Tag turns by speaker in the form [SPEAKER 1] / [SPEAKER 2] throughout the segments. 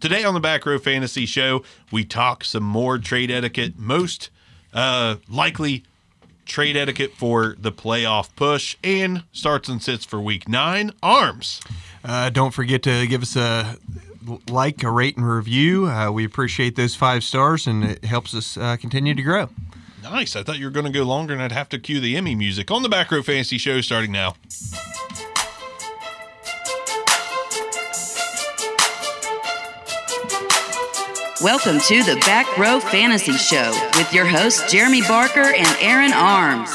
[SPEAKER 1] Today on the Back Row Fantasy Show, we talk some more trade etiquette, most uh, likely trade etiquette for the playoff push, and starts and sits for week nine. Arms.
[SPEAKER 2] Uh, don't forget to give us a like, a rate, and review. Uh, we appreciate those five stars, and it helps us uh, continue to grow.
[SPEAKER 1] Nice. I thought you were going to go longer and I'd have to cue the Emmy music on the Back Row Fantasy Show starting now.
[SPEAKER 3] Welcome to the Back Row Fantasy Show with your hosts, Jeremy Barker and Aaron Arms.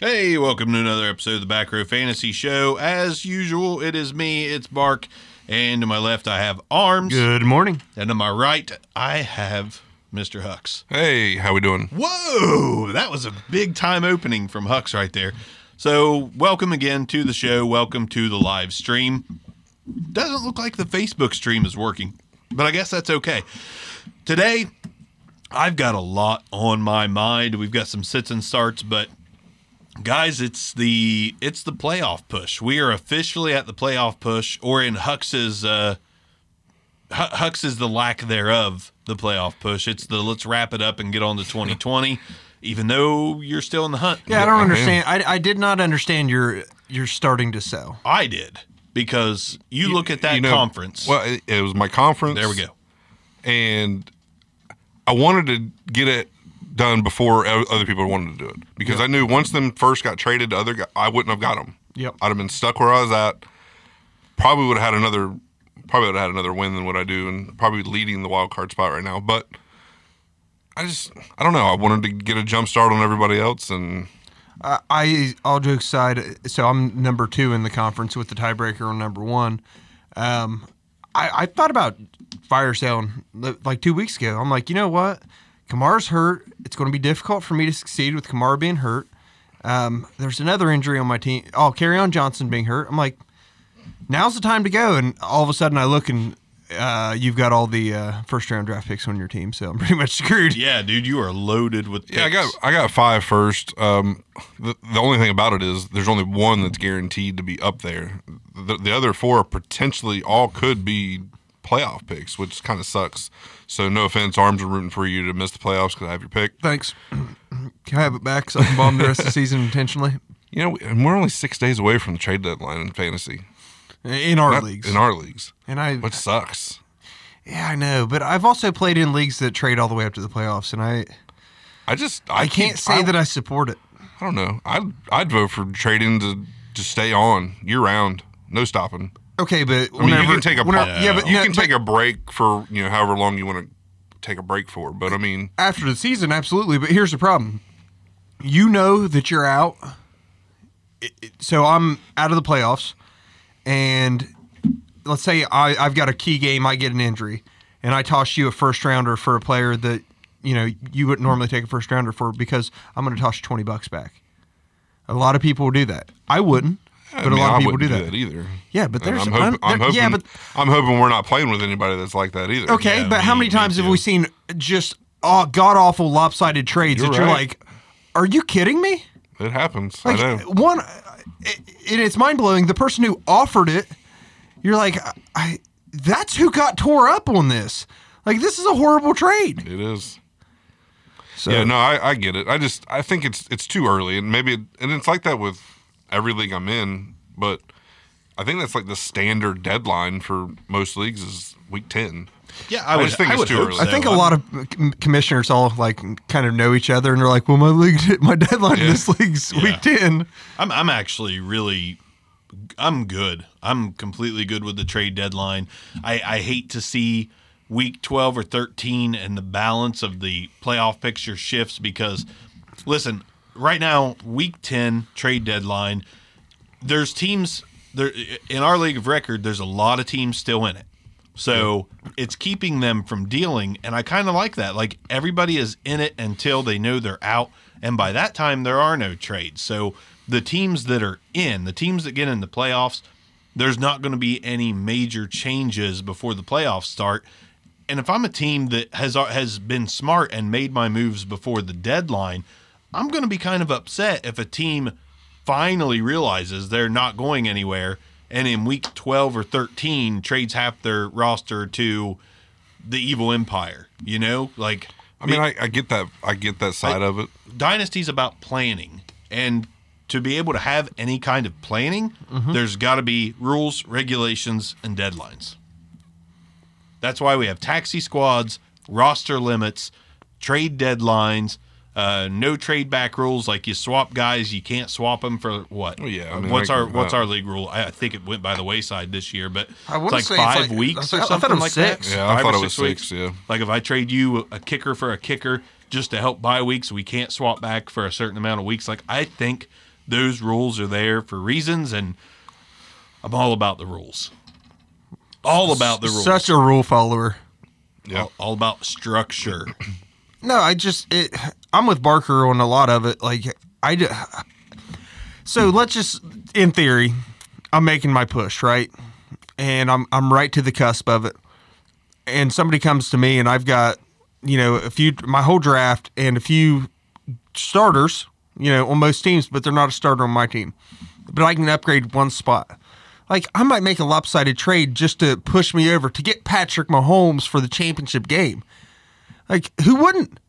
[SPEAKER 1] Hey, welcome to another episode of the Back Row Fantasy Show. As usual, it is me, it's Bark, and to my left, I have Arms.
[SPEAKER 2] Good morning.
[SPEAKER 1] And to my right, I have Mr. Hux.
[SPEAKER 4] Hey, how we doing?
[SPEAKER 1] Whoa, that was a big time opening from Hux right there. So, welcome again to the show. Welcome to the live stream. Doesn't look like the Facebook stream is working, but I guess that's okay. Today, I've got a lot on my mind. We've got some sits and starts, but guys, it's the it's the playoff push. We are officially at the playoff push, or in Hux's uh, Hu- Hux is the lack thereof, the playoff push. It's the let's wrap it up and get on to 2020, even though you're still in the hunt.
[SPEAKER 2] Yeah, I don't understand. I, I did not understand your your starting to sell.
[SPEAKER 1] I did because you, look at that
[SPEAKER 4] You know,
[SPEAKER 1] conference.
[SPEAKER 4] Well, it, it was my conference.
[SPEAKER 1] there we go.
[SPEAKER 4] And I wanted to get it done before o- other people wanted to do it because I knew once them first got traded to other, guy, I wouldn't have got them.
[SPEAKER 2] Yep.
[SPEAKER 4] I'd have been stuck where I was at. Probably would have had another. Probably would have had another win than what I do, and probably leading the wild card spot right now. But I just, I don't know. I wanted to get a jump start on everybody else, and
[SPEAKER 2] I, I all jokes aside, so I'm number two in the conference with the tiebreaker on number one. Um, I, I thought about fire selling li- like two weeks ago. I'm like, you know what? Kamara's hurt. It's going to be difficult for me to succeed with Kamara being hurt. Um, there's another injury on my team. Oh, carry on Johnson being hurt. I'm like, now's the time to go. And all of a sudden, I look and uh, you've got all the uh, first round draft picks on your team. So I'm pretty much screwed.
[SPEAKER 1] Yeah, dude, you are loaded with.
[SPEAKER 4] Yeah, I
[SPEAKER 1] picks.
[SPEAKER 4] got I got five first. Um, the, the only thing about it is there's only one that's guaranteed to be up there. The, the other four potentially all could be playoff picks, which kind of sucks. So no offense, arms are rooting for you to miss the playoffs because I have your pick.
[SPEAKER 2] Thanks. Can I have it back so I can bomb the rest of the season intentionally?
[SPEAKER 4] You know, and we're only six days away from the trade deadline in fantasy.
[SPEAKER 2] In our
[SPEAKER 4] Not-
[SPEAKER 2] leagues.
[SPEAKER 4] In our leagues,
[SPEAKER 2] and I,
[SPEAKER 4] which sucks.
[SPEAKER 2] yeah, I know, but I've also played in leagues that trade all the way up to the playoffs, and I,
[SPEAKER 4] I just
[SPEAKER 2] I,
[SPEAKER 4] I,
[SPEAKER 2] can't
[SPEAKER 4] keep-
[SPEAKER 2] say that I support it.
[SPEAKER 4] I don't know. I'd I'd vote for trading to to stay on year round, no stopping.
[SPEAKER 2] Okay, but
[SPEAKER 4] I mean,
[SPEAKER 2] whenever,
[SPEAKER 4] you can take a
[SPEAKER 2] whenever-
[SPEAKER 4] break.
[SPEAKER 2] yeah, but
[SPEAKER 4] you
[SPEAKER 2] no,
[SPEAKER 4] can
[SPEAKER 2] but
[SPEAKER 4] take a break for you know however long you want to take a break for. But I mean,
[SPEAKER 2] after the season, absolutely. But here's the problem: you know that you're out, It- it- so I'm out of the playoffs, and let's say I, I've got a key game, I get an injury, and I tossed you a first rounder for a player that you know you wouldn't normally take a first rounder for because I'm going to toss you twenty bucks back. A lot of people do that. I wouldn't, but
[SPEAKER 4] I mean,
[SPEAKER 2] a lot
[SPEAKER 4] I
[SPEAKER 2] of people
[SPEAKER 4] wouldn't
[SPEAKER 2] do that.
[SPEAKER 4] either.
[SPEAKER 2] Yeah, but
[SPEAKER 4] And
[SPEAKER 2] there's-
[SPEAKER 4] I'm hoping,
[SPEAKER 2] I'm-
[SPEAKER 4] I'm
[SPEAKER 2] there-
[SPEAKER 4] hoping,
[SPEAKER 2] yeah, but-
[SPEAKER 4] I'm hoping we're not playing with anybody that's like that either.
[SPEAKER 2] Okay,
[SPEAKER 1] Yeah,
[SPEAKER 2] but how
[SPEAKER 1] me-
[SPEAKER 2] many
[SPEAKER 1] me
[SPEAKER 2] times have
[SPEAKER 1] too.
[SPEAKER 2] we seen just oh, god awful lopsided trades
[SPEAKER 4] You're
[SPEAKER 2] that you're
[SPEAKER 4] right.
[SPEAKER 2] like, are you kidding me?
[SPEAKER 4] it happens.
[SPEAKER 2] Like uh,
[SPEAKER 4] I know.
[SPEAKER 2] one, it, it, it's mind blowing. The person who offered it, you're like, I. That's who got tore up on this. Like this is a horrible trade.
[SPEAKER 4] It is.
[SPEAKER 2] So,
[SPEAKER 4] yeah, no, I, I get it. I just I think it's it's too early, and maybe it, and it's like that with every league I'm in. But I think that's like the standard deadline for most leagues is week ten.
[SPEAKER 1] Yeah, I,
[SPEAKER 4] I
[SPEAKER 1] would
[SPEAKER 4] just think
[SPEAKER 1] I
[SPEAKER 4] it's
[SPEAKER 1] would
[SPEAKER 4] too
[SPEAKER 1] hope
[SPEAKER 4] early.
[SPEAKER 2] I
[SPEAKER 1] so.
[SPEAKER 2] think a
[SPEAKER 1] I'm-
[SPEAKER 2] lot of com- commissioners all like kind of know each other and they're like, well, my league, my deadline in
[SPEAKER 4] Yeah.
[SPEAKER 2] this league's week ten.
[SPEAKER 1] I'm I'm actually really I'm good. I'm completely good with the trade deadline. I, I hate to see week 12 or 13 and the balance of the playoff picture shifts because listen, right now week 10 trade deadline there's teams there in our league of record there's a lot of teams still in it. So it's keeping them from dealing and I kind of like that. Like everybody is in it until they know they're out and by that time there are no trades. So the teams that are in, the teams that get in the playoffs, there's not going to be any major changes before the playoffs start. And if I'm a team that has has been smart and made my moves before the deadline, I'm going to be kind of upset if a team finally realizes they're not going anywhere and in week 12 or 13 trades half their roster to the evil empire, you know? Like
[SPEAKER 4] I mean, I, I get that. I get that side of it.
[SPEAKER 1] dynasty's about planning and to be able to have any kind of planning
[SPEAKER 4] Mm-hmm.
[SPEAKER 1] there's got to be rules regulations and deadlines that's why we have taxi squads roster limits trade deadlines uh, no trade back rules like you swap guys you can't swap them for what
[SPEAKER 4] Well, yeah, I mean,
[SPEAKER 1] what's
[SPEAKER 4] I- uh,
[SPEAKER 1] our what's
[SPEAKER 4] I-
[SPEAKER 1] our league rule I, I think it went by the wayside this year but
[SPEAKER 2] I
[SPEAKER 1] it's
[SPEAKER 2] wouldn't
[SPEAKER 1] like
[SPEAKER 2] say it's
[SPEAKER 1] five
[SPEAKER 2] like-
[SPEAKER 1] weeks
[SPEAKER 2] I
[SPEAKER 1] or
[SPEAKER 2] thought it
[SPEAKER 1] something
[SPEAKER 2] was
[SPEAKER 1] like
[SPEAKER 2] six.
[SPEAKER 1] that
[SPEAKER 4] Yeah, I
[SPEAKER 1] Five or
[SPEAKER 4] thought it was six. Yeah,
[SPEAKER 1] like if I trade you a kicker for a kicker just to help bye weeks, we can't swap back for a certain amount of weeks. Like I think those rules are there for reasons, and I'm all about the rules. All about the rules.
[SPEAKER 2] Such a rule follower.
[SPEAKER 4] yeah.
[SPEAKER 1] all about structure.
[SPEAKER 2] No, I just it. I'm with Barker on a lot of it. Like I ju- So let's just, in theory, I'm making my push right, and I'm I'm right to the cusp of it, and somebody comes to me and I've got, you know, a few my whole draft and a few starters, you know, on most teams, but they're not a starter on my team, but I can upgrade one spot. Like I might make a lopsided trade just to push me over to get Patrick Mahomes for the championship game. Like who wouldn't?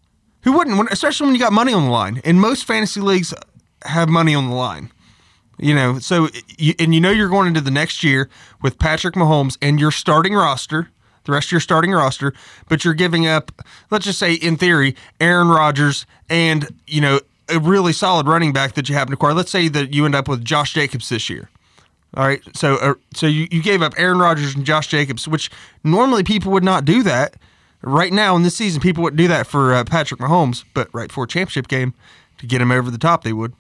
[SPEAKER 2] Who wouldn't? When, especially when you got money on the line. And most fantasy leagues have money on the line. You know, so you, and you know you're going into the next year with Patrick Mahomes and your starting roster, the rest of your starting roster, but you're giving up, let's just say in theory, Aaron Rodgers and you know a really solid running back that you happen to acquire. Let's say that you end up with Josh Jacobs this year. All right, so uh, so you, you gave up Aaron Rodgers and Josh Jacobs, which normally people would not do that. Right now in this season, people wouldn't do that for uh, Patrick Mahomes, but right for a championship game to get him over the top, they would.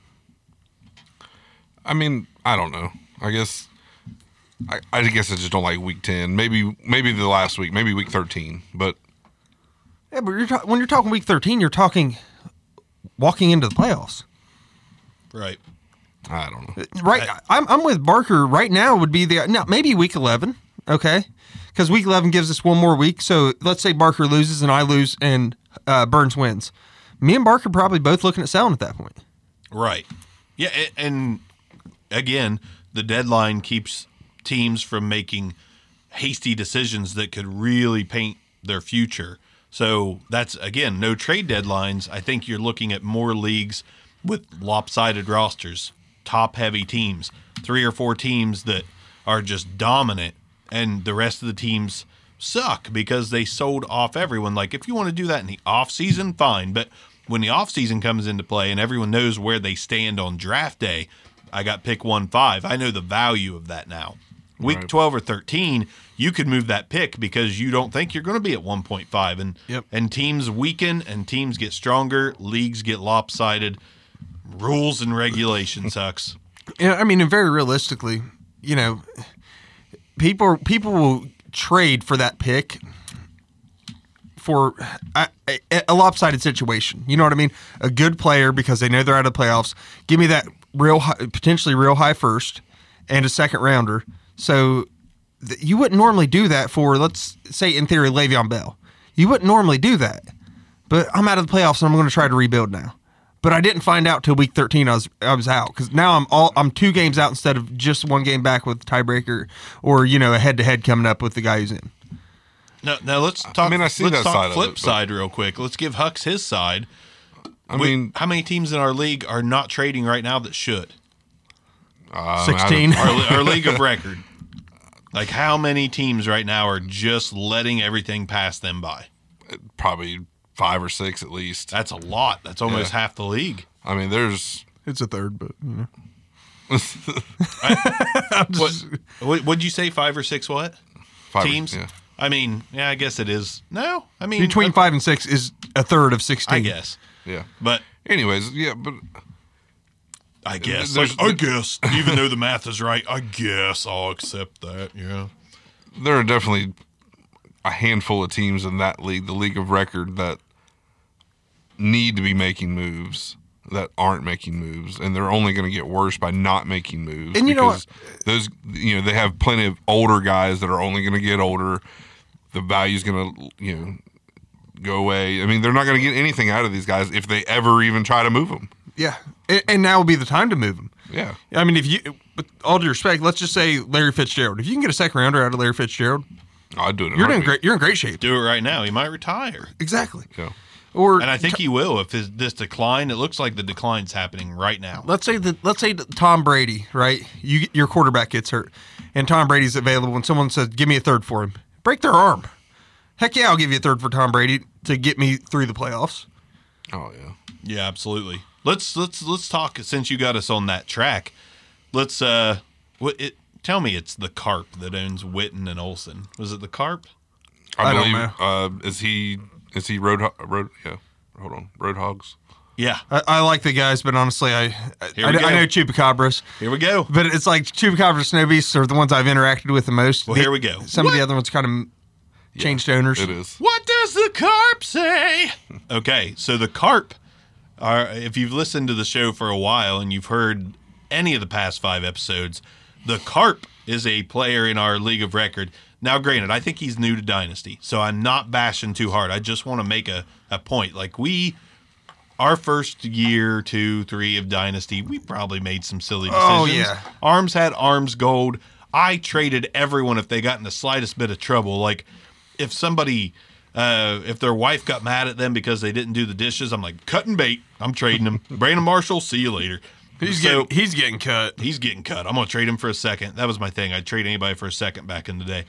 [SPEAKER 4] I mean, I don't know. I guess. I, I guess I just don't like week ten. Maybe maybe the last week. Maybe week thirteen. But
[SPEAKER 2] Yeah, but you're ta- when you're talking week 13, you're talking walking into the playoffs.
[SPEAKER 1] right.
[SPEAKER 4] I don't know.
[SPEAKER 2] Right, I'm, I'm with Barker right now would be the now maybe week 11, okay? Cuz week 11 gives us one more week. So let's say Barker loses and I lose and uh, Burns wins. Me and Barker probably both looking at selling at that point.
[SPEAKER 1] Right. Yeah, a- and again, the deadline keeps teams from making hasty decisions that could really paint their future. So that's again no trade deadlines. I think you're looking at more leagues with lopsided rosters, top heavy teams, three or four teams that are just dominant, and the rest of the teams suck because they sold off everyone. Like if you want to do that in the off season, fine. But when the off season comes into play and everyone knows where they stand on draft day, I got pick one five. I know the value of that now. Week twelve or thirteen, you could move that pick because you don't think you're going to be at one point five, and
[SPEAKER 2] Yep.
[SPEAKER 1] and teams weaken and teams get stronger, leagues get lopsided, rules and regulations sucks.
[SPEAKER 2] Yeah, I mean, and very realistically, you know, people people will trade for that pick for a, a, a lopsided situation. You know what I mean? A good player because they know they're out of the playoffs. Give me that real high, potentially real high first and a second rounder. So th- you wouldn't normally do that for let's say in theory Le'Veon Bell. You wouldn't normally do that. But I'm out of the playoffs and I'm going to try to rebuild now. But I didn't find out till week 13 I was I was out because now I'm all I'm two games out instead of just one game back with tiebreaker or you know a head to head coming up with the guy who's in.
[SPEAKER 1] Now, now let's talk.
[SPEAKER 4] mean, I see
[SPEAKER 1] let's
[SPEAKER 4] that
[SPEAKER 1] talk
[SPEAKER 4] side of
[SPEAKER 1] flip
[SPEAKER 4] it, but-
[SPEAKER 1] side real quick. Let's give Hucks his side.
[SPEAKER 4] I
[SPEAKER 1] We-
[SPEAKER 4] mean,
[SPEAKER 1] how many teams in our league are not trading right now that should?
[SPEAKER 4] um,
[SPEAKER 2] 16.
[SPEAKER 4] I,
[SPEAKER 1] Our, our league of record. Like, how many teams right now are just letting everything pass them by?
[SPEAKER 4] probably five or six at least.
[SPEAKER 1] That's a lot. That's almost half the league.
[SPEAKER 4] I mean, there's
[SPEAKER 2] It's a third, but you know.
[SPEAKER 1] What? What would you say? Five or six? What
[SPEAKER 4] five or-
[SPEAKER 1] teams?
[SPEAKER 4] yeah.
[SPEAKER 1] I mean, yeah, I guess it is. No, I mean
[SPEAKER 2] between
[SPEAKER 1] uh,
[SPEAKER 2] five and six is a third of sixteen.
[SPEAKER 1] I guess,
[SPEAKER 4] Yeah.
[SPEAKER 1] but
[SPEAKER 4] Anyways, yeah, but
[SPEAKER 1] I guess.
[SPEAKER 4] Uh, There's-
[SPEAKER 1] Like, I guess. Even though the math is right, I guess I'll accept that. Yeah.
[SPEAKER 4] there are definitely a handful of teams in that league, the league of record, that need to be making moves that aren't making moves, and they're only going to get worse by not making moves.
[SPEAKER 2] And you know
[SPEAKER 4] because those, you know, they have plenty of older guys that are only going to get older. The value's going to, you know, go away. I mean, they're not going to get anything out of these guys if they ever even try to move them.
[SPEAKER 2] Yeah, and, and now would be the time to move him.
[SPEAKER 4] Yeah.
[SPEAKER 2] I mean, if you, with all due respect, let's just say Larry Fitzgerald. If you can get a second rounder out of Larry Fitzgerald,
[SPEAKER 4] I'd do it. in a
[SPEAKER 2] you're doing
[SPEAKER 4] heartbeat.
[SPEAKER 2] great. You're in great shape.
[SPEAKER 1] Do it right now. He might retire.
[SPEAKER 2] Exactly.
[SPEAKER 4] Yeah.
[SPEAKER 2] Or
[SPEAKER 1] And I think he will if his, this decline, it looks like the decline's happening right now.
[SPEAKER 2] let's say that let's say that Tom Brady, right? You your quarterback gets hurt, and Tom Brady's available, and someone says, "Give me a third for him." Break their arm. Heck yeah, I'll give you a third for Tom Brady to get me through the playoffs.
[SPEAKER 4] Oh yeah.
[SPEAKER 1] Yeah, absolutely. Let's let's let's talk since you got us on that track. Let's uh what it tell me it's the carp that owns Witten and Olson. Was it the carp?
[SPEAKER 4] I,
[SPEAKER 2] I don't
[SPEAKER 4] believe Uh, is he is he road ho- road yeah hold on road hogs
[SPEAKER 1] Yeah.
[SPEAKER 2] I, I like the guys, but honestly, I I,
[SPEAKER 1] Here we
[SPEAKER 2] I- I
[SPEAKER 1] go.
[SPEAKER 2] know chupacabras.
[SPEAKER 1] Here we go.
[SPEAKER 2] But it's like chupacabras, snow beasts are the ones I've interacted with the most.
[SPEAKER 1] Well,
[SPEAKER 2] The-
[SPEAKER 1] here we go.
[SPEAKER 2] Some of the other ones kind of changed owners.
[SPEAKER 4] it is
[SPEAKER 1] What does the carp say? Okay, so the carp are if you've listened to the show for a while and you've heard any of the past 5 episodes, the carp is a player in our league of record. Now granted, I think he's new to dynasty, so I'm not bashing too hard. I just want to make a a point. Like we our first year, two, three of Dynasty, we probably made some silly decisions.
[SPEAKER 2] Oh, yeah.
[SPEAKER 1] Arms had arms gold. I traded everyone if they got in the slightest bit of trouble. Like if somebody, uh, if their wife got mad at them because they didn't do the dishes, I'm like, cut and bait. I'm trading them. Brandon Marshall, see you later.
[SPEAKER 2] He's
[SPEAKER 1] So-
[SPEAKER 2] getting he's getting cut.
[SPEAKER 1] he's getting cut. I'm gonna trade him for a second. That was my thing. I'd trade anybody for a second back in the day.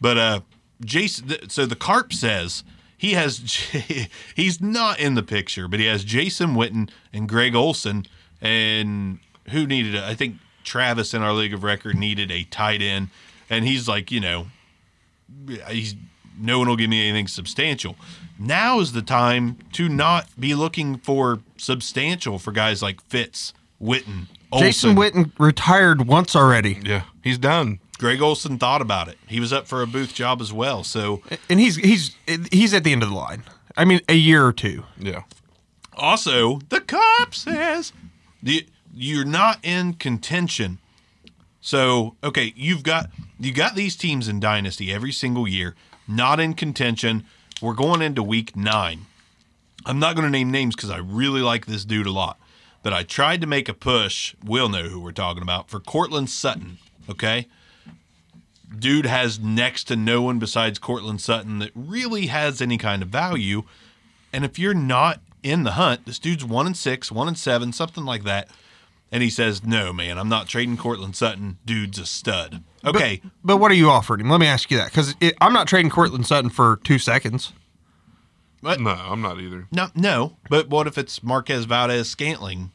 [SPEAKER 1] But uh Jason th- so the carp says he has J- he's not in the picture, but he has Jason Witten and Greg Olson and who needed a, I think Travis in our league of record needed a tight end and he's like, you know, he's no one will give me anything substantial. Now is the time to not be looking for substantial for guys like Fitz, Witten, Olson.
[SPEAKER 2] Jason Witten retired once already,
[SPEAKER 4] yeah he's done
[SPEAKER 1] Greg Olson thought about it. He was up for a booth job as well. So
[SPEAKER 2] and he's he's he's at the end of the line. I mean, a year or two.
[SPEAKER 4] yeah
[SPEAKER 1] also the cop says the, you're not in contention. So okay, you've got you got these teams in dynasty every single year, not in contention. We're going into week nine. I'm not going to name names because I really like this dude a lot. But I tried to make a push. We'll know who we're talking about for Cortland Sutton. Okay. Dude has next to no one besides Cortland Sutton that really has any kind of value. And if you're not in the hunt, this dude's one and six, one and seven, something like that. And he says, No, man, I'm not trading Cortland Sutton. Dude's a stud. Okay.
[SPEAKER 2] But what are you offering him? Let me ask you that because I'm not trading Cortland Sutton for two seconds.
[SPEAKER 4] no I'm not either
[SPEAKER 1] No, no. But what if it's Marquez Valdez Scantling,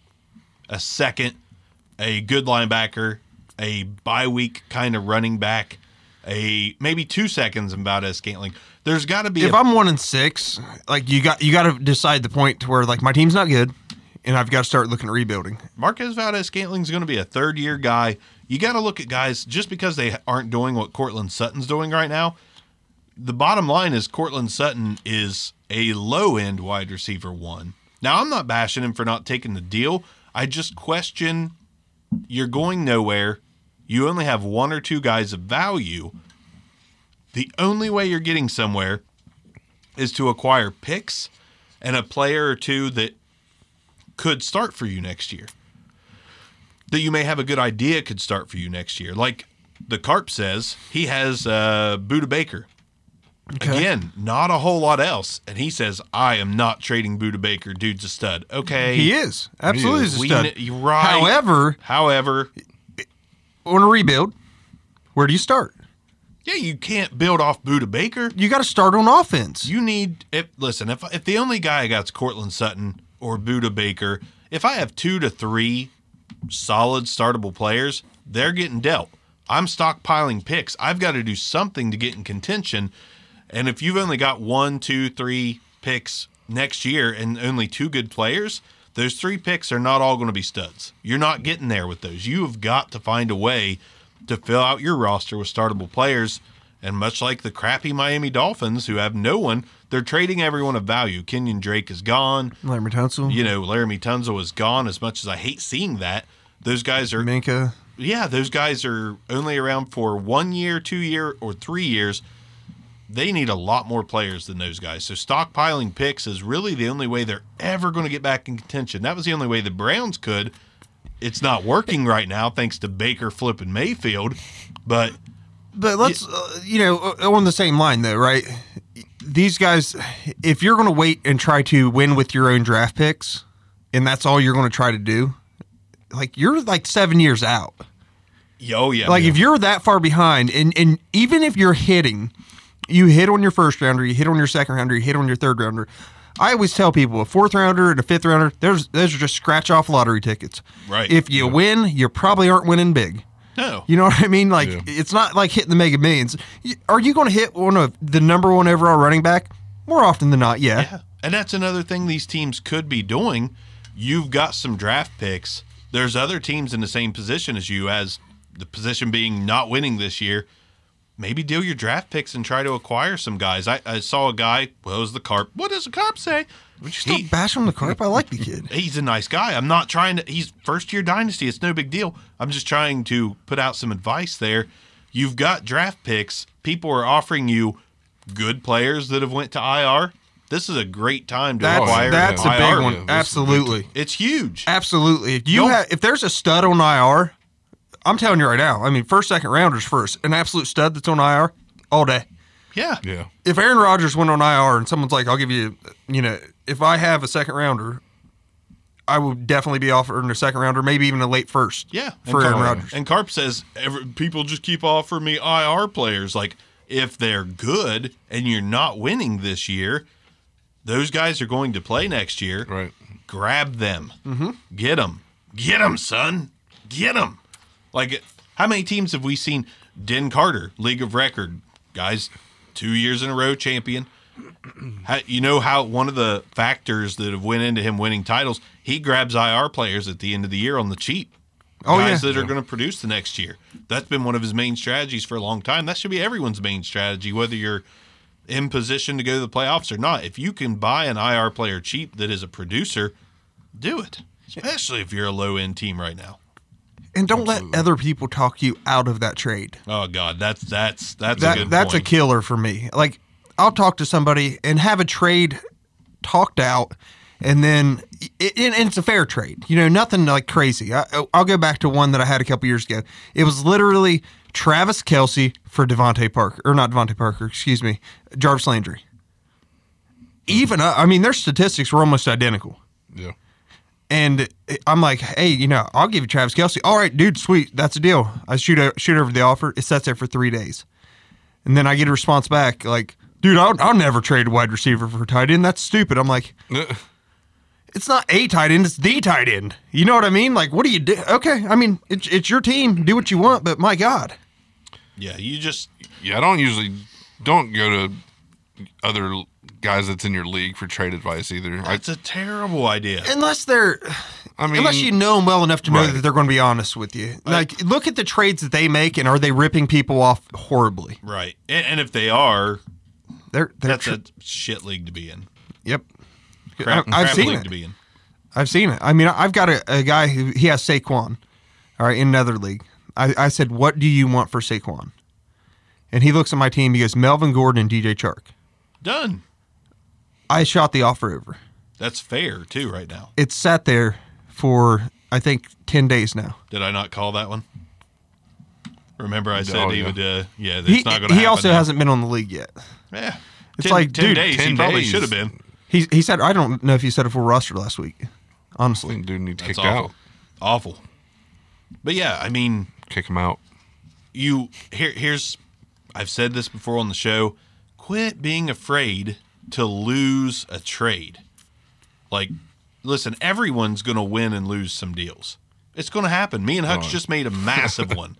[SPEAKER 1] a second, a good linebacker, a bye week kind of running back, a maybe two seconds in Valdez Scantling. There's got to be.
[SPEAKER 2] If
[SPEAKER 1] a-
[SPEAKER 2] I'm one and six, like you got you got to decide the point to where like my team's not good, and I've got to start looking at rebuilding.
[SPEAKER 1] Marquez Valdez Scantling's going to be a third year guy. You got to look at guys just because they aren't doing what Cortland Sutton's doing right now. the bottom line is Cortland Sutton is a low end wide receiver one. Now I'm not bashing him for not taking the deal. I just question you're going nowhere. You only have one or two guys of value. The only way you're getting somewhere is to acquire picks and a player or two that could start for you next year. That you may have a good idea could start for you next year. Like the Carp says, he has uh, Buda Baker. Again, not a whole lot else. And he says, I am not trading Buda Baker. Dude's a stud. Okay.
[SPEAKER 2] He is absolutely
[SPEAKER 1] We
[SPEAKER 2] a stud.
[SPEAKER 1] kn- you're right.
[SPEAKER 2] However,
[SPEAKER 1] However,
[SPEAKER 2] on a rebuild, where do you start?
[SPEAKER 1] yeah, you can't build off Buda Baker.
[SPEAKER 2] You got to start on offense.
[SPEAKER 1] You need if listen, if if the only guy I got's Cortland Sutton or Buda Baker, if I have two to three solid startable players, they're getting dealt. I'm stockpiling picks. I've got to do something to get in contention. And if you've only got one, two, three picks next year and only two good players, those three picks are not all going to be studs. You're not getting there with those. You have got to find a way to fill out your roster with startable players. And much like the crappy Miami Dolphins, who have no one, they're trading everyone of value. Kenyon Drake is gone.
[SPEAKER 2] Larry Tunsil,
[SPEAKER 1] You know, Laramie Tunzel is gone. As much as I hate seeing that, those guys are
[SPEAKER 2] Minka.
[SPEAKER 1] yeah, those guys are only around for one year, two year, or three years. They need a lot more players than those guys. So stockpiling picks is really the only way they're ever going to get back in contention. That was the only way the Browns could. It's not working right now thanks to Baker flipping Mayfield, but
[SPEAKER 2] But let's, uh, you know, uh, on the same line though, right? These guys, if you're going to wait and try to win with your own draft picks, and that's all you're going to try to do, like you're like seven years out.
[SPEAKER 1] oh yeah,
[SPEAKER 2] Like if you're that far behind, and and even if you're hitting, you hit on your first rounder, you hit on your second rounder, you hit on your third rounder. I always tell people a fourth rounder and a fifth rounder, there's those are just scratch off lottery tickets.
[SPEAKER 1] Right.
[SPEAKER 2] If you win, you probably aren't winning big.
[SPEAKER 1] no,
[SPEAKER 2] You know what I mean? Like it's not like hitting the mega millions. Y- Are you going to hit one of the number one overall running back more often than not? Yeah.
[SPEAKER 1] Yeah. And that's another thing these teams could be doing. You've got some draft picks. There's other teams in the same position as you, as the position being not winning this year. Maybe deal your draft picks and try to acquire some guys. I, I saw a guy. Well, it was the carp. What does the carp say?
[SPEAKER 2] Stop
[SPEAKER 1] He-
[SPEAKER 2] bashing the carp. I like the kid.
[SPEAKER 1] he's a nice guy. I'm not trying to. He's first year dynasty. It's no big deal. I'm just trying to put out some advice there. You've got draft picks. People are offering you good players that have went to IR. This is a great time to
[SPEAKER 2] That's
[SPEAKER 1] acquire.
[SPEAKER 2] that's a
[SPEAKER 1] an IR.
[SPEAKER 2] big one.
[SPEAKER 4] yeah, this is a big
[SPEAKER 2] Absolutely.
[SPEAKER 1] It's huge.
[SPEAKER 2] Absolutely. If you
[SPEAKER 1] Don't-
[SPEAKER 2] have, if there's a stud on IR, I'm telling you right now. I mean, first, second rounders first. An absolute stud that's on IR all day.
[SPEAKER 1] Yeah.
[SPEAKER 4] Yeah.
[SPEAKER 2] If Aaron Rodgers went on IR and someone's like, "I'll give you," you know, if I have a second rounder, I would definitely be offering a second rounder, maybe even a late first.
[SPEAKER 1] Yeah. And
[SPEAKER 2] for Aaron
[SPEAKER 1] Carp-
[SPEAKER 2] Rodgers.
[SPEAKER 1] And Carp says every, people just keep offering me IR players. Like if they're good and you're not winning this year, those guys are going to play next year.
[SPEAKER 4] Right.
[SPEAKER 1] grab them, get them, get them, son, get them. Like, how many teams have we seen? Den Carter, League of Record, guys, two years in a row champion. How, you know how one of the factors that have went into him winning titles, he grabs IR players at the end of the year on the cheap.
[SPEAKER 2] Oh,
[SPEAKER 1] guys
[SPEAKER 2] yeah.
[SPEAKER 1] that are going to produce the next year. That's been one of his main strategies for a long time. That should be everyone's main strategy, whether you're in position to go to the playoffs or not. If you can buy an IR player cheap that is a producer, do it. Especially if you're a low end team right now.
[SPEAKER 2] And don't let other people talk you out of that trade.
[SPEAKER 1] Oh God, that's that's that's a
[SPEAKER 2] That
[SPEAKER 1] good
[SPEAKER 2] that's
[SPEAKER 1] point.
[SPEAKER 2] a killer for me. Like I'll talk to somebody and have a trade talked out, and then it, and it's a fair trade. You know, nothing like crazy. I, oh, I'll go back to one that I had a couple years ago. It was literally Travis Kelsey for Devontae Parker, or not Devontae Parker, excuse me, Jarvis Landry.
[SPEAKER 1] Mm-hmm.
[SPEAKER 2] Even uh, I I mean, their statistics were almost identical.
[SPEAKER 4] Yeah.
[SPEAKER 2] And I'm like, hey, you know, I'll give you Travis Kelsey. All right, dude, sweet, that's a deal. I shoot o- shoot over the offer. It sets there for three days, and then I get a response back like, dude, I'll, I'll never trade wide receiver for tight end. That's stupid. I'm like, it's not a tight end, it's the tight end. You know what I mean? Like, what do you do? Okay, I mean, it's it's your team. Do what you want, but my God,
[SPEAKER 1] yeah, you just
[SPEAKER 4] Yeah, I don't usually don't go to other l- guys that's in your league for trade advice either. I,
[SPEAKER 1] it's a terrible idea.
[SPEAKER 2] unless they're.
[SPEAKER 4] I mean,
[SPEAKER 2] Unless you know them well enough to know
[SPEAKER 4] Right.
[SPEAKER 2] that they're going to be honest with you, like look at the trades that they make, and are they ripping people off horribly?
[SPEAKER 1] Right. And, and if they are,
[SPEAKER 2] They're, they're
[SPEAKER 1] That's
[SPEAKER 2] tr-
[SPEAKER 1] a shit league to be in.
[SPEAKER 2] yep.
[SPEAKER 1] Crap,
[SPEAKER 2] I- I've
[SPEAKER 1] crap
[SPEAKER 2] seen
[SPEAKER 1] league
[SPEAKER 2] it.
[SPEAKER 1] to be in.
[SPEAKER 2] I've seen it. I mean, I've got a, a guy who he has Saquon, all right, in another league. I, I said, What do you want for Saquon? And he looks at my team, he goes, Melvin Gordon and DJ Chark.
[SPEAKER 1] Done.
[SPEAKER 2] I shot the offer over.
[SPEAKER 1] That's fair too. Right now,
[SPEAKER 2] It's sat there for, I think, 10 days now.
[SPEAKER 1] did I not call that one? Remember, I said
[SPEAKER 4] Oh,
[SPEAKER 1] he
[SPEAKER 4] yeah.
[SPEAKER 1] would. Uh, yeah, that's
[SPEAKER 2] He,
[SPEAKER 1] not going to.
[SPEAKER 2] he also hasn't been on the league yet.
[SPEAKER 1] Yeah,
[SPEAKER 2] It's like, dude,
[SPEAKER 1] days. he
[SPEAKER 4] 10
[SPEAKER 1] probably
[SPEAKER 4] days.
[SPEAKER 1] should have been.
[SPEAKER 2] He, he said, I don't know if you said a full roster last week,
[SPEAKER 4] I
[SPEAKER 2] honestly.
[SPEAKER 4] think dude needs
[SPEAKER 1] That's
[SPEAKER 4] kicked
[SPEAKER 1] awful.
[SPEAKER 4] out.
[SPEAKER 1] Awful. But yeah, I mean,
[SPEAKER 4] Kick him out.
[SPEAKER 1] you here here's I've said this before on the show, quit being afraid to lose a trade. Like listen, everyone's going to win and lose some deals. It's going to happen. Me and Hucks just made a massive one.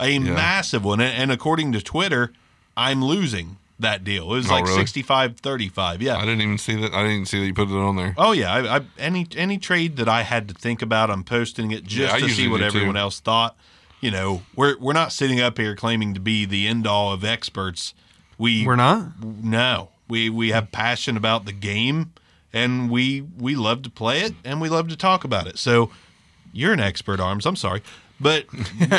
[SPEAKER 1] A massive one and, and according to Twitter, I'm losing that deal. It was
[SPEAKER 4] Oh,
[SPEAKER 1] like
[SPEAKER 4] really?
[SPEAKER 1] sixty-five thirty-five. 65 35. Yeah.
[SPEAKER 4] I didn't even see that. I didn't see that you put it on there.
[SPEAKER 1] Oh yeah, I, I, any any trade that I had to think about, I'm posting it
[SPEAKER 4] Yeah,
[SPEAKER 1] just
[SPEAKER 4] I
[SPEAKER 1] to
[SPEAKER 4] usually
[SPEAKER 1] see what
[SPEAKER 4] do, too.
[SPEAKER 1] everyone else thought. You know, we're we're not sitting up here claiming to be the end all of experts. We
[SPEAKER 2] We're not?
[SPEAKER 1] No, we we have passion about the game, and we we love to play it, and we love to talk about it. So you're an expert, arms. I'm sorry, but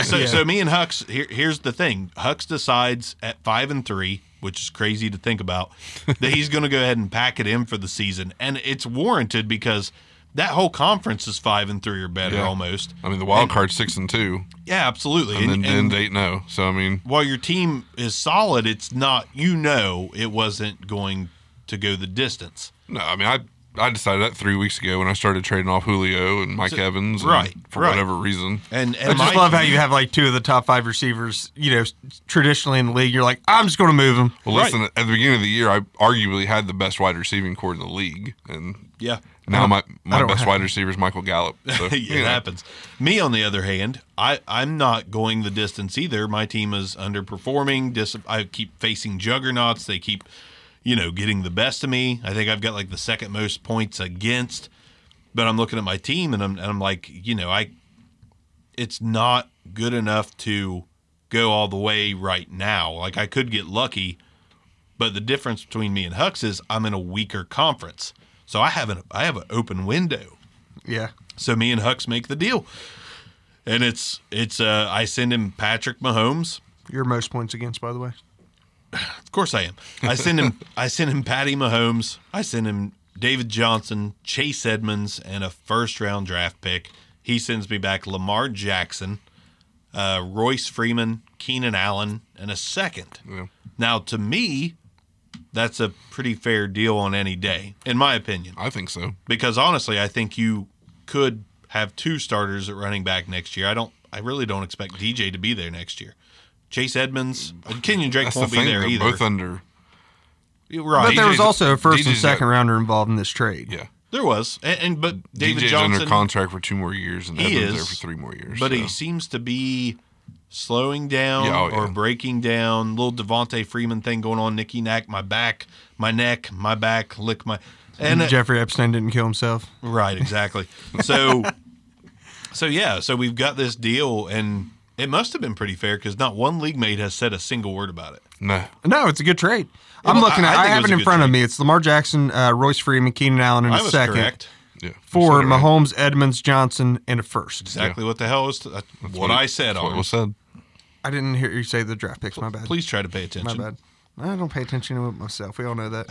[SPEAKER 1] so so me and Hux. Here, here's the thing: Hux decides at five and three, which is crazy to think about, that he's going to go ahead and pack it in for the season, and it's warranted because that whole conference is five and three or better
[SPEAKER 4] Yeah.
[SPEAKER 1] almost.
[SPEAKER 4] I mean, the wild card's six and two,
[SPEAKER 1] Yeah, absolutely.
[SPEAKER 4] and,
[SPEAKER 1] And-
[SPEAKER 4] then
[SPEAKER 1] and-
[SPEAKER 4] and, eight no. So I mean,
[SPEAKER 1] while your team is solid, it's not. You know, it wasn't going to go the distance.
[SPEAKER 4] no. I mean, I I decided that three weeks ago when I started trading off Julio and Mike Evans, and
[SPEAKER 1] right,
[SPEAKER 4] For
[SPEAKER 1] right.
[SPEAKER 4] whatever reason,
[SPEAKER 1] And, and
[SPEAKER 2] I just
[SPEAKER 1] my-
[SPEAKER 2] love how you have like two of the top five receivers, you know, s- traditionally in the league. You're like, I'm just going to move them.
[SPEAKER 4] Well, listen, at the beginning of the year, I arguably had the best wide receiving core in the league, and
[SPEAKER 1] Yeah.
[SPEAKER 4] now my,
[SPEAKER 2] I
[SPEAKER 4] my
[SPEAKER 2] don't
[SPEAKER 4] best
[SPEAKER 2] have-
[SPEAKER 4] wide receiver is Michael Gallup. So,
[SPEAKER 1] it
[SPEAKER 4] you know,
[SPEAKER 1] happens. Me, on the other hand, I, I'm not going the distance either. My team is underperforming. Dis- I keep facing juggernauts. They keep, you know, getting the best of me. I think I've got like the second most points against, but I'm looking at my team and I'm, and I'm like, you know, I, it's not good enough to go all the way right now. Like I could get lucky, but the difference between me and Hux is I'm in a weaker conference. So I have an I have an open window.
[SPEAKER 2] Yeah.
[SPEAKER 1] So me and Hucks make the deal, and it's it's uh, I send him Patrick Mahomes.
[SPEAKER 2] Your most points against, by the way.
[SPEAKER 1] Of course I am. I send him I send him Patty Mahomes. I send him David Johnson, Chase Edmonds, and a first round draft pick. He sends me back Lamar Jackson, uh, Royce Freeman, Keenan Allen, and a second.
[SPEAKER 4] Yeah.
[SPEAKER 1] Now to me, that's a pretty fair deal on any day, in my opinion.
[SPEAKER 4] I think so.
[SPEAKER 1] because honestly, I think you could have two starters at running back next year. I don't. I really don't expect DJ to be there next year. Chase Edmonds, and Kenyon Drake
[SPEAKER 4] That's
[SPEAKER 1] won't be
[SPEAKER 4] the thing.
[SPEAKER 1] there
[SPEAKER 4] They're
[SPEAKER 1] either.
[SPEAKER 4] both uh, under.
[SPEAKER 1] You're
[SPEAKER 2] But
[SPEAKER 1] right,
[SPEAKER 2] there was
[SPEAKER 4] DJ's
[SPEAKER 2] also a first and
[SPEAKER 4] DJ's got-
[SPEAKER 2] second rounder involved in this trade.
[SPEAKER 4] Yeah,
[SPEAKER 1] there was, and, and but David
[SPEAKER 4] DJ's
[SPEAKER 1] Johnson
[SPEAKER 4] under contract for two more years, and
[SPEAKER 1] He
[SPEAKER 4] Evans there
[SPEAKER 1] is,
[SPEAKER 4] for three more years.
[SPEAKER 1] but
[SPEAKER 4] so.
[SPEAKER 1] he seems to be slowing down
[SPEAKER 4] Yeah, oh, yeah.
[SPEAKER 1] or breaking down. Little Devontae Freeman thing going on. Nicky Knack, my back, my neck, my back, lick my.
[SPEAKER 2] And
[SPEAKER 1] And uh,
[SPEAKER 2] Jeffrey Epstein didn't kill himself.
[SPEAKER 1] Right, exactly. So, so yeah, so we've got this deal, and it must have been pretty fair because not one league mate has said a single word about it.
[SPEAKER 4] no,
[SPEAKER 2] No, it's a good trade. I'm
[SPEAKER 1] Well,
[SPEAKER 2] looking
[SPEAKER 1] I- I
[SPEAKER 2] at I,
[SPEAKER 1] think it
[SPEAKER 2] have
[SPEAKER 1] was a
[SPEAKER 2] it in
[SPEAKER 1] good
[SPEAKER 2] front of me. It's Lamar Jackson, uh, Royce Freeman, Keenan Allen in
[SPEAKER 1] I
[SPEAKER 2] a
[SPEAKER 1] was
[SPEAKER 2] second.
[SPEAKER 1] correct.
[SPEAKER 4] yeah, you
[SPEAKER 2] For
[SPEAKER 4] said it right.
[SPEAKER 2] Mahomes, Edmonds, Johnson, and a first.
[SPEAKER 1] Exactly what the hell is that's what, I said
[SPEAKER 4] That's what
[SPEAKER 1] on.
[SPEAKER 4] was said.
[SPEAKER 2] I didn't hear you say the draft picks. My bad.
[SPEAKER 1] Please try to pay
[SPEAKER 2] My
[SPEAKER 1] attention.
[SPEAKER 2] bad. I don't pay attention to it myself. We all know that.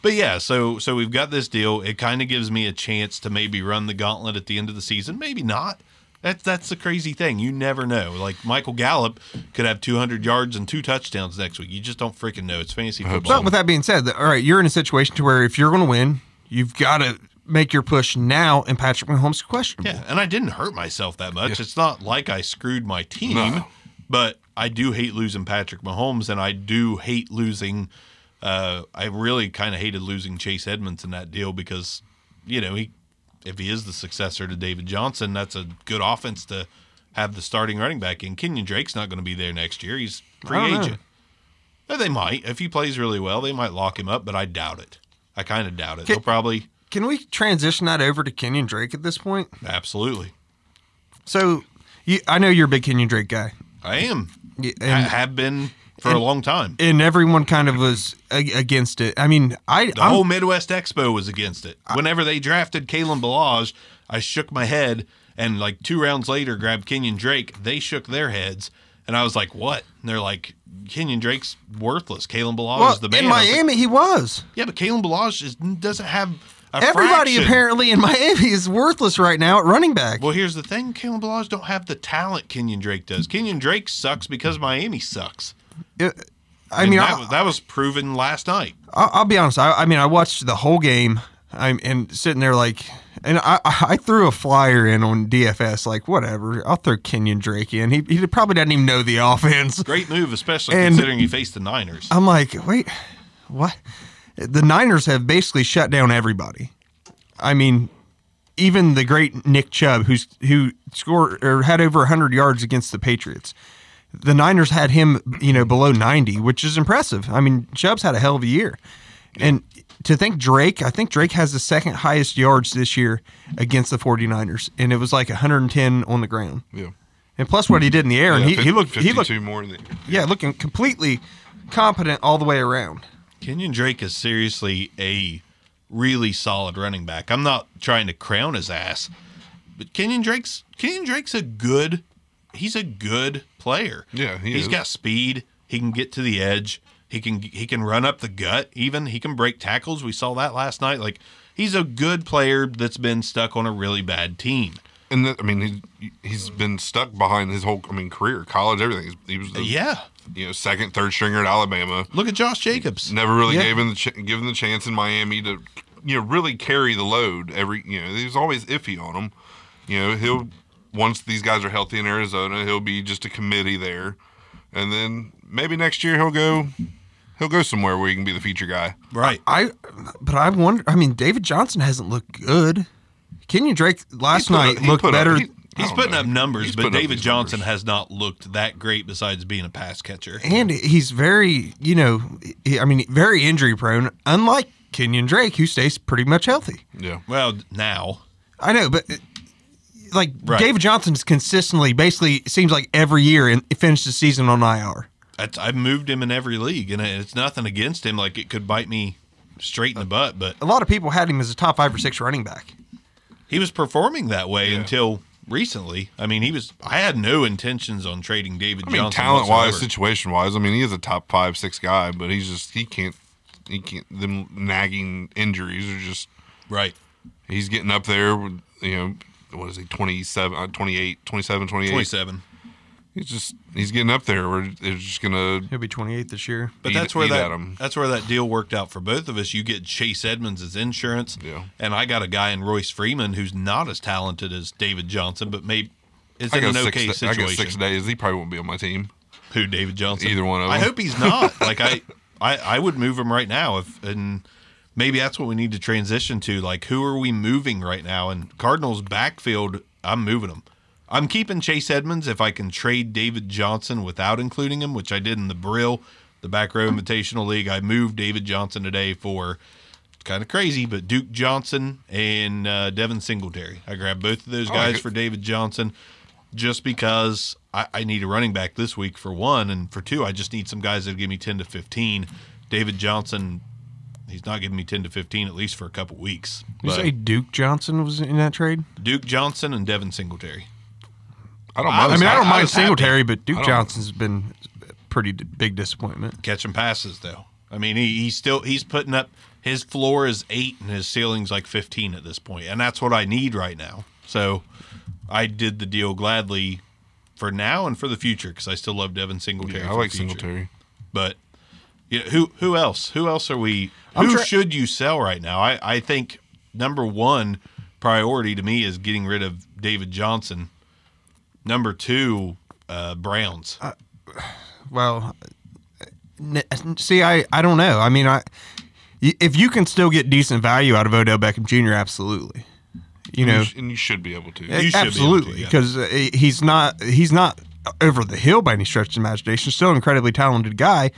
[SPEAKER 1] But yeah, so so we've got this deal. It kind of gives me a chance to maybe run the gauntlet at the end of the season. Maybe not. That's that's the crazy thing. You never know. Like Michael Gallup could have 200 yards and two touchdowns next week. You just don't freaking know. It's fantasy football.
[SPEAKER 2] But with that being said, all right, you're in a situation to where if you're going to win, you've got to make your push now, and Patrick Mahomes is questionable.
[SPEAKER 1] Yeah, and I didn't hurt myself that much. It's not like I screwed my team,
[SPEAKER 4] No.
[SPEAKER 1] but I do hate losing Patrick Mahomes, and I do hate losing. Uh, I really kind of hated losing Chase Edmonds in that deal because, you know, he if he is the successor to David Johnson, that's a good offense to have the starting running back in. Kenyon Drake's not going to be there next year. He's free
[SPEAKER 2] don't know.
[SPEAKER 1] agent. No, They might if he plays really well, they might lock him up, but I doubt it. I kind of doubt it. They'll probably
[SPEAKER 2] Can we transition that over to Kenyon Drake at this point?
[SPEAKER 1] absolutely.
[SPEAKER 2] So, you, I know you're a big Kenyon Drake guy.
[SPEAKER 1] I am.
[SPEAKER 2] Y-
[SPEAKER 1] I
[SPEAKER 2] and-
[SPEAKER 1] have been for a long time.
[SPEAKER 2] and everyone kind of was a- against it. I mean, I
[SPEAKER 1] The
[SPEAKER 2] I'm,
[SPEAKER 1] whole Midwest Expo was against it. Whenever they drafted Kalen Balaj, I shook my head, and like two rounds later, grabbed Kenyon Drake. They shook their heads, and I was like, "What?" And they're like, "Kenyon Drake's worthless. Kalen Balaj
[SPEAKER 2] well,
[SPEAKER 1] is the man."
[SPEAKER 2] in
[SPEAKER 1] I was like,
[SPEAKER 2] Miami. he was.
[SPEAKER 1] yeah, but Kalen Balaj is, doesn't have a
[SPEAKER 2] Everybody
[SPEAKER 1] fraction.
[SPEAKER 2] apparently in Miami is worthless right now at running back.
[SPEAKER 1] Well, here's the thing: Kalen Balaj don't have the talent Kenyon Drake does. Kenyon Drake sucks because Miami sucks.
[SPEAKER 2] It- I
[SPEAKER 1] And
[SPEAKER 2] mean,
[SPEAKER 1] that,
[SPEAKER 2] I,
[SPEAKER 1] was, that was proven last night.
[SPEAKER 2] I'll, I'll be honest. I, I mean, I watched the whole game. I'm and sitting there like, and I I threw a flyer in on DFS like whatever. I'll throw Kenyon Drake in. He he probably doesn't even know the offense.
[SPEAKER 1] Great move, especially
[SPEAKER 2] And-
[SPEAKER 1] considering you faced the Niners.
[SPEAKER 2] I'm like, wait, what? The Niners have basically shut down everybody. I mean, even the great Nick Chubb, who's who scored or had over 100 yards against the Patriots. The Niners had him, you know, below 90, which is impressive. I mean, Chubb's had a hell of a year. And to think Drake, I think Drake has the second highest yards this year against the 49ers, and it was like 110 on the ground.
[SPEAKER 4] Yeah.
[SPEAKER 2] And plus what he did in the air, and
[SPEAKER 4] Yeah,
[SPEAKER 2] he,
[SPEAKER 4] fif-
[SPEAKER 2] he looked he looked
[SPEAKER 4] 52 more than
[SPEAKER 2] yeah, looking completely competent all the way around.
[SPEAKER 1] Kenyon Drake is seriously a really solid running back. I'm not trying to crown his ass, but Kenyon Drake's Kenyon Drake's a good he's a good player.
[SPEAKER 4] Yeah, he
[SPEAKER 1] he's
[SPEAKER 4] is.
[SPEAKER 1] got speed. He can get to the edge. He can he can run up the gut even. He can break tackles. We saw that last night. Like he's a good player that's been stuck on a really bad team.
[SPEAKER 4] And the, I mean, he he's been stuck behind his whole I mean career, college, everything. He's- He was the,
[SPEAKER 1] Yeah.
[SPEAKER 4] you know second, third stringer at Alabama.
[SPEAKER 1] Look at Josh Jacobs.
[SPEAKER 4] Never really
[SPEAKER 2] Yeah.
[SPEAKER 4] gave him the ch- given the chance in Miami to you know really carry the load. Every you know he was always iffy on him. You know he'll once these guys are healthy in Arizona, he'll be just a committee there, and then maybe next year he'll go he'll go somewhere where he can be the feature guy.
[SPEAKER 1] Right.
[SPEAKER 2] I, but I wonder. I mean, David Johnson hasn't looked good. Kenyon Drake last
[SPEAKER 4] He put
[SPEAKER 2] night
[SPEAKER 4] up- he
[SPEAKER 2] looked
[SPEAKER 4] put up-
[SPEAKER 2] better.
[SPEAKER 4] he- I
[SPEAKER 1] He's
[SPEAKER 4] don't
[SPEAKER 1] putting
[SPEAKER 4] know.
[SPEAKER 1] up numbers,
[SPEAKER 4] He's
[SPEAKER 1] but
[SPEAKER 4] putting up
[SPEAKER 1] David
[SPEAKER 4] these
[SPEAKER 1] Johnson
[SPEAKER 4] numbers.
[SPEAKER 1] has not looked that great besides being a pass catcher.
[SPEAKER 2] and he's very, you know, he, I mean, very injury prone. Unlike Kenyon Drake, who stays pretty much healthy.
[SPEAKER 4] Yeah.
[SPEAKER 1] Well, now.
[SPEAKER 2] I know, but uh, like
[SPEAKER 1] Right.
[SPEAKER 2] David Johnson's consistently, basically, it seems like every year and finished the season on IR.
[SPEAKER 1] That's, I've moved him in every league, and it's nothing against him. Like it could bite me straight in the butt, but
[SPEAKER 2] A lot of people had him as a top five or six running back.
[SPEAKER 1] he was performing that way until recently. I mean, he was. I had no intentions on trading David
[SPEAKER 4] I mean,
[SPEAKER 1] Johnson.
[SPEAKER 4] talent wise,
[SPEAKER 1] whatsoever.
[SPEAKER 4] situation wise, I mean, he is a top five, six guy, but he's just he can't, he can't. Them nagging injuries are just
[SPEAKER 1] right?
[SPEAKER 4] he's getting up there. With, you know, what is he? 27, uh, 28, 27, 28.
[SPEAKER 1] Twenty-seven.
[SPEAKER 4] He's just he's getting up there. Where it's just gonna
[SPEAKER 2] He'll be 28 this year.
[SPEAKER 1] But
[SPEAKER 4] Eat-
[SPEAKER 1] that's where
[SPEAKER 4] eat
[SPEAKER 1] that
[SPEAKER 4] at 'em.
[SPEAKER 1] that's where that deal worked out for both of us. You get Chase Edmonds as insurance,
[SPEAKER 4] Yeah.
[SPEAKER 1] and I got a guy in Royce Freeman who's not as talented as David Johnson, but maybe is
[SPEAKER 4] I
[SPEAKER 1] in
[SPEAKER 4] got
[SPEAKER 1] an
[SPEAKER 4] six.
[SPEAKER 1] okay
[SPEAKER 4] da- I
[SPEAKER 1] situation.
[SPEAKER 4] got six days. He probably won't be on my team.
[SPEAKER 1] Who David Johnson?
[SPEAKER 4] Either one of
[SPEAKER 1] I
[SPEAKER 4] them.
[SPEAKER 1] hope he's not. like I, I, I would move him right now if, and maybe that's what we need to transition to. Like, who are we moving right now? And Cardinals backfield, I'm moving him. I'm keeping Chase Edmonds if I can trade David Johnson without including him, which I did in the Brill, the back row invitational league. I moved David Johnson today for kind of crazy, but Duke Johnson and uh, Devin Singletary. I grabbed both of those
[SPEAKER 4] like
[SPEAKER 1] guys
[SPEAKER 4] it.
[SPEAKER 1] for David Johnson just because I, I need a running back this week for one, and for two, I just need some guys that give me ten to fifteen. David Johnson, he's not giving me ten to fifteen at least for a couple weeks.
[SPEAKER 2] You
[SPEAKER 1] But
[SPEAKER 2] say Duke Johnson was in that trade?
[SPEAKER 1] Duke Johnson and Devin Singletary.
[SPEAKER 4] I don't.
[SPEAKER 1] I-
[SPEAKER 4] mind
[SPEAKER 2] I mean, I
[SPEAKER 1] I-
[SPEAKER 2] don't
[SPEAKER 1] I
[SPEAKER 2] mind
[SPEAKER 1] was happy.
[SPEAKER 2] Singletary, but Duke
[SPEAKER 4] don't-
[SPEAKER 2] Johnson's been a pretty d- big disappointment.
[SPEAKER 1] Catching passes though. I mean, he, he's still he's putting up his floor is eight and his ceiling's like fifteen at this point, and that's what I need right now. So I did the deal gladly for now and for the future because I still love Devin Singletary.
[SPEAKER 4] Yeah, I
[SPEAKER 1] for
[SPEAKER 4] like
[SPEAKER 1] the future.
[SPEAKER 4] Singletary.
[SPEAKER 1] But you know, who who else? Who else are we? Who
[SPEAKER 2] try-
[SPEAKER 1] should you sell right now? I, I think number one priority to me is getting rid of David Johnson. Number two, uh, Browns.
[SPEAKER 2] Well, n- see, I, I don't know. I mean, I y- if you can still get decent value out of Odell Beckham Jr., absolutely. You know,
[SPEAKER 4] You sh- and you should be able to.
[SPEAKER 1] you should be able to,
[SPEAKER 2] absolutely,
[SPEAKER 1] yeah.
[SPEAKER 2] because he's not he's not over the hill by any stretch of the imagination. Still an incredibly talented guy,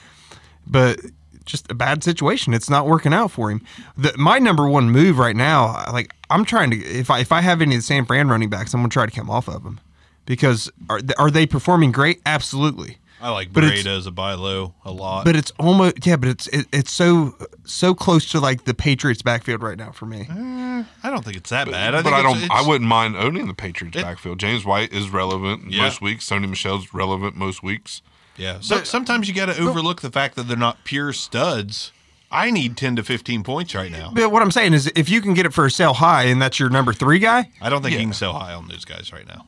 [SPEAKER 2] but just a bad situation. It's not working out for him. The, my number one move right now, like I'm trying to, if I if I have any of the San Fran running backs, I'm gonna try to come off of them because are th- are they performing great? Absolutely.
[SPEAKER 1] I like
[SPEAKER 2] But it's-
[SPEAKER 1] Breda as a buy low a lot.
[SPEAKER 2] But it's almost yeah, but it's it, it's so so close to like the Patriots backfield right now for me.
[SPEAKER 1] I don't think it's that bad. I
[SPEAKER 4] but
[SPEAKER 1] think
[SPEAKER 4] I
[SPEAKER 1] it's-
[SPEAKER 4] don't.
[SPEAKER 1] it's-
[SPEAKER 4] I wouldn't mind owning the Patriots
[SPEAKER 1] It-
[SPEAKER 4] backfield. James White is relevant
[SPEAKER 1] Yeah.
[SPEAKER 4] most weeks. Sony Michelle's relevant most weeks.
[SPEAKER 1] Yeah. So sometimes you got to overlook the fact that they're not pure studs. I need 10 to 15 points right now.
[SPEAKER 2] But what I'm saying is, if you can get it for a sell high, and that's your number three guy,
[SPEAKER 1] I don't think you can sell high on those guys right now.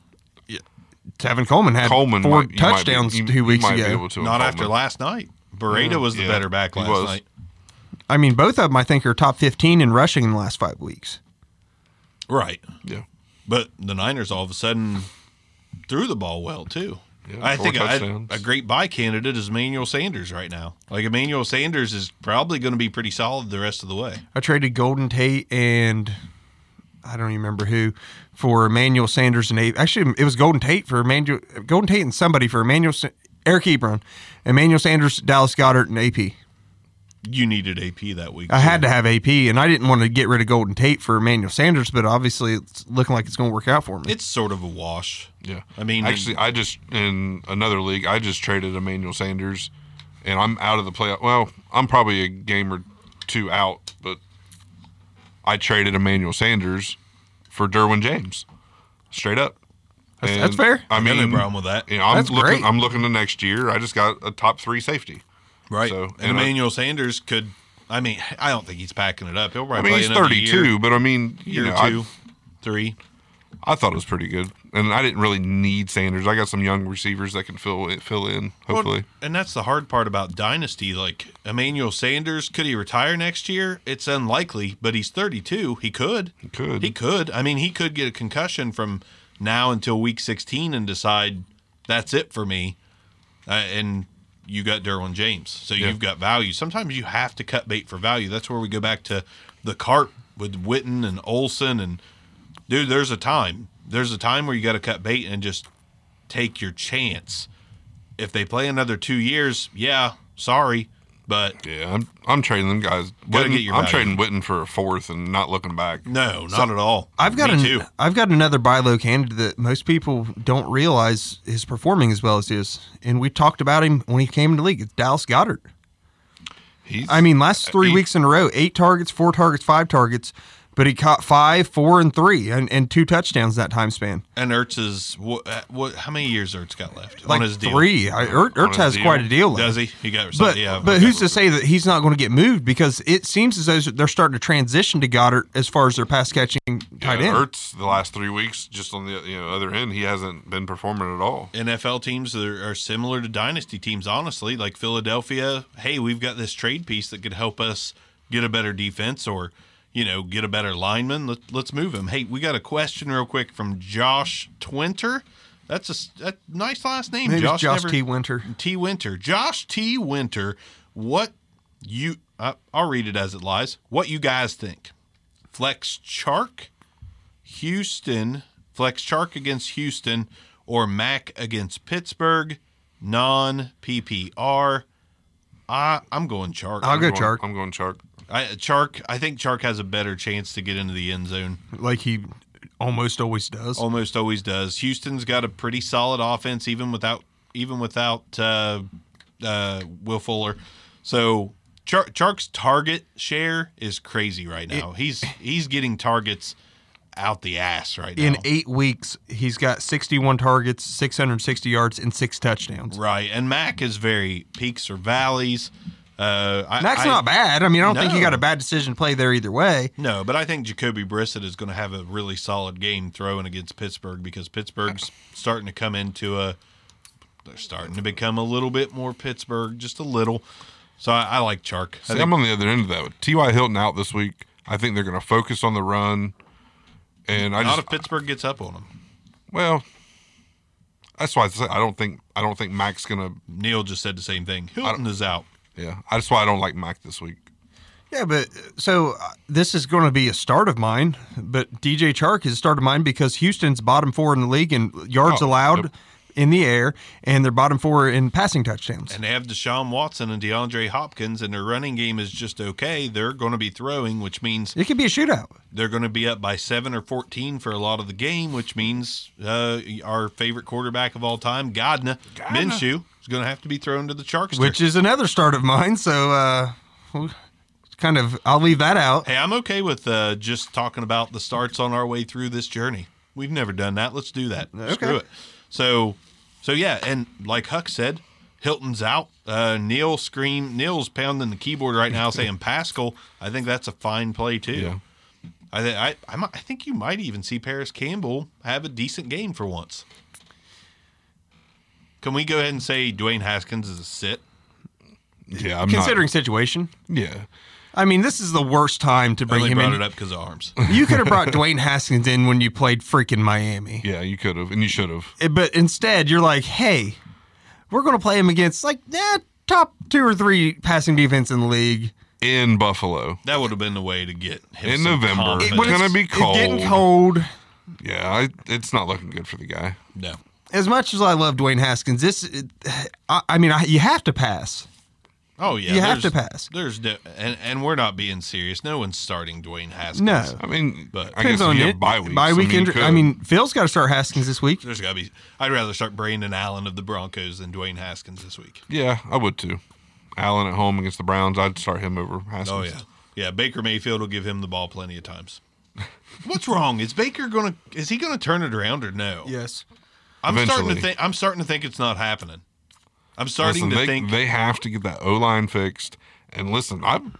[SPEAKER 2] Tevin Coleman had
[SPEAKER 4] Coleman
[SPEAKER 2] four
[SPEAKER 4] might- you might be-
[SPEAKER 2] touchdowns
[SPEAKER 4] you-
[SPEAKER 2] two
[SPEAKER 4] you
[SPEAKER 2] weeks
[SPEAKER 4] might be
[SPEAKER 2] ago.
[SPEAKER 4] able to on
[SPEAKER 1] Not
[SPEAKER 4] Coleman.
[SPEAKER 1] after last night. Burrito was the
[SPEAKER 4] Yeah,
[SPEAKER 1] better back
[SPEAKER 4] he
[SPEAKER 1] last
[SPEAKER 4] was.
[SPEAKER 1] night.
[SPEAKER 2] I mean, both of them I think are top 15 in rushing in the last five weeks.
[SPEAKER 1] Right.
[SPEAKER 4] Yeah.
[SPEAKER 1] But the Niners all of a sudden threw the ball well, too.
[SPEAKER 4] Yeah,
[SPEAKER 1] I
[SPEAKER 4] four
[SPEAKER 1] think a,
[SPEAKER 4] touchdowns.
[SPEAKER 1] a great buy candidate is Emmanuel Sanders right now. Like Emmanuel Sanders is probably going to be pretty solid the rest of the way.
[SPEAKER 2] I traded Golden Tate and I don't even remember who for Emmanuel Sanders and A- actually it was Golden Tate for Emmanuel Golden Tate and somebody for Emmanuel Sa- Eric Ebron, Emmanuel Sanders, Dallas Goddard, and AP.
[SPEAKER 1] You needed AP that week.
[SPEAKER 2] I
[SPEAKER 1] too.
[SPEAKER 2] had to have AP, and I didn't want to get rid of Golden Tate for Emmanuel Sanders, but obviously it's looking like it's going to work out for me.
[SPEAKER 1] It's sort of a wash.
[SPEAKER 4] Yeah.
[SPEAKER 1] I mean,
[SPEAKER 4] actually, I just in another league, I just traded Emmanuel Sanders, and I'm out of the playoff. Well, I'm probably a game or two out, but I traded Emmanuel Sanders for Derwin James, straight up.
[SPEAKER 2] That's- that's fair.
[SPEAKER 4] I
[SPEAKER 1] I
[SPEAKER 4] mean,
[SPEAKER 1] mean, no problem with that.
[SPEAKER 4] You know, I'm
[SPEAKER 2] That's
[SPEAKER 4] looking.
[SPEAKER 2] great.
[SPEAKER 4] I'm looking to next year. I just got a top three safety.
[SPEAKER 1] Right.
[SPEAKER 4] So,
[SPEAKER 1] and
[SPEAKER 4] and I-
[SPEAKER 1] Emmanuel Sanders could. I mean, I don't think he's packing it up. He'll
[SPEAKER 4] I
[SPEAKER 1] probably
[SPEAKER 4] mean,
[SPEAKER 1] play
[SPEAKER 4] he's
[SPEAKER 1] another
[SPEAKER 4] 32,
[SPEAKER 1] Year,
[SPEAKER 4] but I mean, you
[SPEAKER 1] year
[SPEAKER 4] know, I-
[SPEAKER 1] two, three.
[SPEAKER 4] I, thought it was pretty good, and I didn't really need Sanders. I got some young receivers that can fill it, fill in. Hopefully,
[SPEAKER 1] Well, and that's the hard part about dynasty. Like Emmanuel Sanders, could he retire next year? It's unlikely, but he's 32. He could. He
[SPEAKER 4] could.
[SPEAKER 1] He could. I mean, he could get a concussion from now until week 16 and decide that's it for me. Uh, and you got Derwin James, so
[SPEAKER 4] Yeah.
[SPEAKER 1] you've got value. Sometimes you have to cut bait for value. That's where we go back to the cart with Witten and Olson and dude. There's a time. There's a time where you got to cut bait and just take your chance if they play another two years, yeah, sorry, but
[SPEAKER 4] Yeah, I'm I'm trading them guys.
[SPEAKER 1] Gotta
[SPEAKER 4] Witten-
[SPEAKER 1] get your
[SPEAKER 4] I'm
[SPEAKER 1] value.
[SPEAKER 4] trading Witten for a fourth and not looking back.
[SPEAKER 1] no, not at all.
[SPEAKER 2] I've got
[SPEAKER 1] Me
[SPEAKER 2] an,
[SPEAKER 1] too.
[SPEAKER 2] I've got another buy low candidate that most people don't realize is performing as well as he is, and we talked about him when he came into the league. It's Dallas Goddard.
[SPEAKER 4] He's
[SPEAKER 2] I mean, last
[SPEAKER 1] Uh,
[SPEAKER 2] three
[SPEAKER 4] he-
[SPEAKER 2] weeks in a row, eight targets, four targets, five targets, but he caught five, four, and three, and, and two touchdowns that time span.
[SPEAKER 1] And Ertz is what? what how many years Ertz got left on
[SPEAKER 2] Like
[SPEAKER 1] his deal?
[SPEAKER 2] three. I, Er- Ertz
[SPEAKER 4] his
[SPEAKER 2] has
[SPEAKER 4] deal.
[SPEAKER 2] quite a deal. Left.
[SPEAKER 1] Does he? He got.
[SPEAKER 2] But,
[SPEAKER 1] yeah, I've
[SPEAKER 2] but
[SPEAKER 1] got
[SPEAKER 2] who's to
[SPEAKER 1] Robert.
[SPEAKER 2] say that he's not going to get moved? Because it seems as though they're starting to transition to Goddard as far as their pass catching
[SPEAKER 4] yeah,
[SPEAKER 2] tight end.
[SPEAKER 4] Ertz the last three weeks just on the you know other end he hasn't been performing at all.
[SPEAKER 1] NFL teams are, are similar to dynasty teams, honestly. Like Philadelphia, hey, we've got this trade piece that could help us get a better defense or, you know, get a better lineman. Let, let's move him. Hey, we got a question real quick from Josh Twinter. That's a s- that, nice last name.
[SPEAKER 2] Maybe it's Josh
[SPEAKER 1] never-
[SPEAKER 2] T. Winter.
[SPEAKER 1] T. Winter. Josh T. Winter. What you? Uh, I'll read it as it lies. What you guys think? Flex Chark, Houston. Flex Chark against Houston, or Mac against Pittsburgh. Non PPR. I I'm going Chark.
[SPEAKER 2] I'll go
[SPEAKER 4] I'm going,
[SPEAKER 2] Chark.
[SPEAKER 4] I'm going Chark.
[SPEAKER 1] I, Chark. I think Chark has a better chance to get into the end zone.
[SPEAKER 2] Like he almost always does.
[SPEAKER 1] Almost always does. Houston's got a pretty solid offense, even without even without uh, uh, Will Fuller. So Char- Chark's target share is crazy right now. he's he's getting targets out the ass right now.
[SPEAKER 2] In eight weeks, he's got 61 targets, 660 yards, and six touchdowns.
[SPEAKER 1] right, and Mac is very peaks or valleys. Uh, I,
[SPEAKER 2] That's
[SPEAKER 1] I-
[SPEAKER 2] not bad. I mean, I don't think you
[SPEAKER 1] No.
[SPEAKER 2] got a bad decision to play there either way.
[SPEAKER 1] No, but I think Jacoby Brissett is going to have a really solid game throwing against Pittsburgh because Pittsburgh's starting to come into a. They're starting to become a little bit more Pittsburgh, just a little. So I, I like Chark. I
[SPEAKER 4] See,
[SPEAKER 1] think-
[SPEAKER 4] I'm on the other end of that. With T.Y. Hilton out this week, I think they're going to focus on the run. And I
[SPEAKER 1] not
[SPEAKER 4] just
[SPEAKER 1] if Pittsburgh gets up on him.
[SPEAKER 4] well, that's why I say I don't think I don't think Mac's going to.
[SPEAKER 1] Neil just said the same thing. Hilton is out.
[SPEAKER 4] Yeah, that's why I don't like Mac this week.
[SPEAKER 2] Yeah, but so uh, this is going to be a start of mine. But DJ Chark is a start of mine because Houston's bottom four in the league in yards
[SPEAKER 4] Oh,
[SPEAKER 2] allowed, in the air, and they're bottom four in passing touchdowns.
[SPEAKER 1] And they have Deshaun Watson and DeAndre Hopkins, and their running game is just okay. They're going to be throwing, which means
[SPEAKER 2] It could be a shootout.
[SPEAKER 1] they're going to be up by seven or 14 for a lot of the game, which means uh, our favorite quarterback of all time, Godna, Minshew, is going to have to be thrown to the Sharks.
[SPEAKER 2] which is another start of mine. So, uh, well, kind of, I'll leave that out.
[SPEAKER 1] Hey, I'm okay with uh, just talking about the starts on our way through this journey. We've never done that. Let's do that. Screw it. So, so yeah, and like Huck said, Hilton's out. Uh, Neil scream. Neil's pounding the keyboard right now, saying Pascal. I think that's a fine play too.
[SPEAKER 4] Yeah.
[SPEAKER 1] I, th- I, I, might- I think you might even see Paris Campbell have a decent game for once. Can we go ahead and say Dwayne Haskins is a sit?
[SPEAKER 4] Yeah, I'm
[SPEAKER 2] Considering situation,
[SPEAKER 4] Not, yeah,
[SPEAKER 2] I mean, this is the worst time to
[SPEAKER 1] I
[SPEAKER 2] bring
[SPEAKER 1] only
[SPEAKER 2] him
[SPEAKER 1] brought
[SPEAKER 2] in.
[SPEAKER 1] it up because of arms.
[SPEAKER 2] You could have brought Dwayne Haskins in when you played freaking Miami,
[SPEAKER 4] yeah. You could have, and you should have.
[SPEAKER 2] Eh, but instead, you're like, hey, we're going to play him against like eh, top two or three passing defense in the league.
[SPEAKER 4] in Buffalo
[SPEAKER 1] That would have been the way to get him
[SPEAKER 4] in
[SPEAKER 1] some
[SPEAKER 4] November. It's
[SPEAKER 1] confidence.
[SPEAKER 2] but
[SPEAKER 4] gonna be
[SPEAKER 2] it's
[SPEAKER 4] cold.
[SPEAKER 2] getting cold.
[SPEAKER 4] Yeah, I, it's not looking good for the guy.
[SPEAKER 1] No.
[SPEAKER 2] As much as I love Dwayne Haskins, this, it- I, I mean, I, you have to pass.
[SPEAKER 1] Oh yeah,
[SPEAKER 2] You
[SPEAKER 1] there's-
[SPEAKER 2] have to pass.
[SPEAKER 1] There's no, and and we're not being serious. No one's starting Dwayne Haskins.
[SPEAKER 2] No.
[SPEAKER 4] I mean,
[SPEAKER 1] But-
[SPEAKER 4] I guess if you
[SPEAKER 2] it.
[SPEAKER 4] have bye weeks.
[SPEAKER 2] Bye week
[SPEAKER 4] I mean, you
[SPEAKER 2] injury-
[SPEAKER 4] could.
[SPEAKER 2] I mean, Phil's got to start Haskins this week.
[SPEAKER 1] there's gotta be. I'd rather start Brandon Allen of the Broncos than Dwayne Haskins this week.
[SPEAKER 4] yeah, I would too. Allen at home against the Browns, I'd start him over Haskins.
[SPEAKER 1] Oh yeah, yeah. Baker Mayfield will give him the ball plenty of times. What's wrong? Is Baker gonna? Is he gonna turn it around or no?
[SPEAKER 2] Yes.
[SPEAKER 1] I'm starting
[SPEAKER 4] Eventually.
[SPEAKER 1] to think. I'm starting to think it's not happening. I'm starting
[SPEAKER 4] Listen,
[SPEAKER 1] to
[SPEAKER 4] they,
[SPEAKER 1] think.
[SPEAKER 4] they have to get that O line fixed. And listen, I'm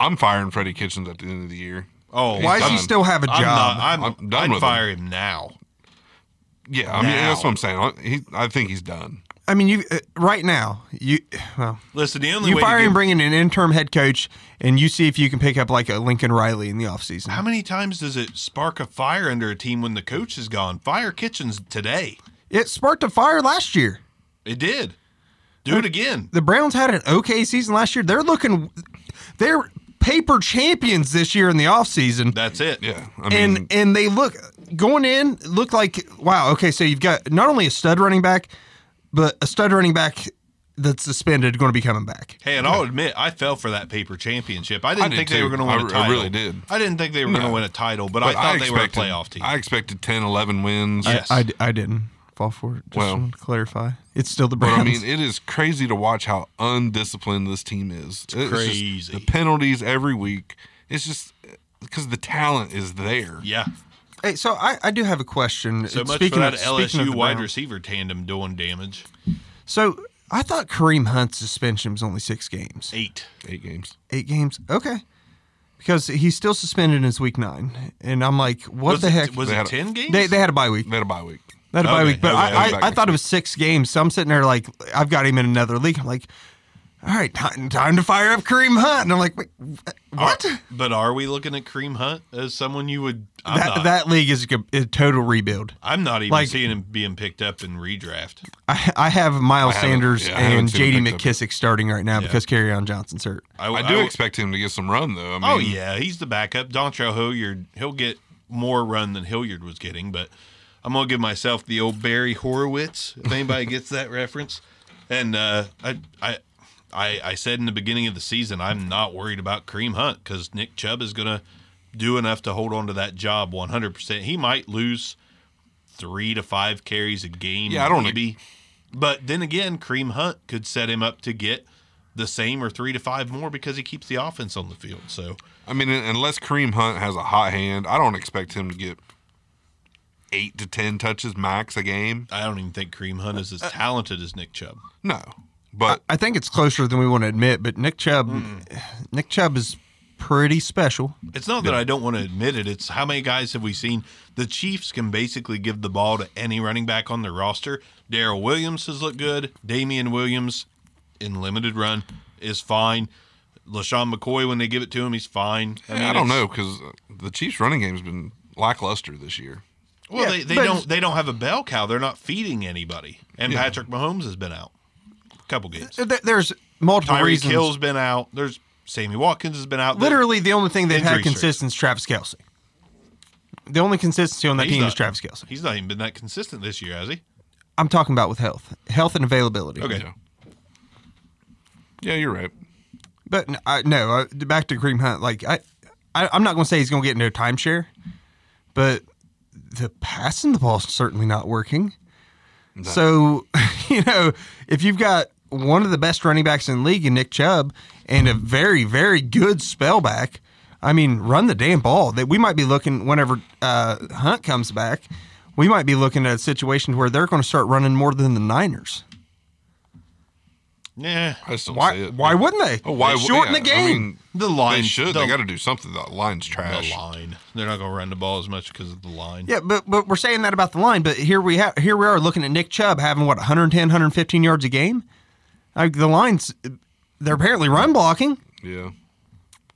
[SPEAKER 4] I'm firing Freddie Kitchens at the end of the year.
[SPEAKER 1] oh,
[SPEAKER 2] Why does he
[SPEAKER 4] done.
[SPEAKER 2] still have a job?
[SPEAKER 1] I'm not. I'm.
[SPEAKER 4] I'm
[SPEAKER 1] I'm
[SPEAKER 4] done
[SPEAKER 1] done
[SPEAKER 4] with
[SPEAKER 1] I'd fire him now.
[SPEAKER 4] Yeah, I mean
[SPEAKER 1] Now.
[SPEAKER 4] that's what I'm saying. I- He, I think he's done.
[SPEAKER 2] I mean, you uh, right now you well,
[SPEAKER 1] Listen, the only
[SPEAKER 2] you
[SPEAKER 1] way to
[SPEAKER 2] fire
[SPEAKER 1] get-
[SPEAKER 2] and bring in an interim head coach, and you see if you can pick up like a Lincoln Riley in the offseason.
[SPEAKER 1] How many times does it spark a fire under a team when the coach is gone? Fire Kitchens today.
[SPEAKER 2] It sparked a fire last year.
[SPEAKER 1] It did. Do it again.
[SPEAKER 2] The Browns had an okay season last year. They're looking, they're paper champions this year in the offseason.
[SPEAKER 1] That's it.
[SPEAKER 4] Yeah, I mean,
[SPEAKER 2] and and they look going in look like wow okay so you've got not only a stud running back but a stud running back that's suspended going to be coming back
[SPEAKER 1] Hey, and I'll admit, I fell for that paper championship. I didn't
[SPEAKER 4] did
[SPEAKER 1] think they
[SPEAKER 4] too.
[SPEAKER 1] were going to win
[SPEAKER 4] I
[SPEAKER 1] a
[SPEAKER 4] re- I
[SPEAKER 1] title.
[SPEAKER 4] really did.
[SPEAKER 1] I didn't think they were going to win a title, but, I
[SPEAKER 4] but
[SPEAKER 1] thought they were a
[SPEAKER 4] expected-
[SPEAKER 1] playoff team.
[SPEAKER 4] I expected 10, 11 wins.
[SPEAKER 1] Yes.
[SPEAKER 2] I, d- I didn't fall for it just
[SPEAKER 4] Well.
[SPEAKER 2] wanted to clarify it's still the
[SPEAKER 4] But
[SPEAKER 2] Browns
[SPEAKER 4] I mean, it is crazy to watch how undisciplined this team is. It's, just
[SPEAKER 1] crazy.
[SPEAKER 4] the penalties every week. It's just because the talent is there.
[SPEAKER 1] yeah.
[SPEAKER 2] hey, so I, I do have a question
[SPEAKER 1] So much for that LSU wide receiver tandem doing damage.
[SPEAKER 2] so I thought Kareem Hunt's suspension was only six games
[SPEAKER 1] Eight.
[SPEAKER 4] Eight games.
[SPEAKER 2] eight games okay because he's still suspended in his week nine and I'm like what
[SPEAKER 1] was
[SPEAKER 2] the
[SPEAKER 1] it,
[SPEAKER 2] heck
[SPEAKER 1] Was
[SPEAKER 4] They
[SPEAKER 1] it
[SPEAKER 4] had a-
[SPEAKER 1] 10 games?
[SPEAKER 2] they, they had a bye week
[SPEAKER 4] They had a bye week.
[SPEAKER 2] Not a bye
[SPEAKER 1] Okay,
[SPEAKER 2] week, but
[SPEAKER 1] okay,
[SPEAKER 2] I,
[SPEAKER 4] okay.
[SPEAKER 2] I, I thought it was six games. So I'm sitting there like, I've got him in another league. I'm like, all right, time, time to fire up Kareem Hunt. And I'm like, wait, what?
[SPEAKER 1] But are we looking at Cream Hunt as someone you would? I'm
[SPEAKER 2] that
[SPEAKER 1] not.
[SPEAKER 2] that league is a, com- a total rebuild.
[SPEAKER 1] I'm not even
[SPEAKER 2] like-
[SPEAKER 1] seeing him being picked up in redraft.
[SPEAKER 2] I, I have Miles
[SPEAKER 4] I haven't-
[SPEAKER 2] Sanders
[SPEAKER 4] yeah, I haven't
[SPEAKER 2] and
[SPEAKER 4] seen him
[SPEAKER 2] J.D.
[SPEAKER 4] picked up.
[SPEAKER 2] McKissick starting right now because Carry On Johnson's hurt.
[SPEAKER 4] I do expect him to get some run though. I mean,
[SPEAKER 1] Oh yeah, he's the backup. Dontrell Hilliard, he'll get more run than Hilliard was getting, but I'm gonna give myself the old Barry Horowitz if anybody gets that reference. And uh, I, I, I, I said in the beginning of the season, I'm not worried about Kareem Hunt because Nick Chubb is gonna do enough to hold on to that job 100. percent He might lose three to five carries a game.
[SPEAKER 4] Yeah, I don't-
[SPEAKER 1] maybe. But then again, Kareem Hunt could set him up to get the same or three to five more because he keeps the offense on the field. So
[SPEAKER 4] I mean, un- unless Kareem Hunt has a hot hand, I don't expect him to get eight to ten touches max a game.
[SPEAKER 1] I don't even think Kareem Hunt is as
[SPEAKER 2] Uh,
[SPEAKER 1] talented as Nick Chubb.
[SPEAKER 4] No, but
[SPEAKER 2] I think it's closer than we want to admit, but Nick Chubb,
[SPEAKER 1] Hmm.
[SPEAKER 2] Nick Chubb is pretty special.
[SPEAKER 1] It's not that I don't want to admit it. It's how many guys have we seen? The Chiefs can basically give the ball to any running back on their roster. Daryl Williams has looked good. Damian Williams in limited run is fine. LaShawn McCoy, when they give it to him, he's fine.
[SPEAKER 4] I,
[SPEAKER 1] it's-
[SPEAKER 4] don't know because the Chiefs' running game's been lackluster this year.
[SPEAKER 1] Well,
[SPEAKER 2] Yeah,
[SPEAKER 1] they, they
[SPEAKER 2] but-
[SPEAKER 1] don't they don't have a bell cow. They're not feeding anybody. And Patrick Mahomes has been out a couple games.
[SPEAKER 2] There- there's multiple
[SPEAKER 1] Tyree
[SPEAKER 2] reasons.
[SPEAKER 1] Kill's been out. There's Sammy Watkins has been out.
[SPEAKER 2] Literally, the only thing they've had
[SPEAKER 1] Injury streak.
[SPEAKER 2] consistent is Travis Kelsey. The only consistency on that
[SPEAKER 1] He's
[SPEAKER 2] team
[SPEAKER 1] not-
[SPEAKER 2] is Travis Kelsey.
[SPEAKER 1] He's not even been that consistent this year, has he?
[SPEAKER 2] I'm talking about with health, health and availability.
[SPEAKER 1] Okay.
[SPEAKER 4] Yeah. Yeah, you're right.
[SPEAKER 2] But n- I, no, I, back to Kareem Hunt. Like I, I I'm not going to say he's going to get into a timeshare, but the passing the ball is certainly not working. So you know, if you've got one of the best running backs in the league in Nick Chubb and a very very good spellback, I mean, run the damn ball. That we might be looking whenever uh, Hunt comes back, we might be looking at a situation where they're going to start running more than the Niners.
[SPEAKER 1] Yeah.
[SPEAKER 4] I still see
[SPEAKER 2] Why?
[SPEAKER 4] it.
[SPEAKER 2] Wouldn't they?
[SPEAKER 4] Oh, why
[SPEAKER 2] They
[SPEAKER 4] would-
[SPEAKER 2] shorten
[SPEAKER 4] yeah,
[SPEAKER 2] the
[SPEAKER 4] I
[SPEAKER 2] game?
[SPEAKER 4] mean,
[SPEAKER 1] The line
[SPEAKER 4] they should.
[SPEAKER 1] The,
[SPEAKER 4] they got to do something. The line's trash.
[SPEAKER 1] the line. They're not going to run the ball as much because of the line.
[SPEAKER 2] Yeah, but but we're saying that about the line, but here we have here we are looking at Nick Chubb having what 110, 115 yards a game. Like the lines, they're apparently run blocking.
[SPEAKER 4] Yeah.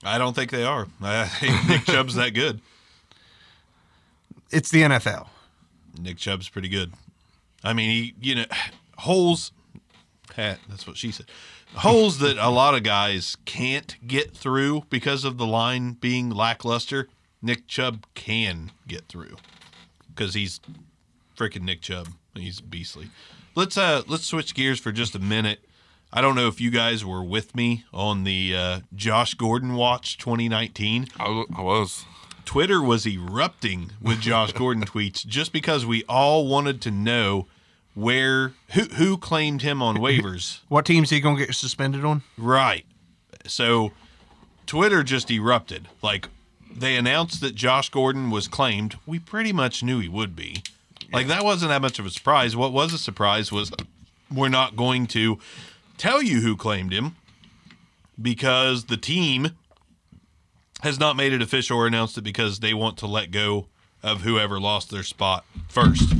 [SPEAKER 1] I don't think they are. I think Nick Chubb's that good.
[SPEAKER 2] It's the NFL.
[SPEAKER 1] Nick Chubb's pretty good. I mean, he, you know, holes. Hat, that's what she said. Holes that a lot of guys can't get through because of the line being lackluster. Nick Chubb can get through because he's freaking Nick Chubb. He's beastly. Let's uh let's switch gears for just a minute. I don't know if you guys were with me on the uh, Josh Gordon watch 2019.
[SPEAKER 4] I, w- I was.
[SPEAKER 1] Twitter was erupting with Josh Gordon tweets just because we all wanted to know where who who claimed him on waivers.
[SPEAKER 2] What team's he gonna get suspended on?
[SPEAKER 1] Right. So Twitter just erupted. Like they announced that Josh Gordon was claimed. We pretty much knew he would be. Like that wasn't that much of a surprise. What was a surprise was we're not going to tell you who claimed him because the team has not made it official or announced it because they want to let go of whoever lost their spot first.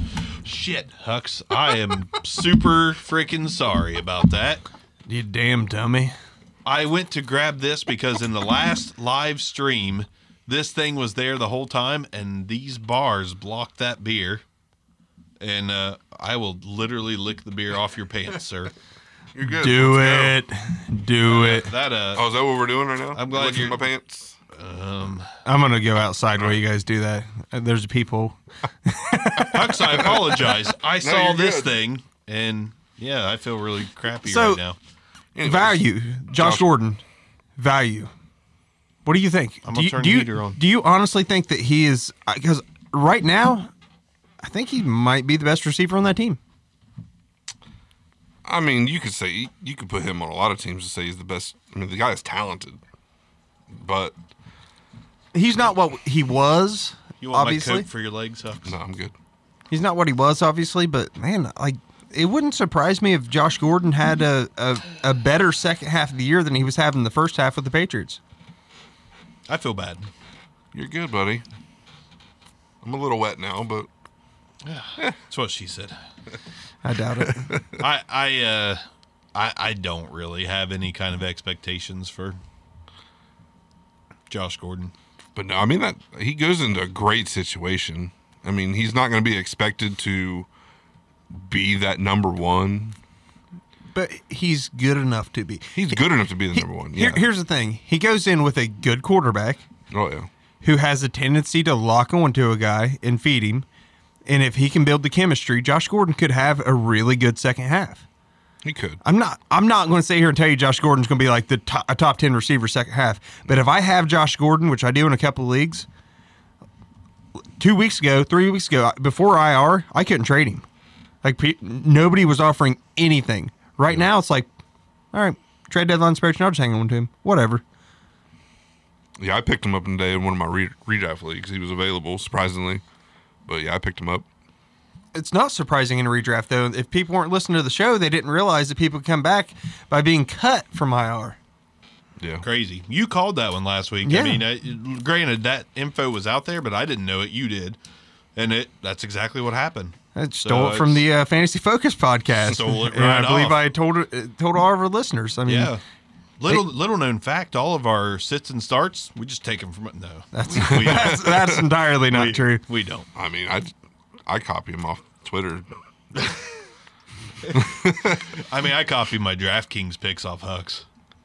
[SPEAKER 1] Shit, Hux, I am super freaking sorry about that.
[SPEAKER 2] You damn dummy!
[SPEAKER 1] I went to grab this because in the last live stream, this thing was there the whole time, and these bars blocked that beer. And uh, I will literally lick the beer off your pants, sir.
[SPEAKER 4] You're good.
[SPEAKER 2] Do
[SPEAKER 4] Let's
[SPEAKER 2] it, do it.
[SPEAKER 1] That uh,
[SPEAKER 4] go. Oh, is that what we're doing right now?
[SPEAKER 1] I'm glad
[SPEAKER 4] Licking
[SPEAKER 1] you're-
[SPEAKER 4] my pants.
[SPEAKER 2] I'm gonna go outside while you guys do that. Uh, There's people.
[SPEAKER 1] Hux, I apologize. I saw
[SPEAKER 4] Oh. you're
[SPEAKER 1] this
[SPEAKER 4] good.
[SPEAKER 1] thing, and yeah, I feel really crappy
[SPEAKER 2] So-
[SPEAKER 1] right now.
[SPEAKER 4] Anyways,
[SPEAKER 2] Value, Josh
[SPEAKER 4] Josh-
[SPEAKER 2] Gordon, value. What do you think?
[SPEAKER 1] I'm
[SPEAKER 2] do
[SPEAKER 1] gonna
[SPEAKER 2] you,
[SPEAKER 1] turn
[SPEAKER 2] do
[SPEAKER 1] the
[SPEAKER 2] you-
[SPEAKER 1] heater on.
[SPEAKER 2] Do you honestly think that he is? Because right now, I think he might be the best receiver on that team.
[SPEAKER 4] I mean, you could say you could put him on a lot of teams and say he's the best. I mean, the guy is talented, but
[SPEAKER 2] he's not what he was.
[SPEAKER 1] You want my
[SPEAKER 2] obviously,
[SPEAKER 1] coat for your legs, Hux?
[SPEAKER 4] no, I'm good.
[SPEAKER 2] he's not what he was. Obviously, but man, like it wouldn't surprise me if Josh Gordon had a, a, a better second half of the year than he was having the first half with the Patriots.
[SPEAKER 1] I feel bad.
[SPEAKER 4] You're good, buddy. I'm a little wet now, but
[SPEAKER 1] That's what she said.
[SPEAKER 2] I doubt it.
[SPEAKER 1] I I uh, I I don't really have any kind of expectations for Josh Gordon.
[SPEAKER 4] but no, I mean that he goes into a great situation. I mean, he's not going to be expected to be that number one.
[SPEAKER 2] but he's good enough to be.
[SPEAKER 4] He's good enough to be the number one. Yeah.
[SPEAKER 2] Here, here's the thing: he goes in with a good quarterback
[SPEAKER 4] oh yeah.
[SPEAKER 2] who has a tendency to lock onto a guy and feed him. And if he can build the chemistry, Josh Gordon could have a really good second half.
[SPEAKER 4] He could.
[SPEAKER 2] I'm not. I'm not going to sit here and tell you Josh Gordon's going to be like the top, a top ten receiver second half. But if I have Josh Gordon, which I do in a couple of leagues, two weeks ago, three weeks ago, before IR, I couldn't trade him. Like pe- nobody was offering anything. Right now, it's like, all right, trade deadline approaching. I'll just hang on to him. Whatever.
[SPEAKER 4] Yeah, I picked him up in the day in one of my re- redraft leagues. He was available, surprisingly. But yeah, I picked him up.
[SPEAKER 2] It's not surprising in a redraft though. If people weren't listening to the show, they didn't realize that people come back by being cut from IR.
[SPEAKER 4] Yeah.
[SPEAKER 1] Crazy. You called that one last week. I
[SPEAKER 2] Yeah.
[SPEAKER 1] mean, I, granted that info was out there, but I didn't know it. You did, and it that's exactly what happened.
[SPEAKER 2] I
[SPEAKER 1] So
[SPEAKER 2] stole it from
[SPEAKER 1] it's-
[SPEAKER 2] the uh, Fantasy Focus podcast.
[SPEAKER 1] Stole it
[SPEAKER 2] And I
[SPEAKER 1] right
[SPEAKER 2] believe
[SPEAKER 1] off.
[SPEAKER 2] I told uh, told all of our listeners. I mean,
[SPEAKER 1] yeah. Little little known fact: all of our sits and starts, we just take them from no.
[SPEAKER 2] that's,
[SPEAKER 1] We-
[SPEAKER 2] that's that's entirely not
[SPEAKER 1] we-
[SPEAKER 2] true.
[SPEAKER 1] We don't.
[SPEAKER 4] I mean, I, I copy him off Twitter.
[SPEAKER 1] I mean, I copy my DraftKings picks off Hux.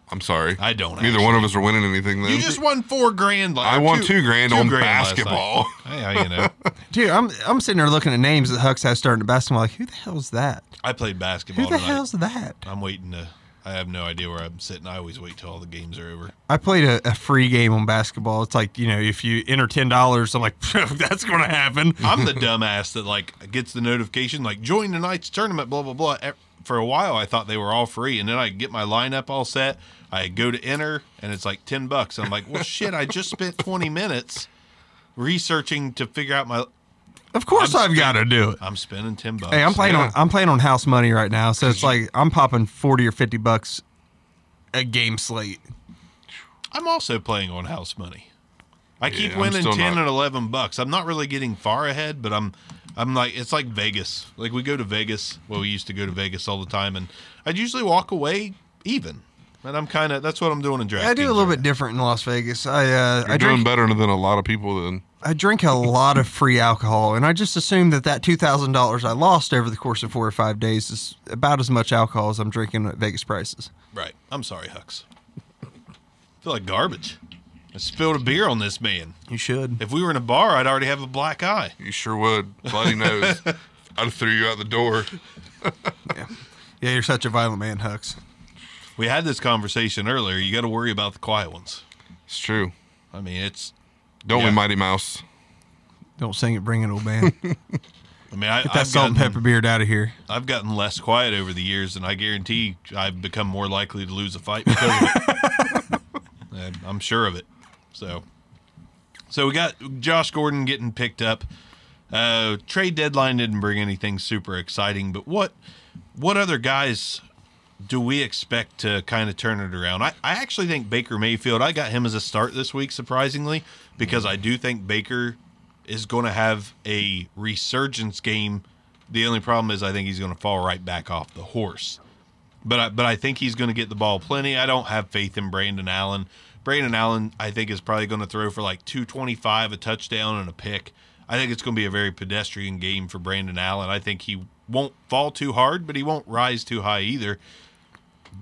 [SPEAKER 4] I'm sorry.
[SPEAKER 1] I don't
[SPEAKER 4] Neither one of us are winning anything. Then
[SPEAKER 1] You just won four grand. Last,
[SPEAKER 4] I won two grand on
[SPEAKER 1] last night.
[SPEAKER 4] basketball.
[SPEAKER 1] Hey, how you know?
[SPEAKER 2] Dude, I'm I'm sitting there looking at names that Hucks has starting to best. I'm like, who the hell's that?
[SPEAKER 1] I played basketball
[SPEAKER 2] Who the
[SPEAKER 1] tonight.
[SPEAKER 2] hell's that?
[SPEAKER 1] I'm waiting to. I have no idea where I'm sitting. I always wait till all the games are over.
[SPEAKER 2] I played a, a free game on basketball. It's like, you know, if you enter ten dollars, I'm like, that's gonna happen.
[SPEAKER 1] I'm the dumbass that like gets the notification like join tonight's tournament, blah blah blah. E- For a while, I thought they were all free, and then I get my lineup all set. I go to enter, and it's like ten bucks. I'm like, well, shit! I just spent twenty minutes researching to figure out my.
[SPEAKER 2] Of course
[SPEAKER 1] I'm
[SPEAKER 2] I've gotta do it.
[SPEAKER 1] I'm spending ten bucks.
[SPEAKER 2] Hey, I'm playing
[SPEAKER 4] yeah.
[SPEAKER 2] on I'm playing on house money right now, so it's like I'm popping forty or fifty bucks a game slate.
[SPEAKER 1] I'm also playing on house money. I keep
[SPEAKER 4] Yeah, I'm
[SPEAKER 1] winning
[SPEAKER 4] still
[SPEAKER 1] ten
[SPEAKER 4] not-
[SPEAKER 1] and eleven bucks. I'm not really getting far ahead, but I'm I'm like it's like Vegas. Like we go to Vegas. Well, we used to go to Vegas all the time, and I'd usually walk away even. And I'm kind of that's what I'm doing in draft.
[SPEAKER 2] I do a little bit different in Las Vegas. I uh,
[SPEAKER 4] You're
[SPEAKER 2] I
[SPEAKER 4] doing
[SPEAKER 2] drink
[SPEAKER 4] better than a lot of people. Then
[SPEAKER 2] I drink a lot of free alcohol, and I just assume that that two thousand dollars I lost over the course of four or five days is about as much alcohol as I'm drinking at Vegas prices.
[SPEAKER 1] Right. I'm sorry, Hux. I feel like garbage. I spilled a beer on this man.
[SPEAKER 2] You should.
[SPEAKER 1] If we were in a bar, I'd already have a black eye.
[SPEAKER 4] you sure would. Bloody knows. I'd have threw you out the door.
[SPEAKER 2] Yeah, you're such a violent man, Hux.
[SPEAKER 1] We had this conversation earlier. You got to worry about the quiet ones.
[SPEAKER 4] It's true.
[SPEAKER 1] I mean, it's.
[SPEAKER 4] Don't
[SPEAKER 1] Yeah.
[SPEAKER 4] we, Mighty Mouse?
[SPEAKER 2] Don't sing it, bring it, old man. Get
[SPEAKER 1] I mean, I,
[SPEAKER 2] that
[SPEAKER 1] I've
[SPEAKER 2] salt and
[SPEAKER 1] gotten-
[SPEAKER 2] pepper beard out of here.
[SPEAKER 1] I've gotten less quiet over the years, and I guarantee I've become more likely to lose a fight because of it. And I'm sure of it. So, so we got Josh Gordon getting picked up. Uh, trade deadline didn't bring anything super exciting, but what what other guys do we expect to kind of turn it around? I, I actually think Baker Mayfield. I got him as a start this week, surprisingly, because I do think Baker is going to have a resurgence game. The only problem is I think he's going to fall right back off the horse. But I, but I think he's going to get the ball plenty. I don't have faith in Brandon Allen. Brandon Allen, I think, is probably going to throw for like 225, a touchdown, and a pick. I think it's going to be a very pedestrian game for Brandon Allen. I think he won't fall too hard, but he won't rise too high either.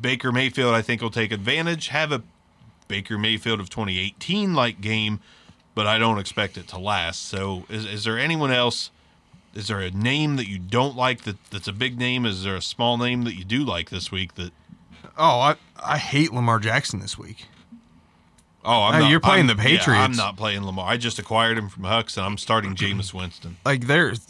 [SPEAKER 1] Baker Mayfield, I think, will take advantage, have a Baker Mayfield of 2018 like game, but I don't expect it to last. So, is, is there anyone else? Is there a name that you don't like that that's a big name? Is there a small name that you do like this week? That
[SPEAKER 2] Oh, I I hate Lamar Jackson this week.
[SPEAKER 1] oh, I'm
[SPEAKER 2] Hey,
[SPEAKER 1] not,
[SPEAKER 2] you're playing
[SPEAKER 1] I'm-
[SPEAKER 2] the
[SPEAKER 1] yeah, I'm
[SPEAKER 2] Patriots.
[SPEAKER 1] not playing Lamar. I just acquired him from Hucks, and I'm starting Jameis Winston.
[SPEAKER 2] Like there's,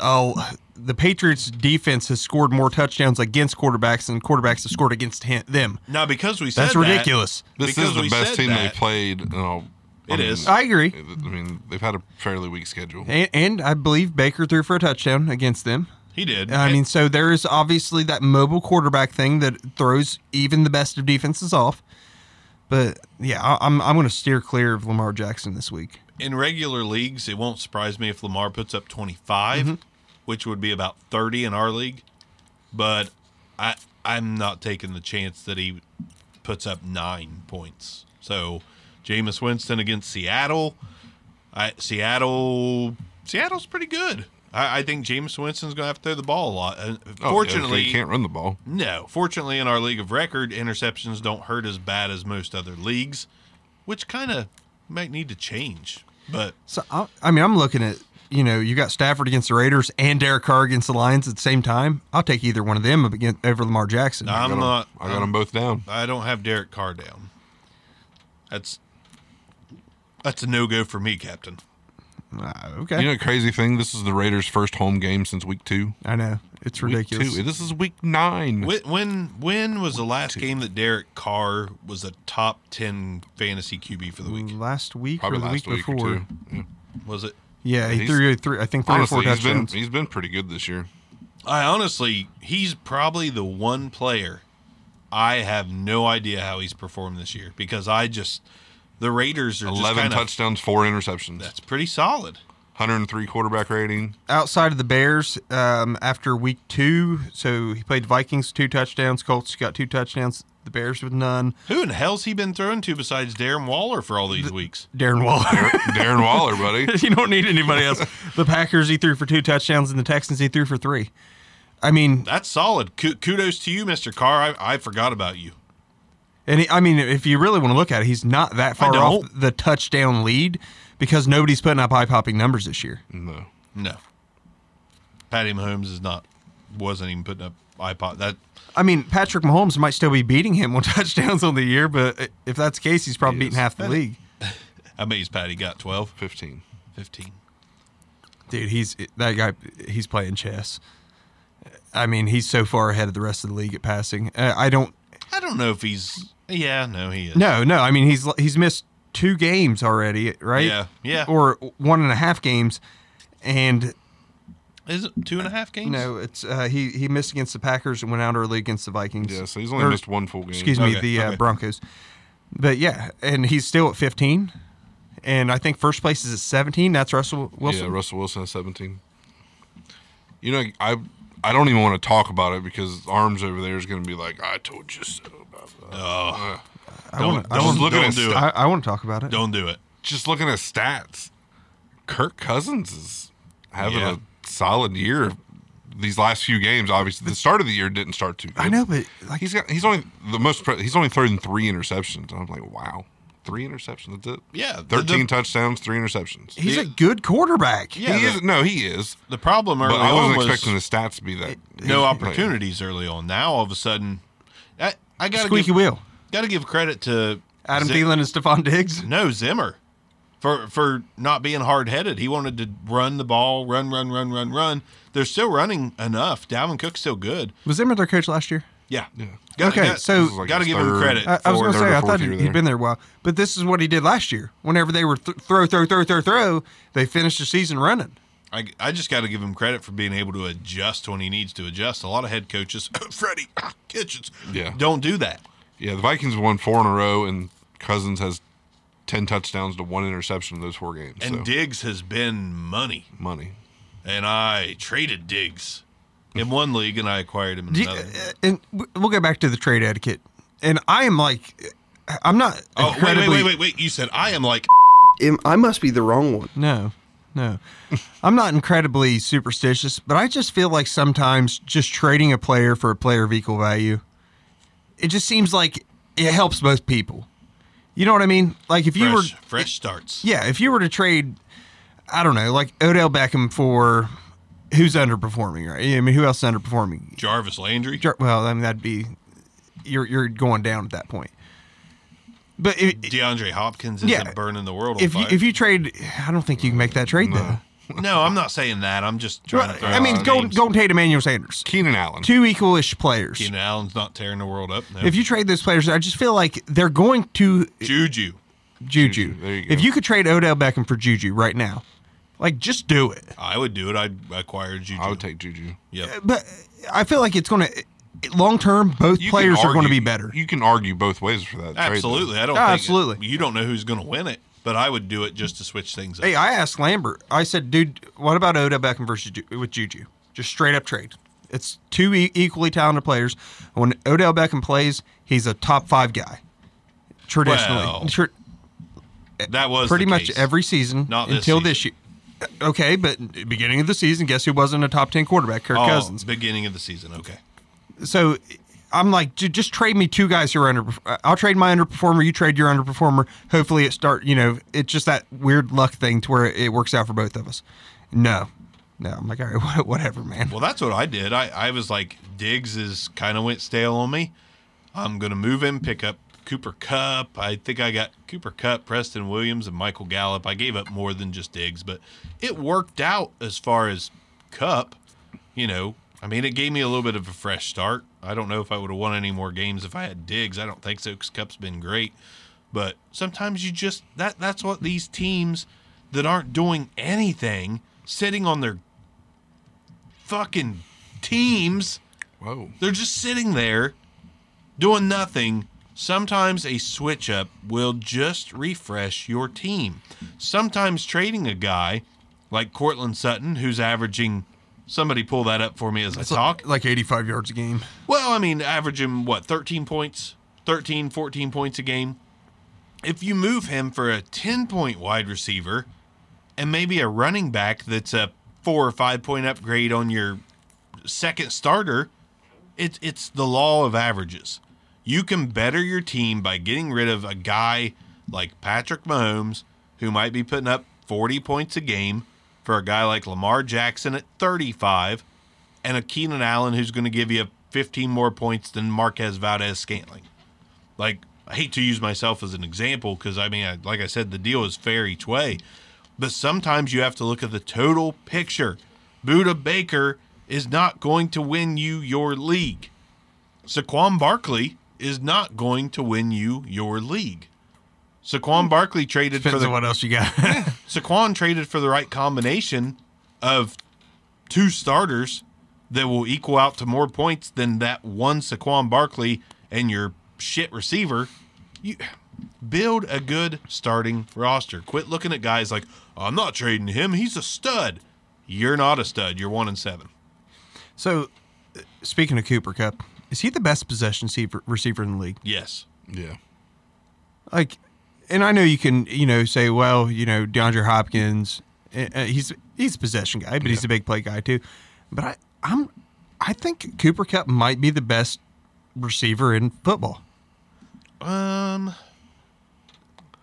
[SPEAKER 2] oh, the Patriots defense has scored more touchdowns against quarterbacks than quarterbacks have scored against him, them.
[SPEAKER 1] Now, because we said
[SPEAKER 2] That's
[SPEAKER 1] that-
[SPEAKER 2] ridiculous.
[SPEAKER 4] This
[SPEAKER 1] Because
[SPEAKER 4] is the
[SPEAKER 1] we said
[SPEAKER 4] best team
[SPEAKER 1] that-
[SPEAKER 4] they played. You know,
[SPEAKER 1] It is.
[SPEAKER 2] I agree.
[SPEAKER 4] I mean, they've had a fairly weak schedule.
[SPEAKER 2] And, and I believe Baker threw for a touchdown against them.
[SPEAKER 1] he did.
[SPEAKER 2] I
[SPEAKER 1] And-
[SPEAKER 2] mean, so there is obviously that mobile quarterback thing that throws even the best of defenses off. But yeah, I, I'm I'm going to steer clear of Lamar Jackson this week.
[SPEAKER 1] in regular leagues, it won't surprise me if Lamar puts up 25,
[SPEAKER 4] Mm-hmm.
[SPEAKER 1] which would be about 30 in our league. But I I'm not taking the chance that he puts up nine points. So Jameis Winston against Seattle. I Seattle Seattle's pretty good. I, I think Jameis Winston's gonna have to throw the ball a lot. And
[SPEAKER 4] Oh,
[SPEAKER 1] Fortunately,
[SPEAKER 4] yeah, you can't run the ball.
[SPEAKER 1] no. Fortunately, in our league of record, interceptions don't hurt as bad as most other leagues, which kind of might need to change. But
[SPEAKER 2] So I, I mean, I'm looking at you know you got Stafford against the Raiders and Derek Carr against the Lions at the same time. I'll take either one of them up against, over Lamar Jackson.
[SPEAKER 4] Um,
[SPEAKER 1] I'm not. um,
[SPEAKER 4] I got them both down.
[SPEAKER 1] I don't have Derek Carr down. That's that's a no go for me, Captain.
[SPEAKER 2] Ah, okay,
[SPEAKER 4] You know, crazy thing. This is the Raiders' first home game since week two.
[SPEAKER 2] I know it's ridiculous.
[SPEAKER 4] Week two. This is week nine.
[SPEAKER 1] When when, when was the last game that Derek Carr was a top ten fantasy QB for the week?
[SPEAKER 4] Mm.
[SPEAKER 2] Last week
[SPEAKER 4] Probably
[SPEAKER 2] or the
[SPEAKER 4] last
[SPEAKER 2] week
[SPEAKER 4] week
[SPEAKER 2] before.
[SPEAKER 4] or two. Yeah.
[SPEAKER 1] Was it?
[SPEAKER 2] Yeah, he
[SPEAKER 4] He's-
[SPEAKER 2] threw three. I think 3 or
[SPEAKER 4] Honestly,
[SPEAKER 2] four
[SPEAKER 4] he's been
[SPEAKER 2] touchdowns.
[SPEAKER 4] he's been pretty good this year.
[SPEAKER 1] I honestly, he's probably the one player I have no idea how he's performed this year because I just the Raiders are just
[SPEAKER 4] Eleven
[SPEAKER 1] kinda-
[SPEAKER 4] touchdowns, four interceptions,
[SPEAKER 1] That's pretty solid.
[SPEAKER 4] 103 quarterback rating.
[SPEAKER 2] outside of the Bears um, after week two. So he played Vikings two touchdowns, Colts got two touchdowns, the Bears with none.
[SPEAKER 1] Who in the hell's he been throwing to besides Darren Waller for all these weeks?
[SPEAKER 2] Darren Waller.
[SPEAKER 4] Darren Waller, buddy.
[SPEAKER 2] you don't need anybody else. The Packers he threw for two touchdowns, and the Texans he threw for three. I mean,
[SPEAKER 1] That's solid. Ku- Kudos to you, Mr. Carr. I, I forgot about you.
[SPEAKER 2] And he, I mean, if you really want to look at it, he's not that far off
[SPEAKER 1] don't.
[SPEAKER 2] the touchdown lead because nobody's putting up eye popping numbers this year.
[SPEAKER 4] No.
[SPEAKER 1] No. Patty Mahomes is not wasn't even putting up iPod that
[SPEAKER 2] I mean, Patrick Mahomes might still be beating him on touchdowns on the year, but if that's the case, he's probably
[SPEAKER 4] He
[SPEAKER 2] beating
[SPEAKER 4] is.
[SPEAKER 2] half the league.
[SPEAKER 1] I mean Patty got 12,
[SPEAKER 4] 15.
[SPEAKER 1] 15.
[SPEAKER 2] Dude, he's that guy. He's playing chess. I mean, he's so far ahead of the rest of the league at passing. Uh, I don't.
[SPEAKER 1] I don't know if he's yeah, no he is.
[SPEAKER 2] No, no. I mean, he's he's missed two games already, right?
[SPEAKER 1] Yeah, yeah.
[SPEAKER 2] Or one and a half games, and
[SPEAKER 1] Is it two and a half games?
[SPEAKER 2] no, it's uh, he he missed against the Packers and went out early against the Vikings.
[SPEAKER 4] Yeah, so he's only
[SPEAKER 2] Or-
[SPEAKER 4] missed one full game.
[SPEAKER 2] Excuse me,
[SPEAKER 1] Okay,
[SPEAKER 2] the uh,
[SPEAKER 1] okay.
[SPEAKER 2] Broncos. But yeah, and he's still at 15, and I think first place is at 17. That's Russell Wilson.
[SPEAKER 4] Yeah, Russell Wilson at 17. You know, I I don't even want to talk about it because Arms over there is going to be like, I told you so. Blah, blah.
[SPEAKER 1] Oh.
[SPEAKER 2] I
[SPEAKER 1] Don't-
[SPEAKER 2] wanna, I
[SPEAKER 1] don't
[SPEAKER 2] wanna-
[SPEAKER 4] look at
[SPEAKER 1] don't
[SPEAKER 4] his
[SPEAKER 1] do it.
[SPEAKER 2] I, I want to talk about it.
[SPEAKER 1] Don't do it.
[SPEAKER 4] Just looking at stats, Kirk Cousins is having
[SPEAKER 1] Yeah.
[SPEAKER 4] a solid year. These last few games, obviously, the start of the year didn't start too. Good.
[SPEAKER 2] I know, but like
[SPEAKER 4] he's got he's only the most. pre- He's only thrown three interceptions. I'm like, wow, three interceptions. That's it.
[SPEAKER 1] Yeah, the-
[SPEAKER 4] thirteen
[SPEAKER 1] the-
[SPEAKER 4] touchdowns, three interceptions.
[SPEAKER 2] he's
[SPEAKER 1] Yeah.
[SPEAKER 2] a good quarterback.
[SPEAKER 1] Yeah,
[SPEAKER 4] he
[SPEAKER 1] the-
[SPEAKER 4] is. No, he is.
[SPEAKER 1] The problem early
[SPEAKER 4] But I
[SPEAKER 1] on
[SPEAKER 4] wasn't
[SPEAKER 1] was
[SPEAKER 4] expecting the stats to be that.
[SPEAKER 1] no
[SPEAKER 4] like-
[SPEAKER 1] opportunities early on. Now all of a sudden I, I got to
[SPEAKER 2] Squeaky
[SPEAKER 1] give
[SPEAKER 2] wheel.
[SPEAKER 1] got to give credit to
[SPEAKER 2] Adam
[SPEAKER 1] Zip-
[SPEAKER 2] Thielen and Stephon
[SPEAKER 4] Mm-hmm.
[SPEAKER 2] Diggs.
[SPEAKER 1] No, Zimmer. For for not being hard headed. He wanted to run the ball, run, run, run, run, run. They're still running enough. Dalvin Cook's still good.
[SPEAKER 2] Was Zimmer their coach last year?
[SPEAKER 1] Yeah. yeah.
[SPEAKER 2] Okay, so-
[SPEAKER 4] This is like
[SPEAKER 1] gotta
[SPEAKER 4] his
[SPEAKER 1] give him
[SPEAKER 4] third-
[SPEAKER 1] credit.
[SPEAKER 2] I, I was
[SPEAKER 1] Fourth
[SPEAKER 2] going to
[SPEAKER 4] third
[SPEAKER 2] say,
[SPEAKER 4] or
[SPEAKER 2] I
[SPEAKER 4] fourth
[SPEAKER 2] thought
[SPEAKER 4] year
[SPEAKER 2] he'd,
[SPEAKER 4] there.
[SPEAKER 2] he'd been there a while, but this is what he did last year. Whenever they were th- throw, throw, throw, throw, throw, they finished the season running.
[SPEAKER 1] I, I just got to give him credit for being able to adjust when he needs to adjust. A lot of head coaches, Freddie Kitchens,
[SPEAKER 4] Yeah.
[SPEAKER 1] don't do that.
[SPEAKER 4] Yeah, the Vikings won four in a row, and Cousins has ten touchdowns to one interception in those four games.
[SPEAKER 1] And
[SPEAKER 4] so,
[SPEAKER 1] Diggs has been money,
[SPEAKER 4] money.
[SPEAKER 1] and I traded Diggs in one league, and I acquired him in
[SPEAKER 2] Do you-
[SPEAKER 1] another.
[SPEAKER 2] uh, and w- we'll go back to the trade etiquette. And I am like, I'm not.
[SPEAKER 1] oh wait, wait,
[SPEAKER 2] incredibly-
[SPEAKER 1] wait, wait, wait! You said I am like
[SPEAKER 5] Am- I must be the wrong one.
[SPEAKER 2] No, no. I'm not incredibly superstitious, but I just feel like sometimes just trading a player for a player of equal value, it just seems like it helps both people. You know what I mean? Like if you
[SPEAKER 1] fresh,
[SPEAKER 2] were,
[SPEAKER 1] fresh starts.
[SPEAKER 2] yeah, if you were to trade, I don't know, like Odell Beckham for who's underperforming, right? I mean, who else is underperforming?
[SPEAKER 1] Jarvis Landry.
[SPEAKER 2] Jer- Well, I mean, that'd be you're you're going down at that point. But if,
[SPEAKER 1] DeAndre Hopkins isn't
[SPEAKER 2] Yeah.
[SPEAKER 1] burning the world on
[SPEAKER 2] if you
[SPEAKER 1] fire.
[SPEAKER 2] if you trade, I don't think you can make that trade though.
[SPEAKER 1] no, I'm not saying that. I'm just trying to. Throw
[SPEAKER 2] I mean,
[SPEAKER 1] out
[SPEAKER 2] Golden,
[SPEAKER 1] names.
[SPEAKER 2] Golden Tate, Emmanuel Sanders,
[SPEAKER 4] Keenan Allen.
[SPEAKER 2] two equal-ish players.
[SPEAKER 1] Keenan Allen's not tearing the world up. No.
[SPEAKER 2] If you trade those players, I just feel like they're going to
[SPEAKER 1] Juju,
[SPEAKER 2] Juju.
[SPEAKER 4] There you go.
[SPEAKER 2] If you could trade Odell Beckham for Juju right now, like just do it.
[SPEAKER 1] I would do it. I'd acquire Juju.
[SPEAKER 4] I would take Juju.
[SPEAKER 1] Yep.
[SPEAKER 2] But I feel like it's going to long term. Both
[SPEAKER 4] You can
[SPEAKER 2] players are going to
[SPEAKER 4] argue-
[SPEAKER 2] be better.
[SPEAKER 4] You can argue both ways for that. trade, though.
[SPEAKER 1] Absolutely. I don't
[SPEAKER 2] Oh,
[SPEAKER 1] think
[SPEAKER 2] absolutely.
[SPEAKER 1] you don't know who's going to win it, but I would do it just to switch things up.
[SPEAKER 2] hey, I asked Lambert. I said, dude, what about Odell Beckham versus Ju- with Juju? Just straight up trade. It's two e- equally talented players. When Odell Beckham plays, he's a top five guy. Traditionally,
[SPEAKER 1] Well,
[SPEAKER 2] Tr-
[SPEAKER 1] that was
[SPEAKER 2] pretty
[SPEAKER 1] the
[SPEAKER 2] much
[SPEAKER 1] case.
[SPEAKER 2] every season
[SPEAKER 1] Not this
[SPEAKER 2] until this year. Okay, but beginning of the season, guess who wasn't a top ten quarterback? Kirk
[SPEAKER 1] Oh,
[SPEAKER 2] Cousins.
[SPEAKER 1] beginning of the season. Okay.
[SPEAKER 2] So I'm like, "Ju- just trade me two guys who are under. I'll trade my underperformer. You trade your underperformer. Hopefully, it start. You know, it's just that weird luck thing to where it works out for both of us. No, no. I'm like, all right, wha- whatever, man.
[SPEAKER 1] Well, that's what I did. I, I was like, Diggs is kind of went stale on me. I'm going to move him, pick up Cooper Cup. I think I got Cooper Cup, Preston Williams, and Michael Gallup. I gave up more than just Diggs, but it worked out as far as Cup. You know, I mean, it gave me a little bit of a fresh start. I don't know if I would have won any more games if I had Diggs. I don't think so because Cup's been great. But sometimes you just that that's what these teams that aren't doing anything sitting on their fucking teams.
[SPEAKER 4] Whoa.
[SPEAKER 1] They're just sitting there doing nothing. Sometimes a switch up will just refresh your team. Sometimes trading a guy like Cortland Sutton, who's averaging somebody pull that up for me as I talk.
[SPEAKER 2] Like 85 yards a game.
[SPEAKER 1] Well, I mean, averaging what, 13 points, 13, 14 points a game. If you move him for a 10 point wide receiver and maybe a running back that's a four or five point upgrade on your second starter, it's it's the law of averages. You can better your team by getting rid of a guy like Patrick Mahomes, who might be putting up 40 points a game, for a guy like Lamar Jackson at 35, and a Keenan Allen who's going to give you 15 more points than Marquez Valdez Scantling. Like, I hate to use myself as an example because, I mean, I, like I said, the deal is fair each way. But sometimes you have to look at the total picture. Buda Baker is not going to win you your league. Saquon Barkley is not going to win you your league. Saquon Barkley traded
[SPEAKER 2] Hmm. Depends
[SPEAKER 1] for the
[SPEAKER 2] on what else you got.
[SPEAKER 1] Saquon traded for the right combination of two starters that will equal out to more points than that one Saquon Barkley and your shit receiver. You build a good starting roster. Quit looking at guys like I'm not trading him. He's a stud. You're not a stud. You're one and seven.
[SPEAKER 2] so, uh, speaking of Cooper Cup, is he the best possession receiver, receiver in the league?
[SPEAKER 1] Yes.
[SPEAKER 4] Yeah.
[SPEAKER 2] like, and I know you can, you know, say, well, you know, DeAndre Hopkins, uh, uh, he's he's a possession guy, but he's a big play guy too. But I, I'm, I think Cooper Cup might be the best receiver in football.
[SPEAKER 1] Um.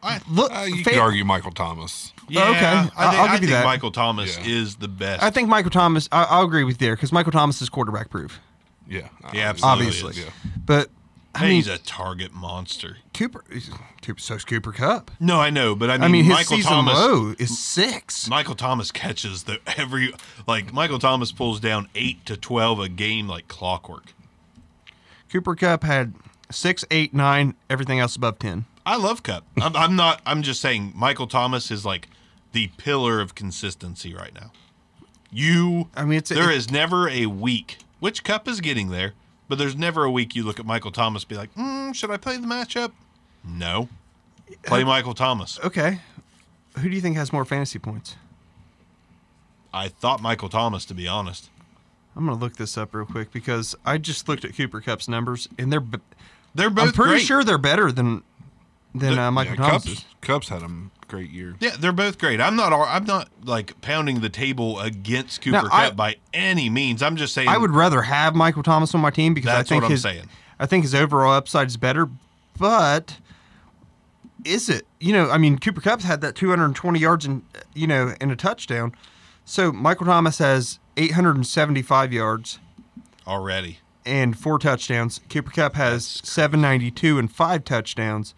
[SPEAKER 1] I
[SPEAKER 2] Look,
[SPEAKER 4] Uh, you
[SPEAKER 2] fa-
[SPEAKER 4] could argue Michael Thomas.
[SPEAKER 1] yeah,
[SPEAKER 2] Okay,
[SPEAKER 1] I,
[SPEAKER 2] I-
[SPEAKER 1] think,
[SPEAKER 2] I'll
[SPEAKER 1] I
[SPEAKER 2] give you
[SPEAKER 1] think
[SPEAKER 2] that.
[SPEAKER 1] Michael Thomas
[SPEAKER 4] Yeah.
[SPEAKER 1] is the best.
[SPEAKER 2] I think Michael Thomas. I, I'll agree with you there because Michael Thomas is quarterback proof,
[SPEAKER 4] Yeah. uh,
[SPEAKER 1] Oh, He absolutely
[SPEAKER 2] obviously.
[SPEAKER 1] is.
[SPEAKER 4] Yeah.
[SPEAKER 2] But I mean,
[SPEAKER 1] he's a target monster.
[SPEAKER 2] Cooper. he's- Cooper- So's Cooper Cup.
[SPEAKER 1] No, I know, but I mean,
[SPEAKER 2] I mean, his
[SPEAKER 1] Michael
[SPEAKER 2] season
[SPEAKER 1] Thomas.
[SPEAKER 2] low is six.
[SPEAKER 1] Michael Thomas catches the every like Michael Thomas pulls down eight to twelve a game like clockwork.
[SPEAKER 2] Cooper Cup had six, eight, nine. Everything else above ten.
[SPEAKER 1] I love Cup. I'm, I'm not. I'm just saying Michael Thomas is like the pillar of consistency right now. You,
[SPEAKER 2] I mean, it's-
[SPEAKER 1] there
[SPEAKER 2] it-
[SPEAKER 1] is never a week which Cup is getting there, but there's never a week you look at Michael Thomas be like, mm, should I play the matchup? No,
[SPEAKER 2] Uh,
[SPEAKER 1] play Michael Thomas.
[SPEAKER 2] Okay, who do you think has more fantasy points?
[SPEAKER 1] I thought Michael Thomas to be honest.
[SPEAKER 2] I'm gonna look this up real quick because I just looked at Cooper Cup's numbers and they're. b-
[SPEAKER 1] They're both
[SPEAKER 2] I'm pretty
[SPEAKER 1] great.
[SPEAKER 2] sure they're better than than uh, Michael
[SPEAKER 4] yeah,
[SPEAKER 2] Thomas.
[SPEAKER 4] Cubs, Cubs had him great year.
[SPEAKER 1] Yeah, they're both great. I'm not. I'm not like pounding the table against Cooper
[SPEAKER 2] No,
[SPEAKER 1] Cup
[SPEAKER 2] I-
[SPEAKER 1] by any means. I'm just saying.
[SPEAKER 2] I would rather have Michael Thomas on my team because I
[SPEAKER 1] That's
[SPEAKER 2] think
[SPEAKER 1] what I'm
[SPEAKER 2] his
[SPEAKER 1] saying.
[SPEAKER 2] I think his overall upside is better, but is it? You know, I mean, Cooper Cup's had that 220 yards and you know and a touchdown, so Michael Thomas has 875 yards
[SPEAKER 1] already.
[SPEAKER 2] and four touchdowns. Cooper Cup has 792 and five touchdowns.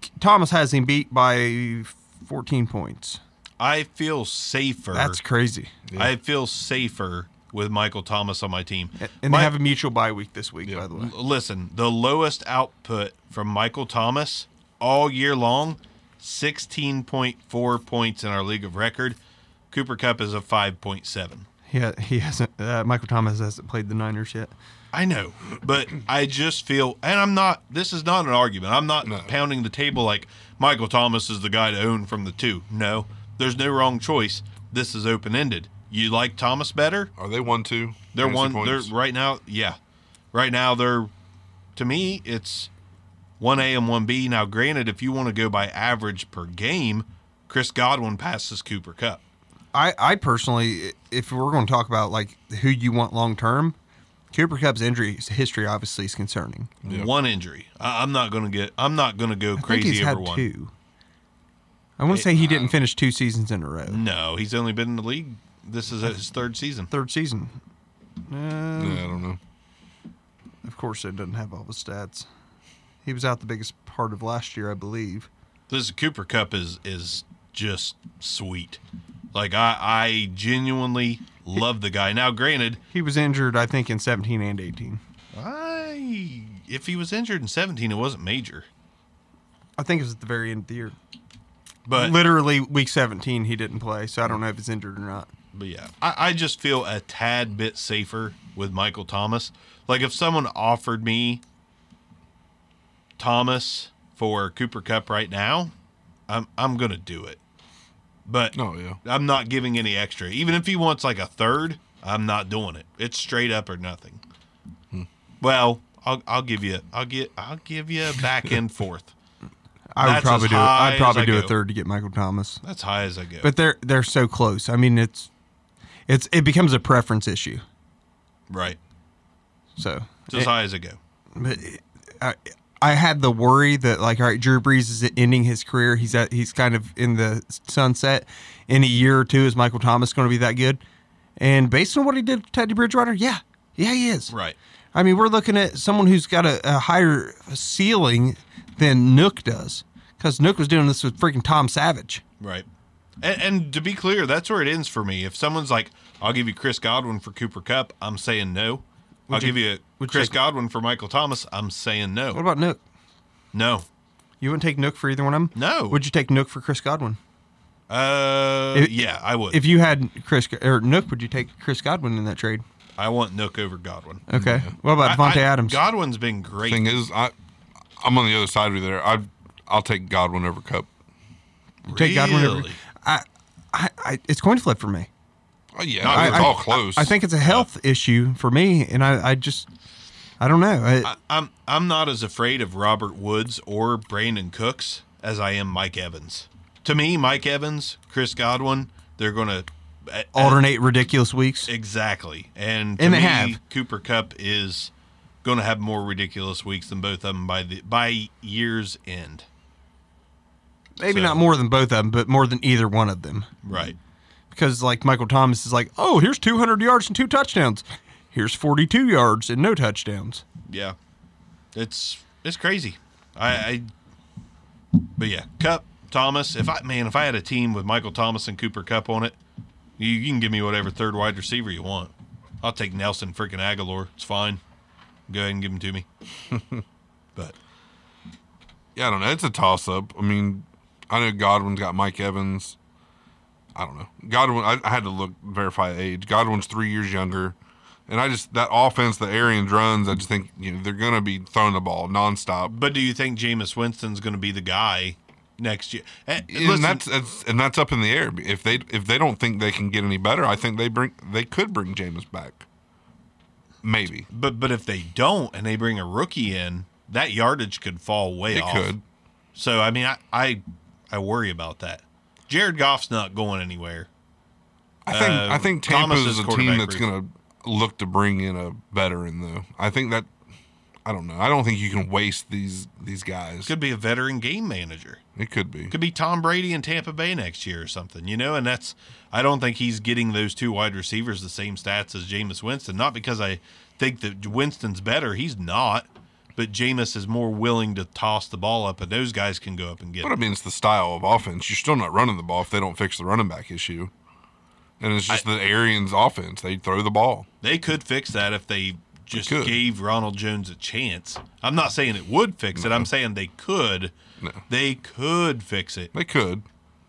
[SPEAKER 2] K- Thomas has him beat by 14 points.
[SPEAKER 1] I feel safer.
[SPEAKER 2] That's crazy.
[SPEAKER 1] I feel safer with Michael Thomas on my team.
[SPEAKER 2] And
[SPEAKER 1] My-
[SPEAKER 2] they have a mutual bye week this week, by the way.
[SPEAKER 1] listen, the lowest output from Michael Thomas all year long, 16.4 points in our league of record. Cooper Cup is a 5.7.
[SPEAKER 2] Yeah, he hasn't. Uh, Michael Thomas hasn't played the Niners yet.
[SPEAKER 1] I know, but I just feel, and I'm not. This is not an argument. I'm not pounding the table like Michael Thomas is the guy to own from the two. No, there's no wrong choice. This is open ended. You like Thomas better?
[SPEAKER 4] Are they one two?
[SPEAKER 1] They're
[SPEAKER 4] fantasy
[SPEAKER 1] one.
[SPEAKER 4] points?
[SPEAKER 1] They're right now. Yeah, right now they're. To me, it's one A and one B. Now, granted, if you want to go by average per game, Chris Godwin passes Cooper Cup.
[SPEAKER 2] I, I personally, if we're going to talk about like who you want long term, Cooper Cup's injury history obviously is concerning.
[SPEAKER 1] One injury. I, I'm not gonna get. I'm not gonna go
[SPEAKER 2] I
[SPEAKER 1] crazy
[SPEAKER 2] think he's
[SPEAKER 1] over
[SPEAKER 2] had
[SPEAKER 1] one. uh,
[SPEAKER 2] two. I want to say he didn't finish two seasons in a row.
[SPEAKER 1] No, he's only been in the league. This is his third season.
[SPEAKER 2] Third season,
[SPEAKER 4] Yeah, I don't know.
[SPEAKER 2] of course, it doesn't have all the stats. He was out the biggest part of last year, I believe.
[SPEAKER 1] This Cooper Cup is is just sweet. Like I, I genuinely love the guy. Now, granted,
[SPEAKER 2] He was injured, I think, in 17 and 18.
[SPEAKER 1] I if he was injured in 17, it wasn't major.
[SPEAKER 2] I think it was at the very end of the year.
[SPEAKER 1] But,
[SPEAKER 2] Literally week 17, he didn't play, so I don't know if he's injured or not.
[SPEAKER 1] but yeah, I, I just feel a tad bit safer with Michael Thomas. Like if someone offered me Thomas for Cooper Cup right now, I'm I'm gonna do it. But
[SPEAKER 4] No, yeah.
[SPEAKER 1] I'm not giving any extra. Even if he wants like a third, I'm not doing it. It's straight up or nothing.
[SPEAKER 2] Hmm.
[SPEAKER 1] Well, I'll I'll give you I'll get I'll give you a back and forth.
[SPEAKER 2] I would
[SPEAKER 1] That's
[SPEAKER 2] probably
[SPEAKER 1] as
[SPEAKER 2] do.
[SPEAKER 1] high
[SPEAKER 2] I'd probably
[SPEAKER 1] as I
[SPEAKER 2] do a
[SPEAKER 1] go.
[SPEAKER 2] third to get Michael Thomas,
[SPEAKER 1] That's high as I go.
[SPEAKER 2] but they're they're so close. I mean, it's it's it becomes a preference issue.
[SPEAKER 1] right.
[SPEAKER 2] So, eh
[SPEAKER 1] It's as high as I go.
[SPEAKER 2] but uh, I, I had the worry that like, all right, Drew Brees is ending his career. He's at he's kind of in the sunset. In a year or two, is Michael Thomas going to be that good? And based on what he did, with Teddy Bridgewater, yeah, yeah, he is.
[SPEAKER 1] Right.
[SPEAKER 2] I mean, we're looking at someone who's got a, a higher ceiling than Nook does, because Nook was doing this with freaking Tom Savage.
[SPEAKER 1] Right. And, and to be clear, that's where it ends for me. If someone's like, I'll give you Chris Godwin for Cooper Cup, I'm saying no. I'll
[SPEAKER 2] you-
[SPEAKER 1] give you
[SPEAKER 2] would you
[SPEAKER 1] Chris
[SPEAKER 2] take-
[SPEAKER 1] Godwin for Michael Thomas, I'm saying no.
[SPEAKER 2] What about Nook?
[SPEAKER 1] no.
[SPEAKER 2] You wouldn't take Nook for either one of them.
[SPEAKER 1] No.
[SPEAKER 2] Would you take Nook for Chris Godwin?
[SPEAKER 1] Uh,
[SPEAKER 2] If-
[SPEAKER 1] yeah, I would.
[SPEAKER 2] If you had Chris or Nook, would you take Chris Godwin in that trade?
[SPEAKER 1] I want Nook over Godwin.
[SPEAKER 2] Okay. What about
[SPEAKER 1] I-
[SPEAKER 2] Devontae
[SPEAKER 1] I-
[SPEAKER 2] Adams?
[SPEAKER 1] Godwin's been great.
[SPEAKER 4] Thing is, I I'm on the other side of you there. I I'll take Godwin over Cup.
[SPEAKER 2] Take Godwin. Over,
[SPEAKER 1] Really?
[SPEAKER 2] I, I, I, it's coin flip for me.
[SPEAKER 4] Oh, yeah,
[SPEAKER 1] I-
[SPEAKER 4] it's
[SPEAKER 2] I-
[SPEAKER 4] all close.
[SPEAKER 2] I think it's a health issue for me, and I, I just, I don't know. I,
[SPEAKER 1] I'm I'm not as afraid of Robert Woods or Brandon Cooks as I am Mike Evans. To me, Mike Evans, Chris Godwin, they're going to
[SPEAKER 2] alternate ridiculous weeks.
[SPEAKER 1] Exactly. And to
[SPEAKER 2] And
[SPEAKER 1] me,
[SPEAKER 2] they have.
[SPEAKER 1] Cooper Cup is going to have more ridiculous weeks than both of them by the by year's end.
[SPEAKER 2] Maybe
[SPEAKER 1] so-
[SPEAKER 2] not more than both of them, but more than either one of them.
[SPEAKER 1] Right.
[SPEAKER 2] Because like Michael Thomas is like, oh, here's 200 yards and two touchdowns. Here's 42 yards and no touchdowns.
[SPEAKER 1] Yeah. It's it's crazy. I, I but yeah, Cup Thomas. If I man, if I had a team with Michael Thomas and Cooper Cup on it, you, you can give me whatever third wide receiver you want. I'll take Nelson freaking Aguilar. It's fine. Go ahead and give him to me. but
[SPEAKER 4] yeah, I don't know. It's a toss up. I mean, I know Godwin's got Mike Evans. I don't know. Godwin, I, I had to look, verify age. Godwin's three years younger. And I just, that offense that Arians runs, I just think, you know, they're going to be throwing the ball nonstop.
[SPEAKER 1] But do you think Jameis Winston's going to be the guy next year? Eh,
[SPEAKER 4] And
[SPEAKER 1] listen,
[SPEAKER 4] that's, that's and that's up in the air. If they if they don't think they can get any better, I think they bring they could bring Jameis back. Maybe
[SPEAKER 1] but but if they don't and they bring a rookie in, that yardage could fall way
[SPEAKER 4] they
[SPEAKER 1] off.
[SPEAKER 4] could.
[SPEAKER 1] So I mean, I, I I worry about that. Jared Goff's not going anywhere.
[SPEAKER 4] I think
[SPEAKER 1] Uh,
[SPEAKER 4] I think Tampa
[SPEAKER 1] Thomas
[SPEAKER 4] is
[SPEAKER 1] is
[SPEAKER 4] a
[SPEAKER 1] quarterback
[SPEAKER 4] team that's
[SPEAKER 1] group.
[SPEAKER 4] going to look to bring in a veteran, though. I think that I don't know. I don't think you can waste these these guys.
[SPEAKER 1] Could be a veteran game manager.
[SPEAKER 4] it could be.
[SPEAKER 1] Could be Tom Brady in Tampa Bay next year or something, you know. And that's I don't think he's getting those two wide receivers the same stats as Jameis Winston. Not because I think that Winston's better, he's not. But Jameis is more willing to toss the ball up, and those guys can go up and get
[SPEAKER 4] but I
[SPEAKER 1] it.
[SPEAKER 4] mean, it's the style of offense. You're still not running the ball if they don't fix the running back issue, and it's just the Arians' offense. They throw the ball.
[SPEAKER 1] They could fix that if they just
[SPEAKER 4] could.
[SPEAKER 1] gave Ronald Jones a chance. I'm not saying it would fix it. I'm saying they could.
[SPEAKER 4] No.
[SPEAKER 1] They could fix it.
[SPEAKER 4] They could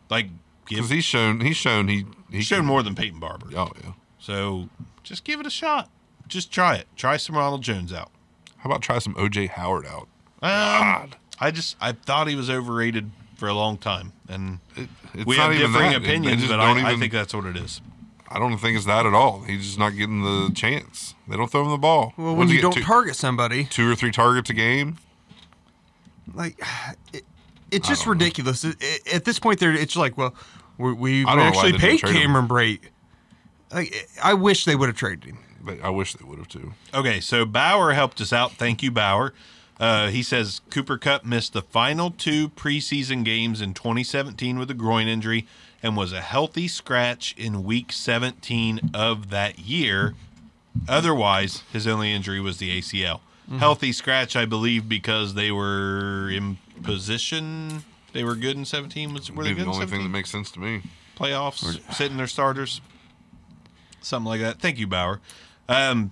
[SPEAKER 1] Like give
[SPEAKER 4] because he's shown he's shown he he
[SPEAKER 1] he's shown
[SPEAKER 4] can-
[SPEAKER 1] more than Peyton Barber.
[SPEAKER 4] Oh yeah.
[SPEAKER 1] So just give it a shot. Just try it. Try some Ronald Jones out.
[SPEAKER 4] How about try some OJ Howard out?
[SPEAKER 1] Um, I just I thought he was overrated for a long time, and
[SPEAKER 4] It's
[SPEAKER 1] we have differing
[SPEAKER 4] that. They
[SPEAKER 1] opinions,
[SPEAKER 4] just
[SPEAKER 1] but I,
[SPEAKER 4] don't
[SPEAKER 1] I
[SPEAKER 4] even-
[SPEAKER 1] think uh, that's what it is.
[SPEAKER 4] I don't think it's that at all. He's just not getting the chance. They don't throw him the ball.
[SPEAKER 2] Well,
[SPEAKER 4] What's
[SPEAKER 2] when
[SPEAKER 4] he
[SPEAKER 2] you
[SPEAKER 4] get,
[SPEAKER 2] don't
[SPEAKER 4] two,
[SPEAKER 2] target somebody,
[SPEAKER 4] two or three targets a game,
[SPEAKER 2] like it, it's just ridiculous. It, it- at this point, there it's like, well, we, we, we
[SPEAKER 4] I don't know why
[SPEAKER 2] actually
[SPEAKER 4] they didn't
[SPEAKER 2] paid
[SPEAKER 4] trade him.
[SPEAKER 2] Cameron Brate. Like, I wish they would have traded him.
[SPEAKER 4] but I wish they would have too.
[SPEAKER 1] Okay, so Bauer helped us out. Thank you, Bauer. Uh, he says Cooper Cup missed the final two preseason games in 2017 with a groin injury and was a healthy scratch in week 17 of that year. Otherwise, his only injury was the ACL.
[SPEAKER 4] Mm-hmm.
[SPEAKER 1] Healthy scratch, I believe, because they were in position. They were good in 17. Was, were they
[SPEAKER 4] Maybe
[SPEAKER 1] good
[SPEAKER 4] the
[SPEAKER 1] in
[SPEAKER 4] only thing
[SPEAKER 1] 17?
[SPEAKER 4] that makes sense to me.
[SPEAKER 1] playoffs, sitting their starters, something like that. Thank you, Bauer. Um,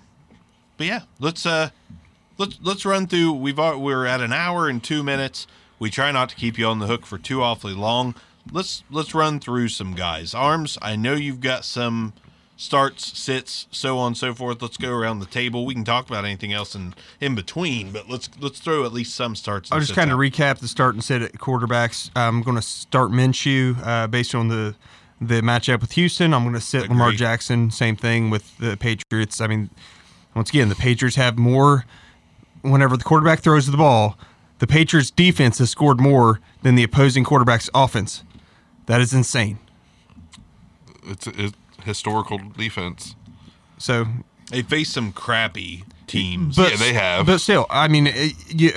[SPEAKER 1] but yeah, let's uh, let's let's run through. We've al- we're at an hour and two minutes. We try not to keep you on the hook for too awfully long. Let's let's run through some guys. Arms, I know you've got some starts, sits, so on and so forth. Let's go around the table. We can talk about anything else in in between, but let's let's throw at least some starts. And
[SPEAKER 2] I'll just
[SPEAKER 1] sits
[SPEAKER 2] kind of
[SPEAKER 1] out.
[SPEAKER 2] recap the start and sit at quarterbacks. I'm going to start Minshew uh, based on the the matchup with Houston. I'm going to sit Lamar
[SPEAKER 1] Agree.
[SPEAKER 2] Jackson. Same thing with the Patriots. I mean, once again, the Patriots have more. Whenever the quarterback throws the ball, the Patriots defense has scored more than the opposing quarterback's offense. That is insane.
[SPEAKER 4] It's, it's historical defense.
[SPEAKER 2] So
[SPEAKER 1] they faced some crappy teams.
[SPEAKER 4] yeah, they have.
[SPEAKER 2] But still, I mean, it, you,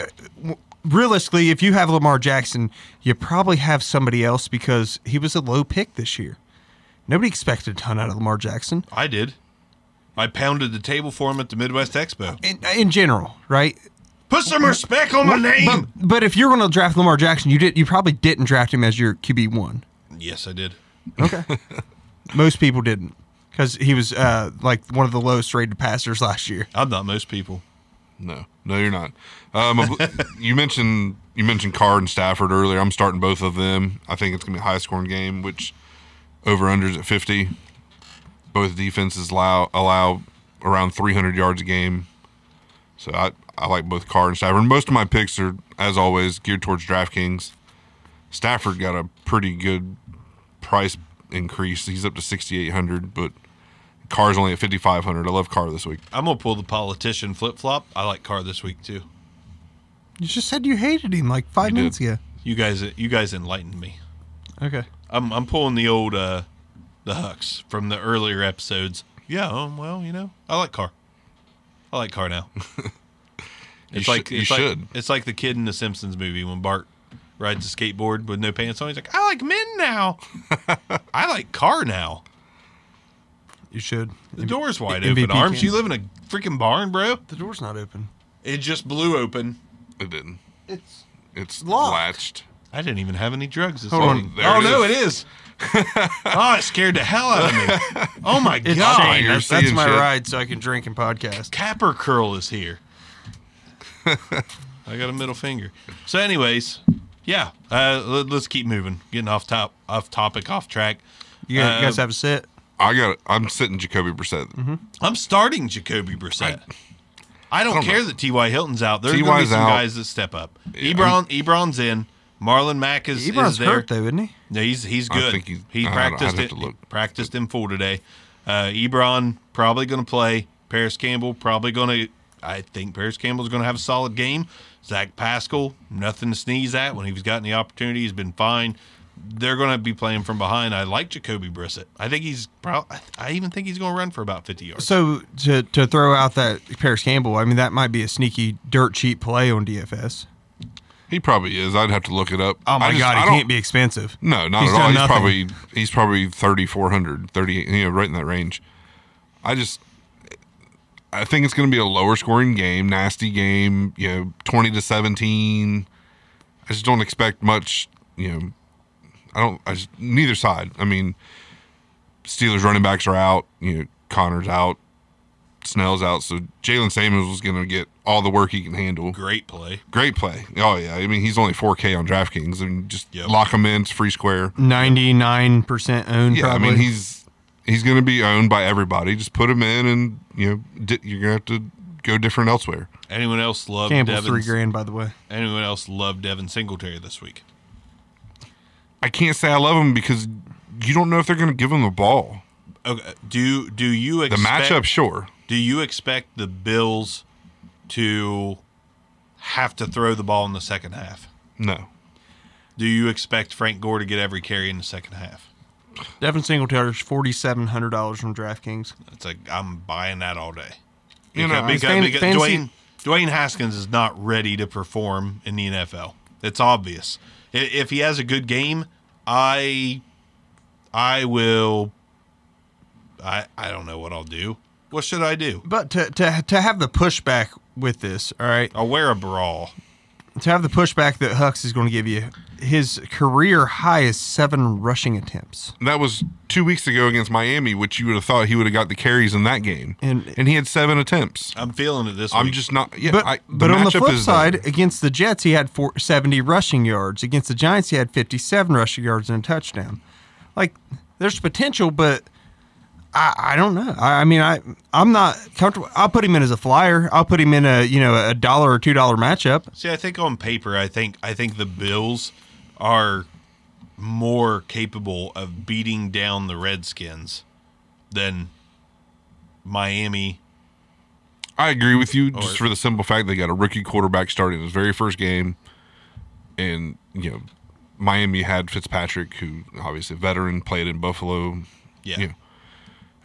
[SPEAKER 2] realistically, if you have Lamar Jackson, you probably have somebody else because he was a low pick this year. Nobody expected a ton out of Lamar Jackson
[SPEAKER 1] I did. I pounded the table for him at the Midwest Expo.
[SPEAKER 2] in, in general, right?
[SPEAKER 1] Put some respect on my
[SPEAKER 2] But,
[SPEAKER 1] name.
[SPEAKER 2] but if you're going to draft Lamar Jackson, you did you probably didn't draft him as your QB one.
[SPEAKER 1] Yes, I did.
[SPEAKER 2] Okay, most people didn't because he was uh, like one of the lowest rated passers last year.
[SPEAKER 1] I'm not most people.
[SPEAKER 4] No, no, you're not. Um, I bel- you mentioned you mentioned Carr and Stafford earlier. I'm starting both of them. I think it's gonna be a high scoring game, which over unders at 50. Both defenses allow allow around 300 yards a game. So I I like both Carr and Stafford. Most of my picks are, as always, geared towards DraftKings. Stafford got a pretty good price increase. He's up to 6,800, but Carr's only at 5,500. I love Carr this week.
[SPEAKER 1] I'm gonna pull the politician flip flop. I like Carr this week too.
[SPEAKER 2] You just said you hated him like five
[SPEAKER 4] did.
[SPEAKER 2] minutes ago.
[SPEAKER 1] You guys, you guys enlightened me.
[SPEAKER 2] Okay.
[SPEAKER 1] I'm I'm pulling the old uh the hucks from the earlier episodes. Yeah, um, well, you know, I like Carr. I like Carr now.
[SPEAKER 4] sh- you
[SPEAKER 1] it's
[SPEAKER 4] should.
[SPEAKER 1] Like, it's like the kid in the Simpsons movie when Bart rides a skateboard with no pants on. He's like, I like men now. I like Carr now.
[SPEAKER 2] You should.
[SPEAKER 1] The door's wide
[SPEAKER 2] MVP
[SPEAKER 1] open. Arms,
[SPEAKER 2] can-
[SPEAKER 1] you live in a freaking barn, bro.
[SPEAKER 2] The door's not open.
[SPEAKER 1] It just blew open.
[SPEAKER 4] It didn't.
[SPEAKER 2] It's
[SPEAKER 4] It's
[SPEAKER 2] Locked.
[SPEAKER 4] latched.
[SPEAKER 1] I didn't even have any drugs this
[SPEAKER 2] Hold on,
[SPEAKER 1] morning.
[SPEAKER 4] there
[SPEAKER 1] Oh
[SPEAKER 4] it
[SPEAKER 1] no,
[SPEAKER 4] is.
[SPEAKER 1] it is. oh, it scared the hell out of me. Oh my
[SPEAKER 2] it's
[SPEAKER 1] god.
[SPEAKER 4] Shane.
[SPEAKER 2] Shane.
[SPEAKER 4] you're
[SPEAKER 2] That's, that's
[SPEAKER 4] seeing
[SPEAKER 2] my
[SPEAKER 4] shit.
[SPEAKER 2] ride, so I can drink and podcast.
[SPEAKER 1] Capper Curl is here. I got a middle finger. So, anyways, yeah, uh, let, us keep moving. Getting off top, off topic, off track.
[SPEAKER 2] You guys,
[SPEAKER 1] Uh,
[SPEAKER 2] you guys have a sit.
[SPEAKER 4] I got. I'm sitting Jacoby Brissett.
[SPEAKER 2] Mm-hmm.
[SPEAKER 1] I'm starting Jacoby Brissett. I, don't care that T.Y. Hilton's out. There's going to be
[SPEAKER 4] T.Y.'s
[SPEAKER 1] some
[SPEAKER 4] out.
[SPEAKER 1] guys that step up. Ebron, Ebron's in. Marlon Mack is, is
[SPEAKER 2] Ebron's
[SPEAKER 1] there.
[SPEAKER 2] hurt though, isn't he?
[SPEAKER 1] No, he's he's
[SPEAKER 4] I
[SPEAKER 1] good.
[SPEAKER 4] think he's-
[SPEAKER 1] he
[SPEAKER 4] I'd-
[SPEAKER 1] practiced
[SPEAKER 4] I'd have
[SPEAKER 1] it.
[SPEAKER 4] to look.
[SPEAKER 1] Practiced in full today. Uh, Ebron probably going to play. Paris Campbell probably going to. I think Paris Campbell's going to have a solid game. Zach Pascal, nothing to sneeze at. When he's gotten the opportunity, he's been fine. They're going to be playing from behind. I like Jacoby Brissett. I think he's. Pro- I- I even think he's going to run for about fifty yards.
[SPEAKER 2] So to to throw out that Paris Campbell, I mean that might be a sneaky dirt cheap play on DFS.
[SPEAKER 4] He probably is. I'd have to look it up.
[SPEAKER 2] Oh my
[SPEAKER 4] I just-
[SPEAKER 2] god,
[SPEAKER 4] I
[SPEAKER 2] he
[SPEAKER 4] don't-
[SPEAKER 2] can't be expensive.
[SPEAKER 4] No, not
[SPEAKER 2] He's
[SPEAKER 4] at all.
[SPEAKER 2] done
[SPEAKER 4] He's
[SPEAKER 2] nothing.
[SPEAKER 4] probably he's probably 3,400, 30, you know, right in that range. I just, I think it's going to be a lower scoring game, nasty game. You know, twenty to seventeen. I just don't expect much. You know, I don't. I just neither side. I mean, Steelers running backs are out. You know, Connor's out. Snell's out. So Jalen Samuels is going to get all the work he can handle.
[SPEAKER 1] Great play.
[SPEAKER 4] Great play. Oh yeah. I mean, he's only 4K on DraftKings. I mean, just
[SPEAKER 1] Yep.
[SPEAKER 4] lock him in. It's free square.
[SPEAKER 2] Ninety nine percent owned.
[SPEAKER 4] Yeah.
[SPEAKER 2] probably.
[SPEAKER 4] I mean, he's he's going to be owned by everybody. Just put him in, and you know, di- you're going to have to go different elsewhere.
[SPEAKER 1] Anyone else love
[SPEAKER 2] Campbell's
[SPEAKER 1] Devin?
[SPEAKER 2] three grand by the way.
[SPEAKER 1] Anyone else love Devin Singletary this week?
[SPEAKER 4] I can't say I love him because you don't know if they're going to give him the ball.
[SPEAKER 1] Okay. Do do you
[SPEAKER 4] The
[SPEAKER 1] expect
[SPEAKER 4] matchup, sure.
[SPEAKER 1] Do you expect the Bills to have to throw the ball in the second half?
[SPEAKER 4] No.
[SPEAKER 1] Do you expect Frank Gore to get every carry in the second half?
[SPEAKER 2] Devin Singletary's forty seven hundred dollars from DraftKings.
[SPEAKER 1] It's like I'm buying that all day.
[SPEAKER 4] You know,
[SPEAKER 1] because,
[SPEAKER 2] fan-
[SPEAKER 1] because
[SPEAKER 2] fantasy-
[SPEAKER 1] Dwayne Dwayne Haskins is not ready to perform in the NFL. It's obvious. I- If he has a good game, I I will I I don't know what I'll do. What should I do?
[SPEAKER 2] But to to to have the pushback with this, all right.
[SPEAKER 1] I'll wear a brawl.
[SPEAKER 2] to have the pushback that Hux is going to give you, his career high is seven rushing attempts.
[SPEAKER 4] That was two weeks ago against Miami, which you would have thought he would have got the carries in that game,
[SPEAKER 2] And-
[SPEAKER 4] and he had seven attempts.
[SPEAKER 1] I'm feeling it this week.
[SPEAKER 4] I'm just not. Yeah,
[SPEAKER 2] But,
[SPEAKER 4] I, the
[SPEAKER 2] but on the
[SPEAKER 4] matchup
[SPEAKER 2] flip
[SPEAKER 4] is uh, there.
[SPEAKER 2] side, against the Jets, he had four, 70 rushing yards. Against the Giants, he had 57 rushing yards and a touchdown. Like, there's potential, but I, I don't know. I, I mean, I I'm not comfortable. I'll put him in as a flyer. I'll put him in a you know a dollar or two dollar matchup.
[SPEAKER 1] See, I think on paper, I think I think the Bills are more capable of beating down the Redskins than Miami.
[SPEAKER 4] I agree with you,
[SPEAKER 1] Or-
[SPEAKER 4] just for the simple fact they got a rookie quarterback starting his very first game, and you know, Miami had Fitzpatrick, who obviously a veteran, played in Buffalo.
[SPEAKER 1] Yeah.
[SPEAKER 4] You know,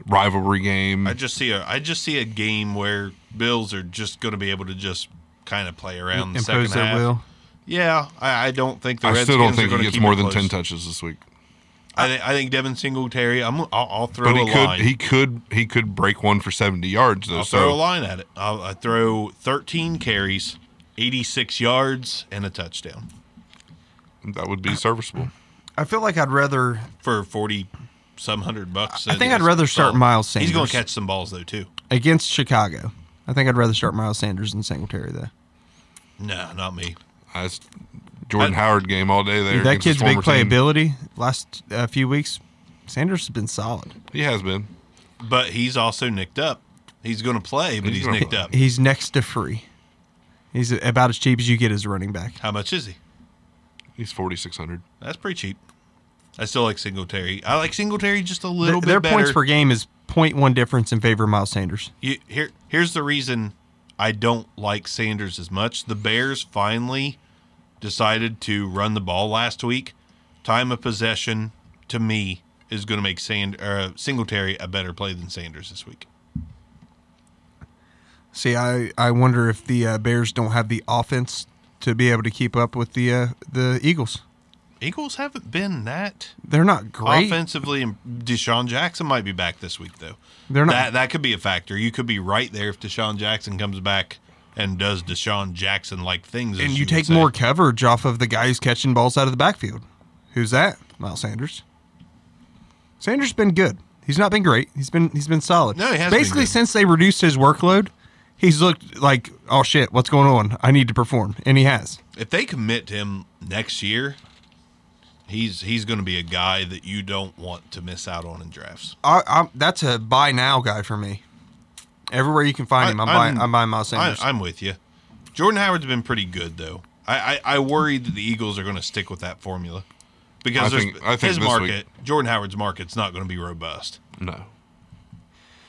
[SPEAKER 4] rivalry game.
[SPEAKER 1] I just see a I just see a game where Bills are just going to be able to just kind of play around the second
[SPEAKER 2] Impose their
[SPEAKER 1] half.
[SPEAKER 2] will.
[SPEAKER 1] Yeah, I, I don't think the
[SPEAKER 4] I
[SPEAKER 1] Redskins
[SPEAKER 4] still don't
[SPEAKER 1] are
[SPEAKER 4] think
[SPEAKER 1] gonna
[SPEAKER 4] he gets
[SPEAKER 1] keep
[SPEAKER 4] more
[SPEAKER 1] it
[SPEAKER 4] than
[SPEAKER 1] close.
[SPEAKER 4] ten touches this week.
[SPEAKER 1] I, th- I think Devin Singletary. I'm I'll, I'll throw
[SPEAKER 4] But he
[SPEAKER 1] a
[SPEAKER 4] could
[SPEAKER 1] line.
[SPEAKER 4] he could he could break one for seventy yards though.
[SPEAKER 1] I'll
[SPEAKER 4] so
[SPEAKER 1] throw a line at it. I'll, I throw 13 carries, 86 yards, and a touchdown
[SPEAKER 4] that would be serviceable.
[SPEAKER 2] I feel like I'd rather
[SPEAKER 1] for 40 some hundred bucks.
[SPEAKER 2] I
[SPEAKER 1] than
[SPEAKER 2] think
[SPEAKER 1] it
[SPEAKER 2] I'd
[SPEAKER 1] is
[SPEAKER 2] rather start
[SPEAKER 1] Saul.
[SPEAKER 2] Miles
[SPEAKER 1] He's going to
[SPEAKER 2] Sanders.
[SPEAKER 1] catch some balls though too.
[SPEAKER 2] against Chicago. I think I'd rather start Miles Sanders than Singletary though.
[SPEAKER 1] No, not me.
[SPEAKER 4] That's Jordan Howard game all day there.
[SPEAKER 2] Dude, that
[SPEAKER 4] against his
[SPEAKER 2] kid's big
[SPEAKER 4] former team.
[SPEAKER 2] playability last uh, few weeks. Sanders has been solid.
[SPEAKER 4] He has been.
[SPEAKER 1] But he's also nicked up. He's going to play, but
[SPEAKER 4] He's
[SPEAKER 1] he's,
[SPEAKER 4] gonna
[SPEAKER 1] nicked
[SPEAKER 4] play.
[SPEAKER 1] up.
[SPEAKER 2] He's next to free. He's about as cheap as you get as a running back.
[SPEAKER 1] How much is he?
[SPEAKER 4] He's forty six hundred.
[SPEAKER 1] That's pretty cheap. I still like Singletary. I like Singletary just a little
[SPEAKER 2] Their
[SPEAKER 1] bit better.
[SPEAKER 2] points per game is 0.1 difference in favor of Miles Sanders.
[SPEAKER 1] You, here, here's the reason I don't like Sanders as much. The Bears finally decided to run the ball last week. Time of possession to me is going to make Sand uh, Singletary a better play than Sanders this week.
[SPEAKER 2] See, I, I wonder if the uh, Bears don't have the offense to be able to keep up with the uh, the Eagles.
[SPEAKER 1] Eagles haven't been that
[SPEAKER 2] They're not great.
[SPEAKER 1] offensively. And Deshaun Jackson might be back this week though.
[SPEAKER 2] They're not-
[SPEAKER 1] That that could be a factor. You could be right there if Deshaun Jackson comes back and does Deshaun Jackson like things. as
[SPEAKER 2] and you
[SPEAKER 1] would
[SPEAKER 2] take
[SPEAKER 1] say.
[SPEAKER 2] more coverage off of the guy who's catching balls out of the backfield. Who's that? Miles Sanders. Sanders has been good. He's not been great. He's been he's been solid.
[SPEAKER 1] No, he has been
[SPEAKER 2] Basically,
[SPEAKER 1] good.
[SPEAKER 2] since they reduced his workload, he's looked like oh shit, what's going on? I need to perform, and he has.
[SPEAKER 1] if they commit to him next year, he's he's going to be a guy that you don't want to miss out on in drafts.
[SPEAKER 2] I, I, that's a buy now guy for me. Everywhere you can find him, I'm, buying. I'm buying Miles Sanders.
[SPEAKER 1] I, am with you. Jordan Howard's been pretty good though. I I, I worry that the Eagles are going to stick with that formula because
[SPEAKER 4] I
[SPEAKER 1] there's
[SPEAKER 4] think- I think
[SPEAKER 1] his
[SPEAKER 4] this
[SPEAKER 1] market, Jordan Howard's market's not going to be robust.
[SPEAKER 4] No.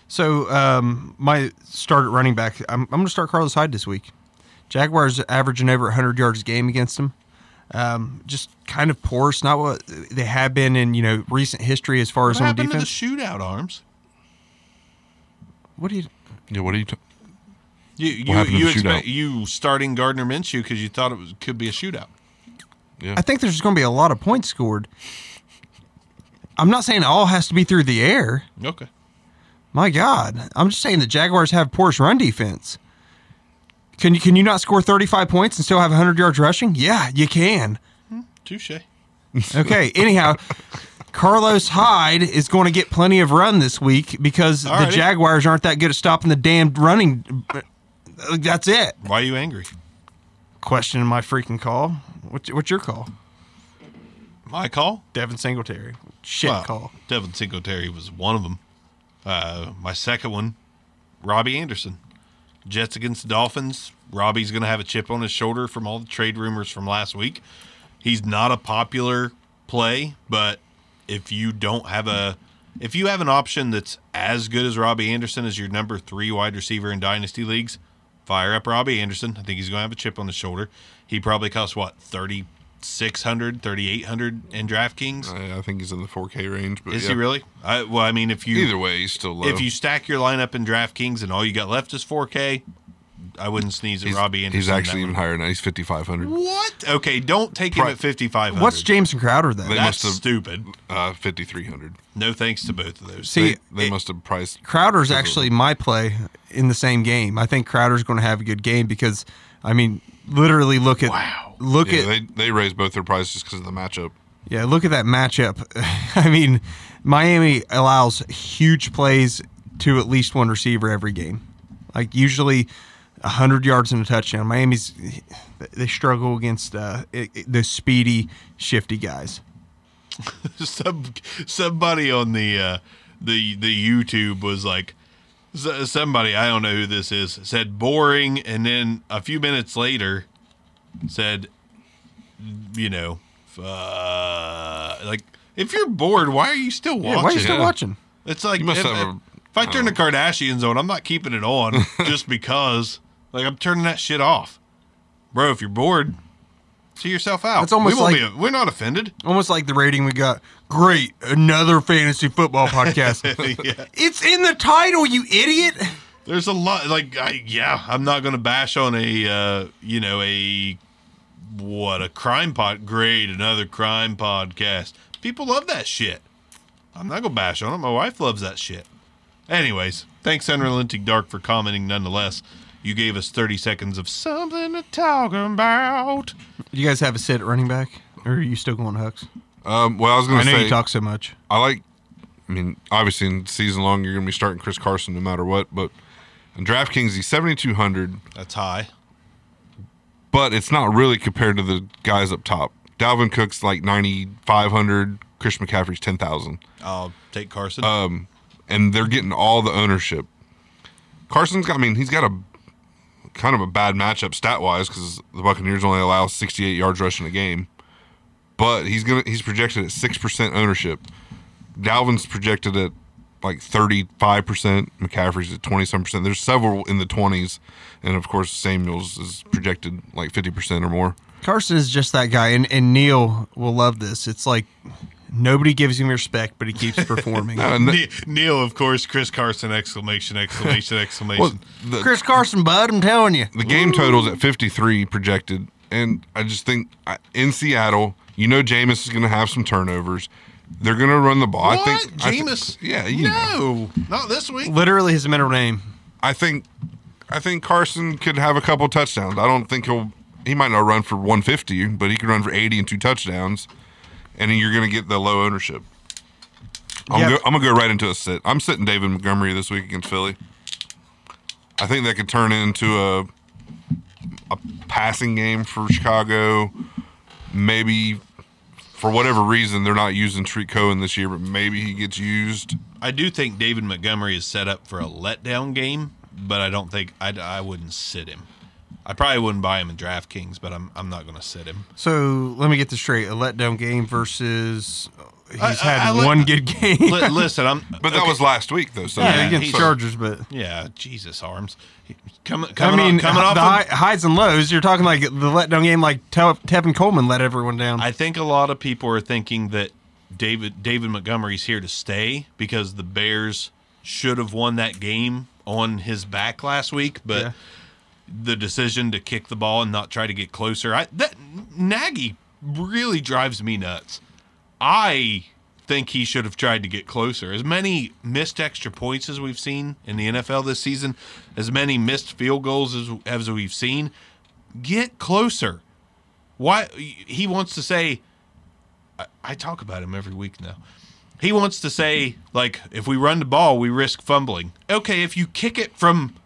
[SPEAKER 2] so um, my start at running back, I'm, I'm going to start Carlos Hyde this week. Jaguars averaging over 100 yards a game against him. Um, just kind of porous, not what they have been in you know recent history as far
[SPEAKER 1] What
[SPEAKER 2] as on
[SPEAKER 1] happened
[SPEAKER 2] defense.
[SPEAKER 1] to the shootout arms?
[SPEAKER 2] what do you?
[SPEAKER 4] Yeah. What are you? T-
[SPEAKER 1] You you,
[SPEAKER 4] happened to
[SPEAKER 1] you
[SPEAKER 4] the
[SPEAKER 1] expect
[SPEAKER 4] shootout?
[SPEAKER 1] you starting Gardner Minshew because you thought it was, could be a shootout.
[SPEAKER 2] I think there's going to be a lot of points scored. I'm not saying it all has to be through the air.
[SPEAKER 1] Okay.
[SPEAKER 2] My God, I'm just saying the Jaguars have Porsche run defense. Can you can you not score 35 points and still have 100 yards rushing? Yeah, you can.
[SPEAKER 1] Touche.
[SPEAKER 2] Okay. Anyhow, Carlos Hyde is going to get plenty of run this week because
[SPEAKER 1] Alrighty.
[SPEAKER 2] the Jaguars aren't that good at stopping the damn running. That's it.
[SPEAKER 1] Why are you angry?
[SPEAKER 2] Questioning my freaking call. What's, what's your call?
[SPEAKER 1] My call.
[SPEAKER 2] Devin Singletary. Shit
[SPEAKER 1] Well,
[SPEAKER 2] call.
[SPEAKER 1] Devin Singletary was one of them. Uh, my second one, Robbie Anderson. Jets against the Dolphins. Robbie's going to have a chip on his shoulder from all the trade rumors from last week. He's not a popular play, but if you don't have a if you have an option that's as good as Robbie Anderson as your number 3 wide receiver in dynasty leagues, fire up Robbie Anderson. I think he's going to have a chip on his shoulder. He probably costs what 3600, 3800 in DraftKings.
[SPEAKER 4] uh, I, I think he's in the four K range. But
[SPEAKER 1] Is
[SPEAKER 4] yeah.
[SPEAKER 1] he really? I, well, I mean, if you
[SPEAKER 4] Either way, he's still low.
[SPEAKER 1] if you stack your lineup in DraftKings and all you got left is 4K, I wouldn't sneeze at
[SPEAKER 4] he's,
[SPEAKER 1] Robbie Anderson.
[SPEAKER 4] he's
[SPEAKER 1] in that
[SPEAKER 4] actually even
[SPEAKER 1] one.
[SPEAKER 4] higher now. He's fifty five hundred.
[SPEAKER 1] what? Okay, don't take him
[SPEAKER 4] Pri-
[SPEAKER 1] at 5500.
[SPEAKER 2] What's Jameson Crowder though?
[SPEAKER 4] They
[SPEAKER 1] That's
[SPEAKER 4] must have-
[SPEAKER 1] stupid.
[SPEAKER 4] Uh, fifty three hundred.
[SPEAKER 1] No thanks to both of those.
[SPEAKER 2] See,
[SPEAKER 4] They must have priced.
[SPEAKER 2] Crowder's actually my play in the same game. I think Crowder's going to have a good game because, I mean, literally look at look
[SPEAKER 4] Yeah,
[SPEAKER 2] at
[SPEAKER 4] they they raised both their prices just because of the matchup.
[SPEAKER 2] yeah look at that matchup. I mean, Miami allows huge plays to at least one receiver every game, like usually hundred yards and a touchdown. Miami's they struggle against uh, it- it- the speedy, shifty guys.
[SPEAKER 1] Some, somebody on the uh, the the YouTube was like, s- somebody I don't know who this is said boring, and then a few minutes later said, you know, uh, like if you're bored, why are you still watching?
[SPEAKER 2] Yeah, why are you still
[SPEAKER 4] Yeah.
[SPEAKER 2] watching?
[SPEAKER 1] It's like
[SPEAKER 4] You must
[SPEAKER 1] if,
[SPEAKER 4] have
[SPEAKER 1] if-
[SPEAKER 4] a-
[SPEAKER 1] if I turn the Kardashians on, I'm not keeping it on just because. Like I'm turning that shit off, bro. If you're bored, see yourself out.
[SPEAKER 2] That's almost
[SPEAKER 1] we won't
[SPEAKER 2] like-
[SPEAKER 1] be, we're not offended.
[SPEAKER 2] Almost like the rating we got. Great, another fantasy football podcast. It's in the title, you idiot.
[SPEAKER 1] There's a lot like I, yeah, I'm not going to bash on a uh, you know a what a crime pod great another crime podcast. People love that shit. I'm not going to bash on it. My wife loves that shit. Anyways, thanks Unrelenting Dark for commenting nonetheless. You gave us 30 seconds of something to talk about.
[SPEAKER 2] You guys have a sit at running back, or are you still going Hucks?
[SPEAKER 4] Um, well, I was going
[SPEAKER 2] I
[SPEAKER 4] to
[SPEAKER 2] know
[SPEAKER 4] say
[SPEAKER 2] you talk so much.
[SPEAKER 4] I like. I mean, obviously, in season long, you're going to be starting Chris Carson no matter what. But in DraftKings, he's 7,200,
[SPEAKER 1] That's high.
[SPEAKER 4] but it's not really compared to the guys up top. Dalvin Cook's like 9,500. Chris McCaffrey's 10,000.
[SPEAKER 1] I'll take Carson.
[SPEAKER 4] Uh, and they're getting all the ownership. Carson's got, I mean, he's got a kind of a bad matchup stat wise because the Buccaneers only allow 68 yards rushing a game, but he's gonna he's projected at six percent ownership. Dalvin's projected at like 35 percent. McCaffrey's at 20 some percent. There's several in the 20s, and of course Samuel's is projected like 50 percent or more.
[SPEAKER 2] Carson is just that guy, and, and Neil will love this. It's like nobody gives him respect, but he keeps performing.
[SPEAKER 4] And the-
[SPEAKER 1] Ne- Neil, of course, Chris Carson, exclamation, exclamation, exclamation.
[SPEAKER 4] well, the-
[SPEAKER 2] Chris Carson, bud, I'm telling you.
[SPEAKER 4] The game total's at 53 projected, and I just think I- in Seattle, you know, Jameis is going to have some turnovers. They're going to run the ball.
[SPEAKER 1] what?
[SPEAKER 4] I think I thi-
[SPEAKER 1] Jameis?
[SPEAKER 4] yeah, you
[SPEAKER 1] no,
[SPEAKER 4] know.
[SPEAKER 1] not this week.
[SPEAKER 2] Literally his middle name.
[SPEAKER 4] I think I think Carson could have a couple touchdowns. I don't think he'll. He might not run for 150, but he could run for 80 and two touchdowns, and you're going to get the low ownership. I'm,
[SPEAKER 2] Yeah.
[SPEAKER 4] go, I'm gonna go right into a sit. I'm sitting David Montgomery this week against Philly. I think that could turn into a a passing game for Chicago. Maybe for whatever reason they're not using Treat Cohen this year, but maybe he gets used.
[SPEAKER 1] I do think David Montgomery is set up for a letdown game, but I don't think I'd, I wouldn't sit him. I probably wouldn't buy him in DraftKings, but I'm I'm not going to sit him.
[SPEAKER 2] So let me get this straight: a letdown game versus he's
[SPEAKER 1] I-
[SPEAKER 2] had
[SPEAKER 1] I let-
[SPEAKER 2] one good game.
[SPEAKER 1] Li- listen, I'm
[SPEAKER 4] But that was last week though. So
[SPEAKER 2] yeah,
[SPEAKER 1] Yeah,
[SPEAKER 2] against
[SPEAKER 1] he's-
[SPEAKER 2] Chargers, but
[SPEAKER 1] yeah, Jesus arms. Coming,
[SPEAKER 2] I
[SPEAKER 1] coming
[SPEAKER 2] mean,
[SPEAKER 1] off, coming
[SPEAKER 2] the
[SPEAKER 1] off. a-
[SPEAKER 2] hi- highs and lows. You're talking like the letdown game, like Te- Tevin Coleman let everyone down.
[SPEAKER 1] I think a lot of people are thinking that David David Montgomery's here to stay because the Bears should have won that game on his back last week, but
[SPEAKER 2] Yeah.
[SPEAKER 1] the decision to kick the ball and not try to get closer, I that Nagy really drives me nuts. I think he should have tried to get closer. As many missed extra points as we've seen in the NFL this season, as many missed field goals as, as we've seen, get closer. Why he wants to say I, I talk about him every week now. He wants to say like if we run the ball, we risk fumbling. Okay, if you kick it from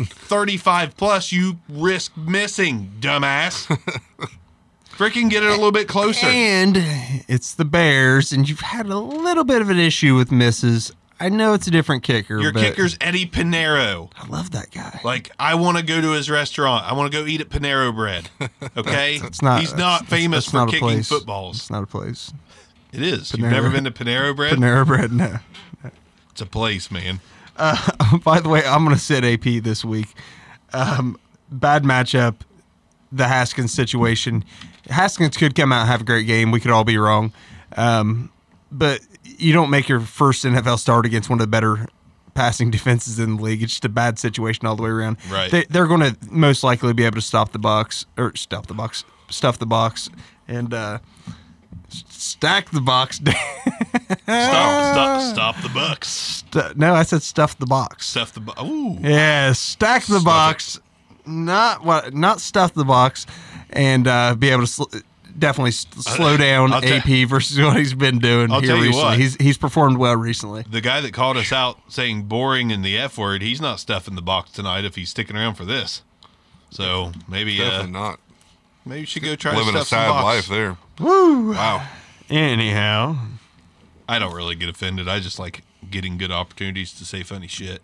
[SPEAKER 1] 35 plus, you risk missing, dumbass. Freaking get it a little bit closer.
[SPEAKER 2] and it's the Bears, and you've had a little bit of an issue with misses. I know it's a different kicker.
[SPEAKER 1] Your
[SPEAKER 2] but
[SPEAKER 1] kicker's Eddie Pinero.
[SPEAKER 2] I love that guy.
[SPEAKER 1] Like I want to go to his restaurant. I want to go eat at Panero Bread. Okay,
[SPEAKER 2] It's not.
[SPEAKER 1] He's
[SPEAKER 2] that's-
[SPEAKER 1] not
[SPEAKER 2] that's-
[SPEAKER 1] famous
[SPEAKER 2] that's
[SPEAKER 1] for
[SPEAKER 2] not a
[SPEAKER 1] kicking
[SPEAKER 2] place.
[SPEAKER 1] footballs.
[SPEAKER 2] It's not a place.
[SPEAKER 1] It is.
[SPEAKER 2] Panera-
[SPEAKER 1] You've never been to Panero Bread?
[SPEAKER 2] Panera Bread. No.
[SPEAKER 1] It's a place, man.
[SPEAKER 2] By the way, I'm going to sit AP this week. Um, bad matchup, the Haskins situation. Haskins could come out and have a great game. We could all be wrong. Um, but you don't make your first NFL start against one of the better passing defenses in the league. It's just a bad situation all the way around.
[SPEAKER 1] Right.
[SPEAKER 2] They, they're going to most likely be able to stop the box or stop the box, stuff the box, and uh, s- stack the box. down. Ah.
[SPEAKER 1] Stop! Stop! Stop the Bucks.
[SPEAKER 2] no, I said stuff the box.
[SPEAKER 1] Stuff the bu- Ooh.
[SPEAKER 2] Yeah, stack the box, not what, not stuff the box, and uh, be able to sl- definitely s- slow down
[SPEAKER 1] Uh, I'll ta-
[SPEAKER 2] AP versus what he's been doing
[SPEAKER 1] I'll
[SPEAKER 2] here
[SPEAKER 1] tell you
[SPEAKER 2] recently.
[SPEAKER 1] what.
[SPEAKER 2] He's he's performed well recently.
[SPEAKER 1] The guy that called us out saying boring and the F word, he's not stuffing the box tonight if he's sticking around for this. So maybe uh,
[SPEAKER 4] Definitely not
[SPEAKER 1] maybe you should go try
[SPEAKER 4] living
[SPEAKER 1] to
[SPEAKER 4] a
[SPEAKER 1] stuff some
[SPEAKER 4] sad
[SPEAKER 1] box.
[SPEAKER 4] life eh? there.
[SPEAKER 2] Woo!
[SPEAKER 4] Wow.
[SPEAKER 2] Anyhow,
[SPEAKER 1] I don't really get offended. I just like getting good opportunities to say funny shit.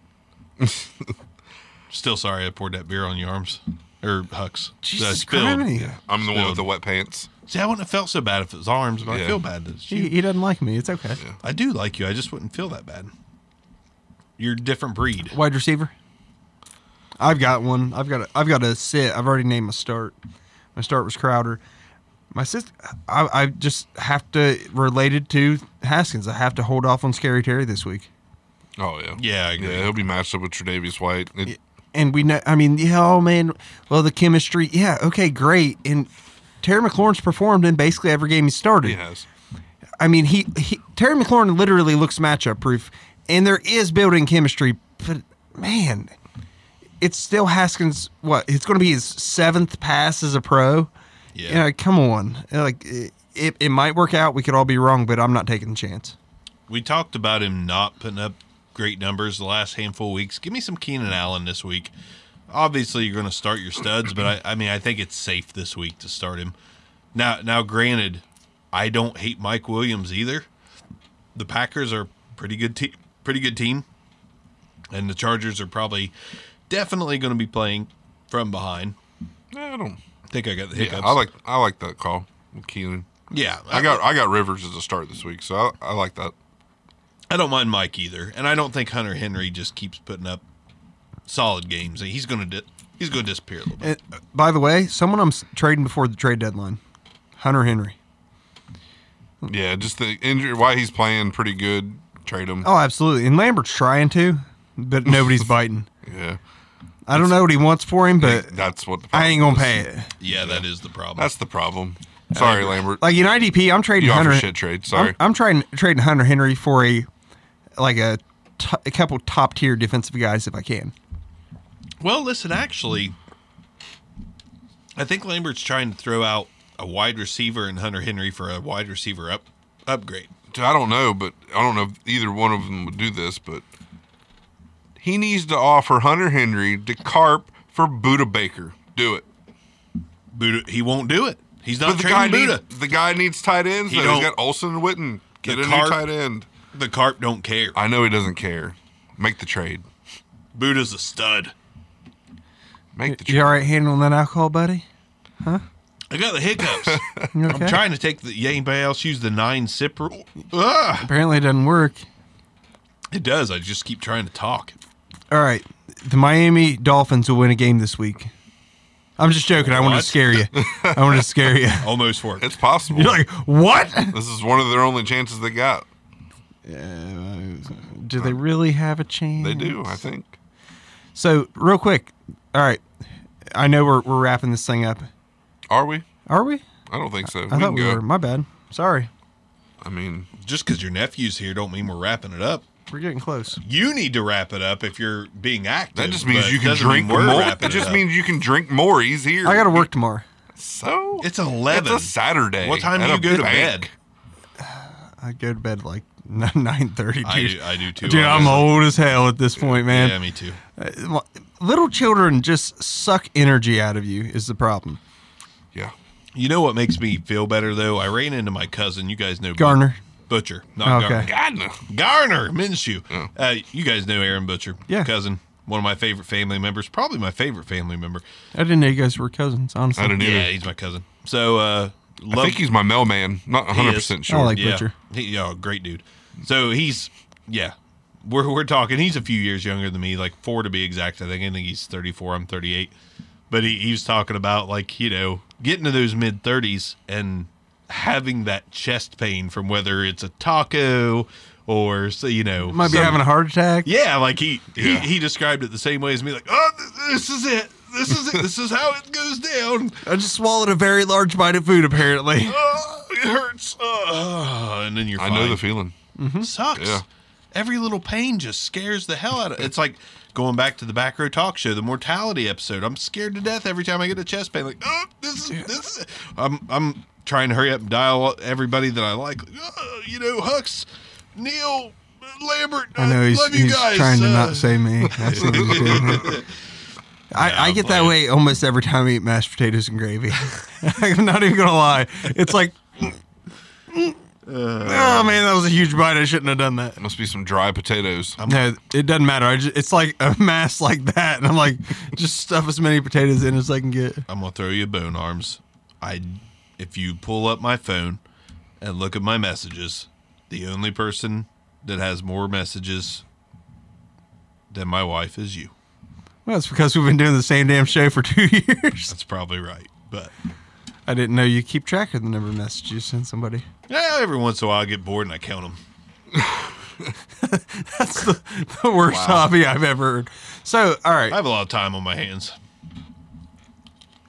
[SPEAKER 1] Still sorry I poured that beer on your arms or Hucks. That I
[SPEAKER 2] Jesus
[SPEAKER 1] spilled.
[SPEAKER 2] Christ.
[SPEAKER 4] I'm the one with the wet pants.
[SPEAKER 1] See, I wouldn't have felt so bad if it was arms, but I
[SPEAKER 4] Yeah.
[SPEAKER 1] feel bad that it's you.
[SPEAKER 2] He, he doesn't like me. It's okay.
[SPEAKER 1] I do like you. I just wouldn't feel that bad. You're a different breed.
[SPEAKER 2] Wide receiver. I've got one. I've got a, I've got a sit. I've already named my start. My start was Crowder. My sister, I, I just have to related to Haskins. I have to hold off on Scary Terry this week.
[SPEAKER 4] Oh yeah,
[SPEAKER 1] Yeah, I agree.
[SPEAKER 4] he'll be matched up with Tre'Davious White. It-
[SPEAKER 2] And we know, I mean, yeah, oh man, well the chemistry, yeah, okay, great. And Terry McLaurin's performed in basically every game he started.
[SPEAKER 4] He has.
[SPEAKER 2] I mean, he, he Terry McLaurin literally looks matchup proof, and there is building chemistry. But man, it's still Haskins. What? It's going to be his seventh pass as a pro.
[SPEAKER 1] Yeah.
[SPEAKER 2] You know, come on. Like it, it, it might work out. We could all be wrong, but I'm not taking the chance.
[SPEAKER 1] We talked about him not putting up great numbers the last handful of weeks. Give me some Keenan Allen this week. Obviously, you're going to start your studs, but I, I mean, I think it's safe this week to start him. Now, now, granted, I don't hate Mike Williams either. The Packers are pretty good team, pretty good team, and the Chargers are probably definitely going to be playing from behind.
[SPEAKER 4] Yeah, I don't.
[SPEAKER 1] I think I got the
[SPEAKER 4] Yeah,
[SPEAKER 1] hiccups.
[SPEAKER 4] I like I like that call, with Keelan.
[SPEAKER 1] Yeah,
[SPEAKER 4] I got I got Rivers as a start this week, so I, I like that.
[SPEAKER 1] I don't mind Mike either, and I don't think Hunter Henry just keeps putting up solid games. He's going to di- he's going to disappear a little bit.
[SPEAKER 2] And, uh, by the way, someone I'm s- trading before the trade deadline, Hunter Henry.
[SPEAKER 4] Yeah, just the injury. Why he's playing pretty good. Trade him.
[SPEAKER 2] Oh, absolutely. And Lambert's trying to, but nobody's biting.
[SPEAKER 4] Yeah,
[SPEAKER 2] I don't know what he wants for him, but
[SPEAKER 4] that's what. The
[SPEAKER 2] I ain't gonna
[SPEAKER 4] problem
[SPEAKER 2] pay
[SPEAKER 4] is.
[SPEAKER 2] it.
[SPEAKER 1] Yeah, that is the problem.
[SPEAKER 4] That's the problem. Sorry, Lambert.
[SPEAKER 2] Like in IDP, I'm trading
[SPEAKER 4] you offer
[SPEAKER 2] Hunter.
[SPEAKER 4] shit trade. Sorry.
[SPEAKER 2] I'm, I'm trading trading Hunter Henry for a like a, t- a couple top tier defensive guys if I can.
[SPEAKER 1] well, listen, actually, I think Lambert's trying to throw out a wide receiver and Hunter Henry for a wide receiver up upgrade.
[SPEAKER 4] Dude, I don't know, but I don't know if either one of them would do this, but he needs to offer Hunter Henry to carp for Buda Baker. Do it.
[SPEAKER 1] Buddha, he won't do it. He's not
[SPEAKER 4] But the guy,
[SPEAKER 1] trading Buddha.
[SPEAKER 4] needs, the guy needs tight ends.
[SPEAKER 1] He
[SPEAKER 4] though. He's
[SPEAKER 1] don't-
[SPEAKER 4] got Olsen and Witten. Get
[SPEAKER 1] The
[SPEAKER 4] a
[SPEAKER 1] carp-
[SPEAKER 4] new tight end.
[SPEAKER 1] the carp don't care.
[SPEAKER 4] I know he doesn't care. Make the trade.
[SPEAKER 1] Buddha's a stud.
[SPEAKER 4] Make the trade.
[SPEAKER 2] You all right handling that alcohol, buddy?
[SPEAKER 1] I got the hiccups. I'm
[SPEAKER 2] You okay?
[SPEAKER 1] trying to take the. Yeah, anybody else use the nine sip rule? Ah!
[SPEAKER 2] Apparently, it doesn't work.
[SPEAKER 1] It does. I just keep trying to talk.
[SPEAKER 2] All right, the Miami Dolphins will win a game this week. I'm just joking. I want
[SPEAKER 1] What?
[SPEAKER 2] to scare you. I want to scare you.
[SPEAKER 1] Almost worked.
[SPEAKER 4] It's possible.
[SPEAKER 2] You're like, what?
[SPEAKER 4] this is one of their only chances they got.
[SPEAKER 2] Do they really have a chance?
[SPEAKER 4] Oh. They do, I think.
[SPEAKER 2] So, real quick. All right, I know we're we're wrapping this thing up.
[SPEAKER 4] Are we?
[SPEAKER 2] Are we?
[SPEAKER 4] I don't think so. we
[SPEAKER 2] I thought
[SPEAKER 4] can
[SPEAKER 2] we
[SPEAKER 4] go.
[SPEAKER 2] were. My bad. Sorry.
[SPEAKER 4] I mean,
[SPEAKER 1] Just because your nephew's here, don't mean we're wrapping it up.
[SPEAKER 2] We're getting close.
[SPEAKER 1] You need to wrap it up if you're being active.
[SPEAKER 4] that just
[SPEAKER 1] but
[SPEAKER 4] means you
[SPEAKER 1] it
[SPEAKER 4] can
[SPEAKER 1] doesn't
[SPEAKER 4] drink
[SPEAKER 1] mean we're
[SPEAKER 4] more.
[SPEAKER 1] wrapping
[SPEAKER 4] It just
[SPEAKER 1] up.
[SPEAKER 4] means you can drink more. He's here.
[SPEAKER 2] I got to work tomorrow.
[SPEAKER 4] So
[SPEAKER 1] It's 11.
[SPEAKER 4] It's a Saturday.
[SPEAKER 1] What time do
[SPEAKER 4] At
[SPEAKER 1] you
[SPEAKER 4] a
[SPEAKER 1] go to
[SPEAKER 4] bank.
[SPEAKER 1] bed?
[SPEAKER 2] I go to bed like nine thirty.
[SPEAKER 1] I do, I do too.
[SPEAKER 2] Dude, I'm
[SPEAKER 1] honestly.
[SPEAKER 2] old as hell at this point, man.
[SPEAKER 1] Yeah, me too.
[SPEAKER 2] Uh, Little children just suck energy out of you is the problem.
[SPEAKER 4] Yeah.
[SPEAKER 1] You know what makes me feel better though? I ran into my cousin. You guys know
[SPEAKER 2] Garner.
[SPEAKER 1] Butcher, not Garner.
[SPEAKER 2] Okay.
[SPEAKER 4] God no.
[SPEAKER 1] Garner Minshew.
[SPEAKER 4] Oh.
[SPEAKER 1] Uh, you guys know Aaron Butcher.
[SPEAKER 2] Yeah.
[SPEAKER 1] cousin. One of my favorite family members. Probably my favorite family member.
[SPEAKER 2] I didn't know you guys were cousins. Honestly,
[SPEAKER 4] I don't either.
[SPEAKER 1] Yeah, he's my cousin. So uh,
[SPEAKER 4] I
[SPEAKER 1] love
[SPEAKER 4] think he's my mailman. Not 100 percent
[SPEAKER 1] is.
[SPEAKER 4] sure.
[SPEAKER 2] I like-
[SPEAKER 1] yeah.
[SPEAKER 2] Butcher.
[SPEAKER 1] He, yeah, great dude. So he's yeah. We're we're talking. He's a few years younger than me, like four to be exact. I think I think he's thirty four. I'm thirty eight. But he, he was talking about like you know getting to those mid thirties and having that chest pain from whether it's a taco or so you know
[SPEAKER 2] might be
[SPEAKER 1] some-
[SPEAKER 2] having a heart attack.
[SPEAKER 1] yeah, like he
[SPEAKER 4] Yeah.
[SPEAKER 1] he he described it the same way as me. Like oh th- this is it. This is it. this is how it goes down.
[SPEAKER 2] I just swallowed a very large bite of food. Apparently,
[SPEAKER 1] Oh, it hurts. Oh, and then you're.
[SPEAKER 4] I
[SPEAKER 1] fine.
[SPEAKER 4] know the feeling.
[SPEAKER 2] Mm-hmm.
[SPEAKER 1] sucks.
[SPEAKER 4] Yeah.
[SPEAKER 1] Every little pain just scares the hell out of It's like going back to the back row talk show, the mortality episode. I'm scared to death every time I get a chest pain. Like, oh, this is this. Is, I'm I'm trying to hurry up and dial everybody that I like. Oh, you know, Hux, Neil, Lambert.
[SPEAKER 2] I know he's,
[SPEAKER 1] love you
[SPEAKER 2] he's
[SPEAKER 1] guys.
[SPEAKER 2] trying to
[SPEAKER 1] Uh,
[SPEAKER 2] not say me. That's what he's doing. I, I get that way almost every time I eat mashed potatoes and gravy. I'm not even gonna lie. It's like,
[SPEAKER 1] Uh,
[SPEAKER 2] oh man, that was a huge bite. I shouldn't have done that.
[SPEAKER 4] Must be some dry potatoes.
[SPEAKER 2] No, it doesn't matter. I just, it's like a mass like that, and I'm like, just stuff as many potatoes in as I can get.
[SPEAKER 1] I'm gonna throw you a bone, arms. I, if you pull up my phone and look at my messages, the only person that has more messages than my wife is you.
[SPEAKER 2] Well, it's because we've been doing the same damn show for two years.
[SPEAKER 1] That's probably right. But
[SPEAKER 2] I didn't know you keep track of the number of messages you send somebody.
[SPEAKER 1] Yeah, every once in a while I get bored and I count them.
[SPEAKER 2] That's the, the worst hobby I've ever heard. So, all right.
[SPEAKER 1] I have a lot of time on my hands.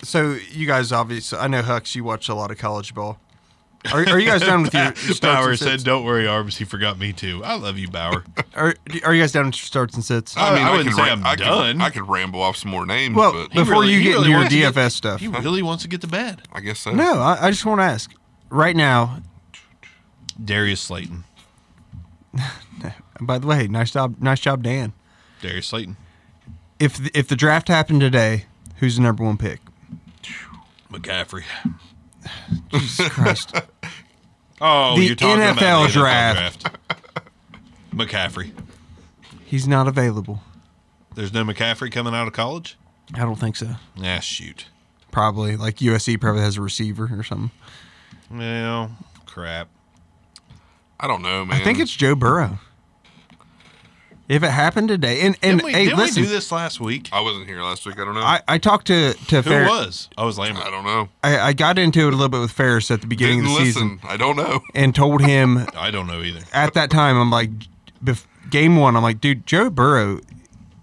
[SPEAKER 2] So, you guys obviously, I know Hux, you watch a lot of college ball. Are, are you guys done with your starts
[SPEAKER 1] Bauer
[SPEAKER 2] and
[SPEAKER 1] said,
[SPEAKER 2] sits?
[SPEAKER 1] "Don't worry, Arvis. He forgot me too. I love you, Bauer."
[SPEAKER 2] Are, are you guys down with your starts and sits?
[SPEAKER 1] I mean, I wouldn't
[SPEAKER 4] could
[SPEAKER 1] say
[SPEAKER 4] ram-
[SPEAKER 1] I'm
[SPEAKER 4] I could-
[SPEAKER 1] done.
[SPEAKER 4] I could ramble off some more names,
[SPEAKER 2] Well,
[SPEAKER 4] but
[SPEAKER 2] the- Before you
[SPEAKER 1] he
[SPEAKER 2] get into your
[SPEAKER 1] wants to
[SPEAKER 2] DFS stuff.
[SPEAKER 1] he really wants to get to bed.
[SPEAKER 4] I guess so.
[SPEAKER 2] no, I, I just want to ask. Right now,
[SPEAKER 1] Darius Slayton,
[SPEAKER 2] by the way, nice job, nice job, Dan.
[SPEAKER 1] Darius Slayton,
[SPEAKER 2] If the, if the draft happened today, who's the number one pick?
[SPEAKER 1] McCaffrey.
[SPEAKER 2] Jesus Christ.
[SPEAKER 1] Oh,
[SPEAKER 2] The
[SPEAKER 1] you're talking
[SPEAKER 2] NFL
[SPEAKER 1] about the NFL
[SPEAKER 2] draft.
[SPEAKER 1] draft. McCaffrey.
[SPEAKER 2] He's not available.
[SPEAKER 1] There's no McCaffrey coming out of college.
[SPEAKER 2] I don't think so.
[SPEAKER 1] Ah, shoot.
[SPEAKER 2] Probably. Like USC probably has a receiver or something.
[SPEAKER 1] Well, crap.
[SPEAKER 4] I don't know, man.
[SPEAKER 2] I think it's Joe Burrow. If it happened today, and and
[SPEAKER 1] Didn't we,
[SPEAKER 2] hey,
[SPEAKER 1] didn't
[SPEAKER 2] listen,
[SPEAKER 1] we do this last week?
[SPEAKER 4] I wasn't here last week. I don't know.
[SPEAKER 2] I, I talked to to
[SPEAKER 1] Who
[SPEAKER 2] Ferris.
[SPEAKER 1] was? I was
[SPEAKER 4] I
[SPEAKER 1] Lambert.
[SPEAKER 4] don't know.
[SPEAKER 2] I, I got into it a little bit with Ferris at the beginning
[SPEAKER 4] Didn't
[SPEAKER 2] of the
[SPEAKER 4] listen.
[SPEAKER 2] season,
[SPEAKER 4] I don't know.
[SPEAKER 2] and told him
[SPEAKER 1] I don't know either.
[SPEAKER 2] at that time, I'm like, bef- game one, I'm like, dude, Joe Burrow,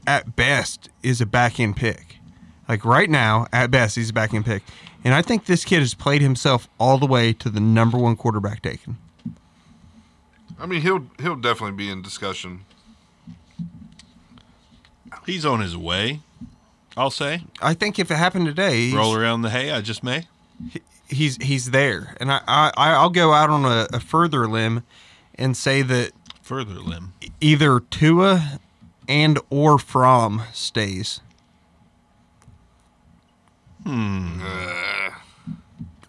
[SPEAKER 2] at best, is a back end pick. Like right now, at best, he's a back end pick, and I think this kid has played himself all the way to the number one quarterback taken.
[SPEAKER 4] I mean, he'll he'll definitely be in discussion.
[SPEAKER 1] He's on his way. I'll say.
[SPEAKER 2] I think if it happened today, he's-
[SPEAKER 1] Roll around the hay. I just may.
[SPEAKER 2] he's he's there, and I, I I'll go out on a, a further limb and say that
[SPEAKER 1] Further limb.
[SPEAKER 2] either Tua and or From stays.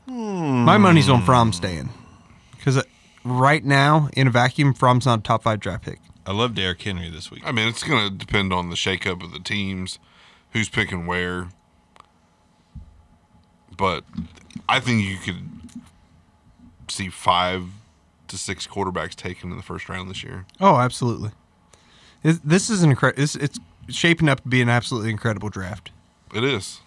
[SPEAKER 2] Hmm. My money's on From staying because right now in a vacuum, From's not a top five draft pick.
[SPEAKER 1] I love Derrick Henry this week.
[SPEAKER 4] I mean, it's going to depend on the shakeup of the teams, who's picking where. But I think you could see five to six quarterbacks taken in the first round this year.
[SPEAKER 2] Oh, absolutely. This- This is an incredible. It's shaping up to be an absolutely incredible draft.
[SPEAKER 4] It is.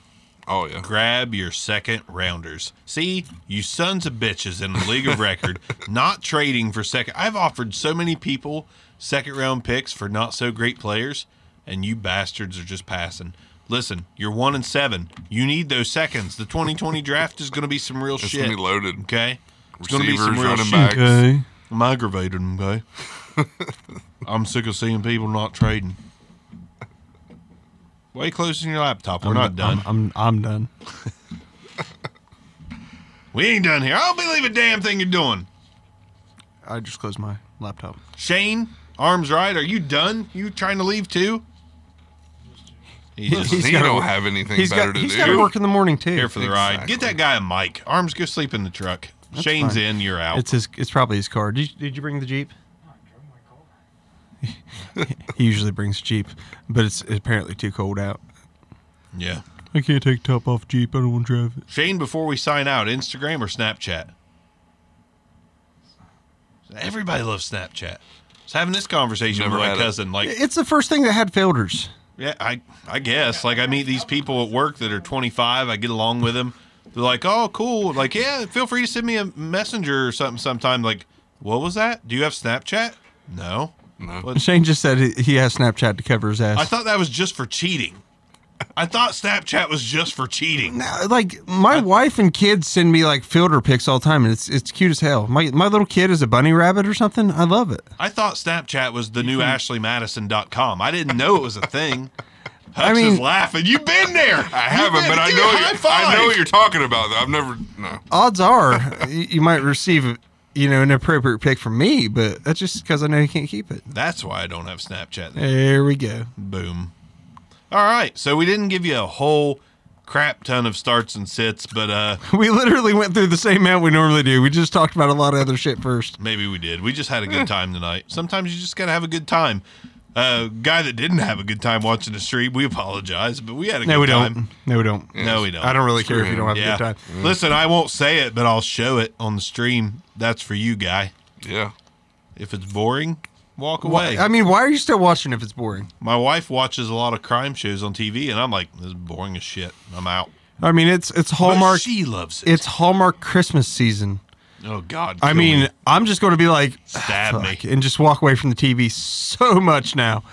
[SPEAKER 4] Oh yeah.
[SPEAKER 1] Grab your second rounders. See, you sons of bitches in the league of record, not trading for second. I've offered so many people second round picks for not so great players, and you bastards are just passing. Listen, you're one and seven. You need those seconds. The 2020 draft is going to be some real
[SPEAKER 4] It's
[SPEAKER 1] shit.
[SPEAKER 4] gonna be loaded.
[SPEAKER 1] Okay, it's going to be
[SPEAKER 4] Receivers,
[SPEAKER 1] some real
[SPEAKER 4] running
[SPEAKER 1] shit.
[SPEAKER 4] backs.
[SPEAKER 1] I'm aggravated, okay? I'm sick of seeing people not trading. Way closer than your laptop. We're not done.
[SPEAKER 2] I'm I'm done.
[SPEAKER 1] we ain't done here. I don't believe a damn thing you're doing.
[SPEAKER 2] I just closed my laptop.
[SPEAKER 1] Shane, arms right. Are you done? You trying to leave too? He just
[SPEAKER 2] He's
[SPEAKER 4] he
[SPEAKER 2] gotta-
[SPEAKER 4] don't have anything
[SPEAKER 2] He's
[SPEAKER 4] better
[SPEAKER 2] got
[SPEAKER 4] to
[SPEAKER 2] he's
[SPEAKER 4] do.
[SPEAKER 2] got to work in the morning too.
[SPEAKER 1] here for the ride. Get that guy a mic. Arms, go sleep in the truck. Shane's
[SPEAKER 2] fine.
[SPEAKER 1] in. You're out.
[SPEAKER 2] It's his. It's probably his car. Did you, did you bring the jeep? he usually brings jeep, but it's apparently too cold out.
[SPEAKER 1] yeah.
[SPEAKER 2] I can't take top off jeep. I don't want to drive it.
[SPEAKER 1] Shane, before we sign out, Instagram or Snapchat? Everybody loves Snapchat. I was having this conversation
[SPEAKER 4] Never
[SPEAKER 1] with my
[SPEAKER 4] had it.
[SPEAKER 1] cousin. Like,
[SPEAKER 2] It's the first thing that had filters.
[SPEAKER 1] Yeah, I I guess. Like I meet these people at work that are 25. I get along with them. They're like, "Oh, cool." Like, "Yeah, feel free to send me a messenger or something sometime." Like, "What was that? Do you have Snapchat?" No.
[SPEAKER 4] No.
[SPEAKER 1] What-
[SPEAKER 2] Shane just said he- he has Snapchat to cover his ass.
[SPEAKER 1] I thought that was just for cheating. I thought Snapchat was just for cheating.
[SPEAKER 2] Now, like my wife and kids send me like filter pics all the time, and it's it's cute as hell. My my little kid is a bunny rabbit or something. I love it.
[SPEAKER 1] I thought Snapchat was the
[SPEAKER 4] Mm-hmm.
[SPEAKER 1] new AshleyMadison.com. I didn't know it was a thing. Hux
[SPEAKER 2] I mean-
[SPEAKER 1] is laughing. You've been there.
[SPEAKER 4] I haven't, but I know you, I know what you're talking about. Though I've never. No.
[SPEAKER 2] odds are you you might receive you know an appropriate pick from me, but that's just because I know you can't keep it.
[SPEAKER 1] That's why I don't have Snapchat.
[SPEAKER 2] There we go.
[SPEAKER 1] Boom. All right. So we didn't give you a whole crap ton of starts and sits, but uh
[SPEAKER 2] We literally went through the same amount we normally do. We just talked about a lot of other shit first.
[SPEAKER 1] maybe we did. We just had a
[SPEAKER 2] Eh.
[SPEAKER 1] good time tonight. Sometimes you just got to have a good time. Uh guy that didn't have a good time watching the stream, we apologize, but we had a
[SPEAKER 2] No,
[SPEAKER 1] good
[SPEAKER 2] we
[SPEAKER 1] time.
[SPEAKER 2] don't. No, we don't.
[SPEAKER 1] No, we don't.
[SPEAKER 2] I don't really care if you don't have
[SPEAKER 1] Yeah.
[SPEAKER 2] a good time.
[SPEAKER 1] Listen, I won't say it, but I'll show it on the stream. That's for you, guy.
[SPEAKER 4] Yeah.
[SPEAKER 1] If it's boring, walk away.
[SPEAKER 2] I mean, why are you still watching if it's boring?
[SPEAKER 1] My wife watches a lot of crime shows on TV, and I'm like, this is boring as shit. I'm out.
[SPEAKER 2] I mean, it's it's
[SPEAKER 1] But
[SPEAKER 2] Hallmark.
[SPEAKER 1] she loves it.
[SPEAKER 2] It's Hallmark Christmas season.
[SPEAKER 1] oh God.
[SPEAKER 2] I
[SPEAKER 1] kill
[SPEAKER 2] mean,
[SPEAKER 1] me.
[SPEAKER 2] I'm just going to be like,
[SPEAKER 1] Stab
[SPEAKER 2] "Ah,
[SPEAKER 1] me."
[SPEAKER 2] fuck," and just walk away from the TV so much now.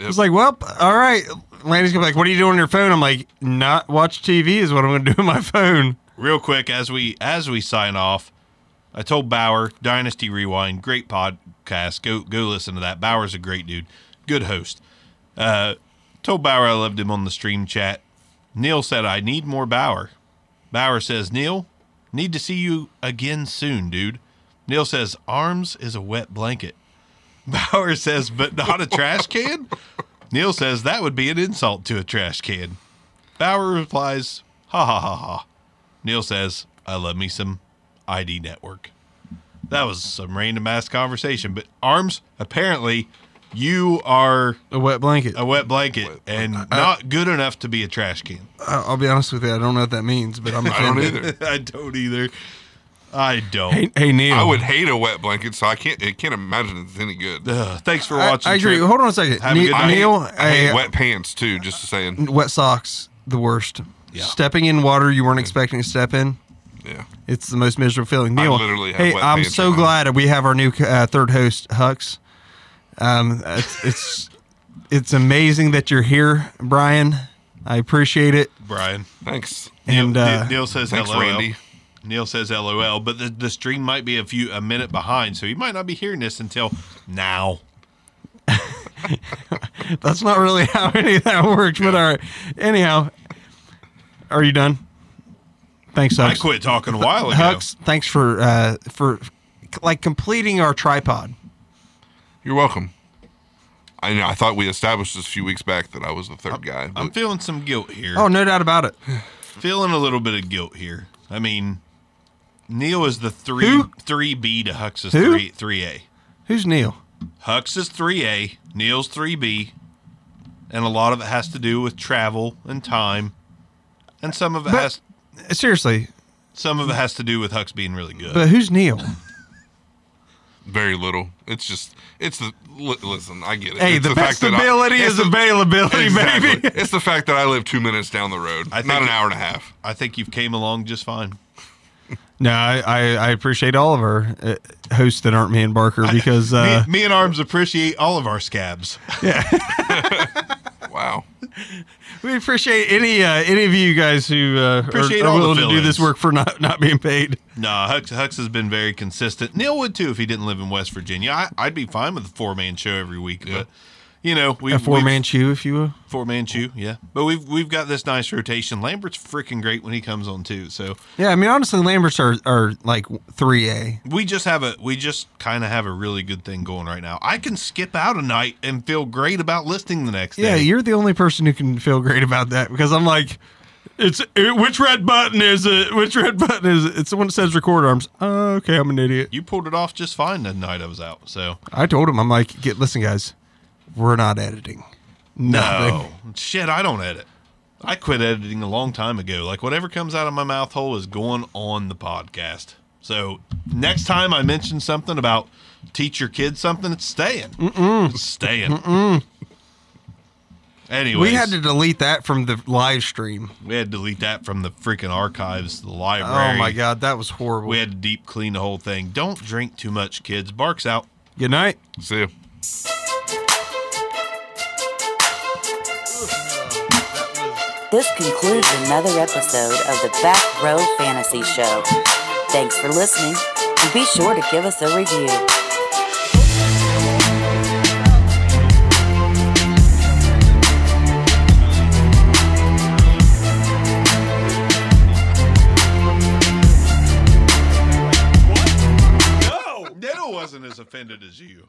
[SPEAKER 2] It's like, well, all right. Lanny's gonna be like, "What are you doing on your phone?" I'm like, "Not watch TV is what I'm gonna do on my phone."
[SPEAKER 1] real quick as we as we sign off. I told Bauer Dynasty Rewind, great podcast. Go go listen to that. Bauer's a great dude, good host. Uh, told Bauer I loved him on the stream chat. Neil said I need more Bauer. Bauer says Neil, need to see you again soon, dude. Neil says arms is a wet blanket. Bauer says but not a trash can. Neil says that would be an insult to a trash can. Bauer replies, ha ha ha ha. Neil says, I love me some ID network. That was some random ass conversation. But Arms, apparently you are
[SPEAKER 2] A wet blanket.
[SPEAKER 1] a wet blanket and not good enough to be a trash can.
[SPEAKER 2] I- I'll be honest with you, I don't know what that means, but I'm
[SPEAKER 4] I don't
[SPEAKER 2] offended.
[SPEAKER 4] either.
[SPEAKER 1] I don't either. I don't.
[SPEAKER 2] Hey, hey Neil,
[SPEAKER 4] I would hate a wet blanket, so I can't. I can't imagine it's any good.
[SPEAKER 1] Ugh, thanks for
[SPEAKER 2] I,
[SPEAKER 1] watching.
[SPEAKER 2] I agree.
[SPEAKER 1] Trip.
[SPEAKER 2] Hold on a second,
[SPEAKER 1] Have a
[SPEAKER 2] Ne-
[SPEAKER 1] good night.
[SPEAKER 2] Neil.
[SPEAKER 4] I hate
[SPEAKER 2] I-
[SPEAKER 4] wet pants too. Just saying.
[SPEAKER 2] wet socks, the worst.
[SPEAKER 1] Yeah.
[SPEAKER 2] Stepping in water you weren't expecting to step in.
[SPEAKER 4] Yeah.
[SPEAKER 2] It's the most miserable feeling. Neil,
[SPEAKER 4] literally have
[SPEAKER 2] hey,
[SPEAKER 4] wet
[SPEAKER 2] I'm
[SPEAKER 4] pants
[SPEAKER 2] so
[SPEAKER 4] right now.
[SPEAKER 2] glad that we have our new uh, third host, Hux. Um, it's it's, it's amazing that you're here, Brian. I appreciate it.
[SPEAKER 1] Brian.
[SPEAKER 4] Thanks.
[SPEAKER 1] Neil,
[SPEAKER 2] And uh,
[SPEAKER 1] Neil says
[SPEAKER 4] Thanks,
[SPEAKER 1] LOL.
[SPEAKER 4] Randy.
[SPEAKER 1] Neil says LOL, but the, the stream might be a few a minute behind, so he might not be hearing this until now.
[SPEAKER 2] that's not really how any of that works. But all right, anyhow, are you done? Thanks, Hux.
[SPEAKER 1] I quit talking a while ago.
[SPEAKER 2] Hux, thanks for uh, for like completing our tripod.
[SPEAKER 4] You're welcome. I know. I thought we established this a few weeks back that I was the third guy.
[SPEAKER 1] I'm
[SPEAKER 4] but
[SPEAKER 1] feeling some guilt here.
[SPEAKER 2] Oh, no doubt about it.
[SPEAKER 1] feeling a little bit of guilt here. I mean, Neil is the three
[SPEAKER 2] Who?
[SPEAKER 1] three B to Hux's
[SPEAKER 2] Who?
[SPEAKER 1] three three A.
[SPEAKER 2] Who's Neil?
[SPEAKER 1] Hux is three A, Neil's three B, and a lot of it has to do with travel and time, and some of it
[SPEAKER 2] But-
[SPEAKER 1] has
[SPEAKER 2] Seriously,
[SPEAKER 1] some of it has to do with Hux being really good.
[SPEAKER 2] but who's Neil?
[SPEAKER 4] very little. It's just. It's the. Li- listen, I get it.
[SPEAKER 2] Hey,
[SPEAKER 4] It's
[SPEAKER 2] the, best
[SPEAKER 4] that I-
[SPEAKER 2] ability
[SPEAKER 4] it's
[SPEAKER 2] is
[SPEAKER 4] the-
[SPEAKER 2] availability,
[SPEAKER 4] Exactly.
[SPEAKER 2] baby.
[SPEAKER 4] it's the fact that I live two minutes down the road,
[SPEAKER 1] I think-
[SPEAKER 4] not an hour and a half.
[SPEAKER 1] I think you've came along just fine.
[SPEAKER 2] No, I, I, I appreciate all of our uh, hosts that aren't me and Barker because uh,
[SPEAKER 1] me, me and Arms appreciate all of our scabs.
[SPEAKER 4] Wow.
[SPEAKER 2] we appreciate any uh, any of you guys who uh, are,
[SPEAKER 1] Appreciate
[SPEAKER 2] are
[SPEAKER 1] all the
[SPEAKER 2] willing to do this
[SPEAKER 1] fill-ins.
[SPEAKER 2] work for not, not being paid.
[SPEAKER 1] Nah, Hux, Hux has been very consistent. Neil would too if he didn't live in West Virginia. I, I'd be fine with a four man show every week, but you know, we
[SPEAKER 2] A four man shoe, if you will.
[SPEAKER 1] Four man chew, yeah. But we've we've got this nice rotation. Lambert's freaking great when he comes on too. So
[SPEAKER 2] Yeah, I mean, honestly, Lamberts are, are like 3A.
[SPEAKER 1] we just have a we just kind of have a really good thing going right now. I can skip out a night and feel great about listening the next
[SPEAKER 2] Yeah,
[SPEAKER 1] day.
[SPEAKER 2] you're the only person who can feel great about that because I'm like, it's it, which red button is it? Which red button is it? It's the one that says record arms. Oh, okay, I'm an idiot.
[SPEAKER 1] you pulled it off just fine the night I was out. So
[SPEAKER 2] I told him, I'm like, get listen, guys, we're not editing.
[SPEAKER 1] no shit, I don't edit. I quit editing a long time ago. Like whatever comes out of my mouth hole is going on the podcast. So next time I mention something about teach your kids something, it's staying. It's staying. Anyways,
[SPEAKER 2] We had to delete that from the live stream.
[SPEAKER 1] We had to delete that from the freaking archives, the library.
[SPEAKER 2] Oh my god, that was horrible.
[SPEAKER 1] We had to deep clean the whole thing. Don't drink too much, kids. Barks out.
[SPEAKER 2] Good night.
[SPEAKER 4] See ya.
[SPEAKER 6] This concludes another episode of the Back Row Fantasy Show. Thanks for listening, and be sure to give us a review.
[SPEAKER 1] No, Neto wasn't as offended as you.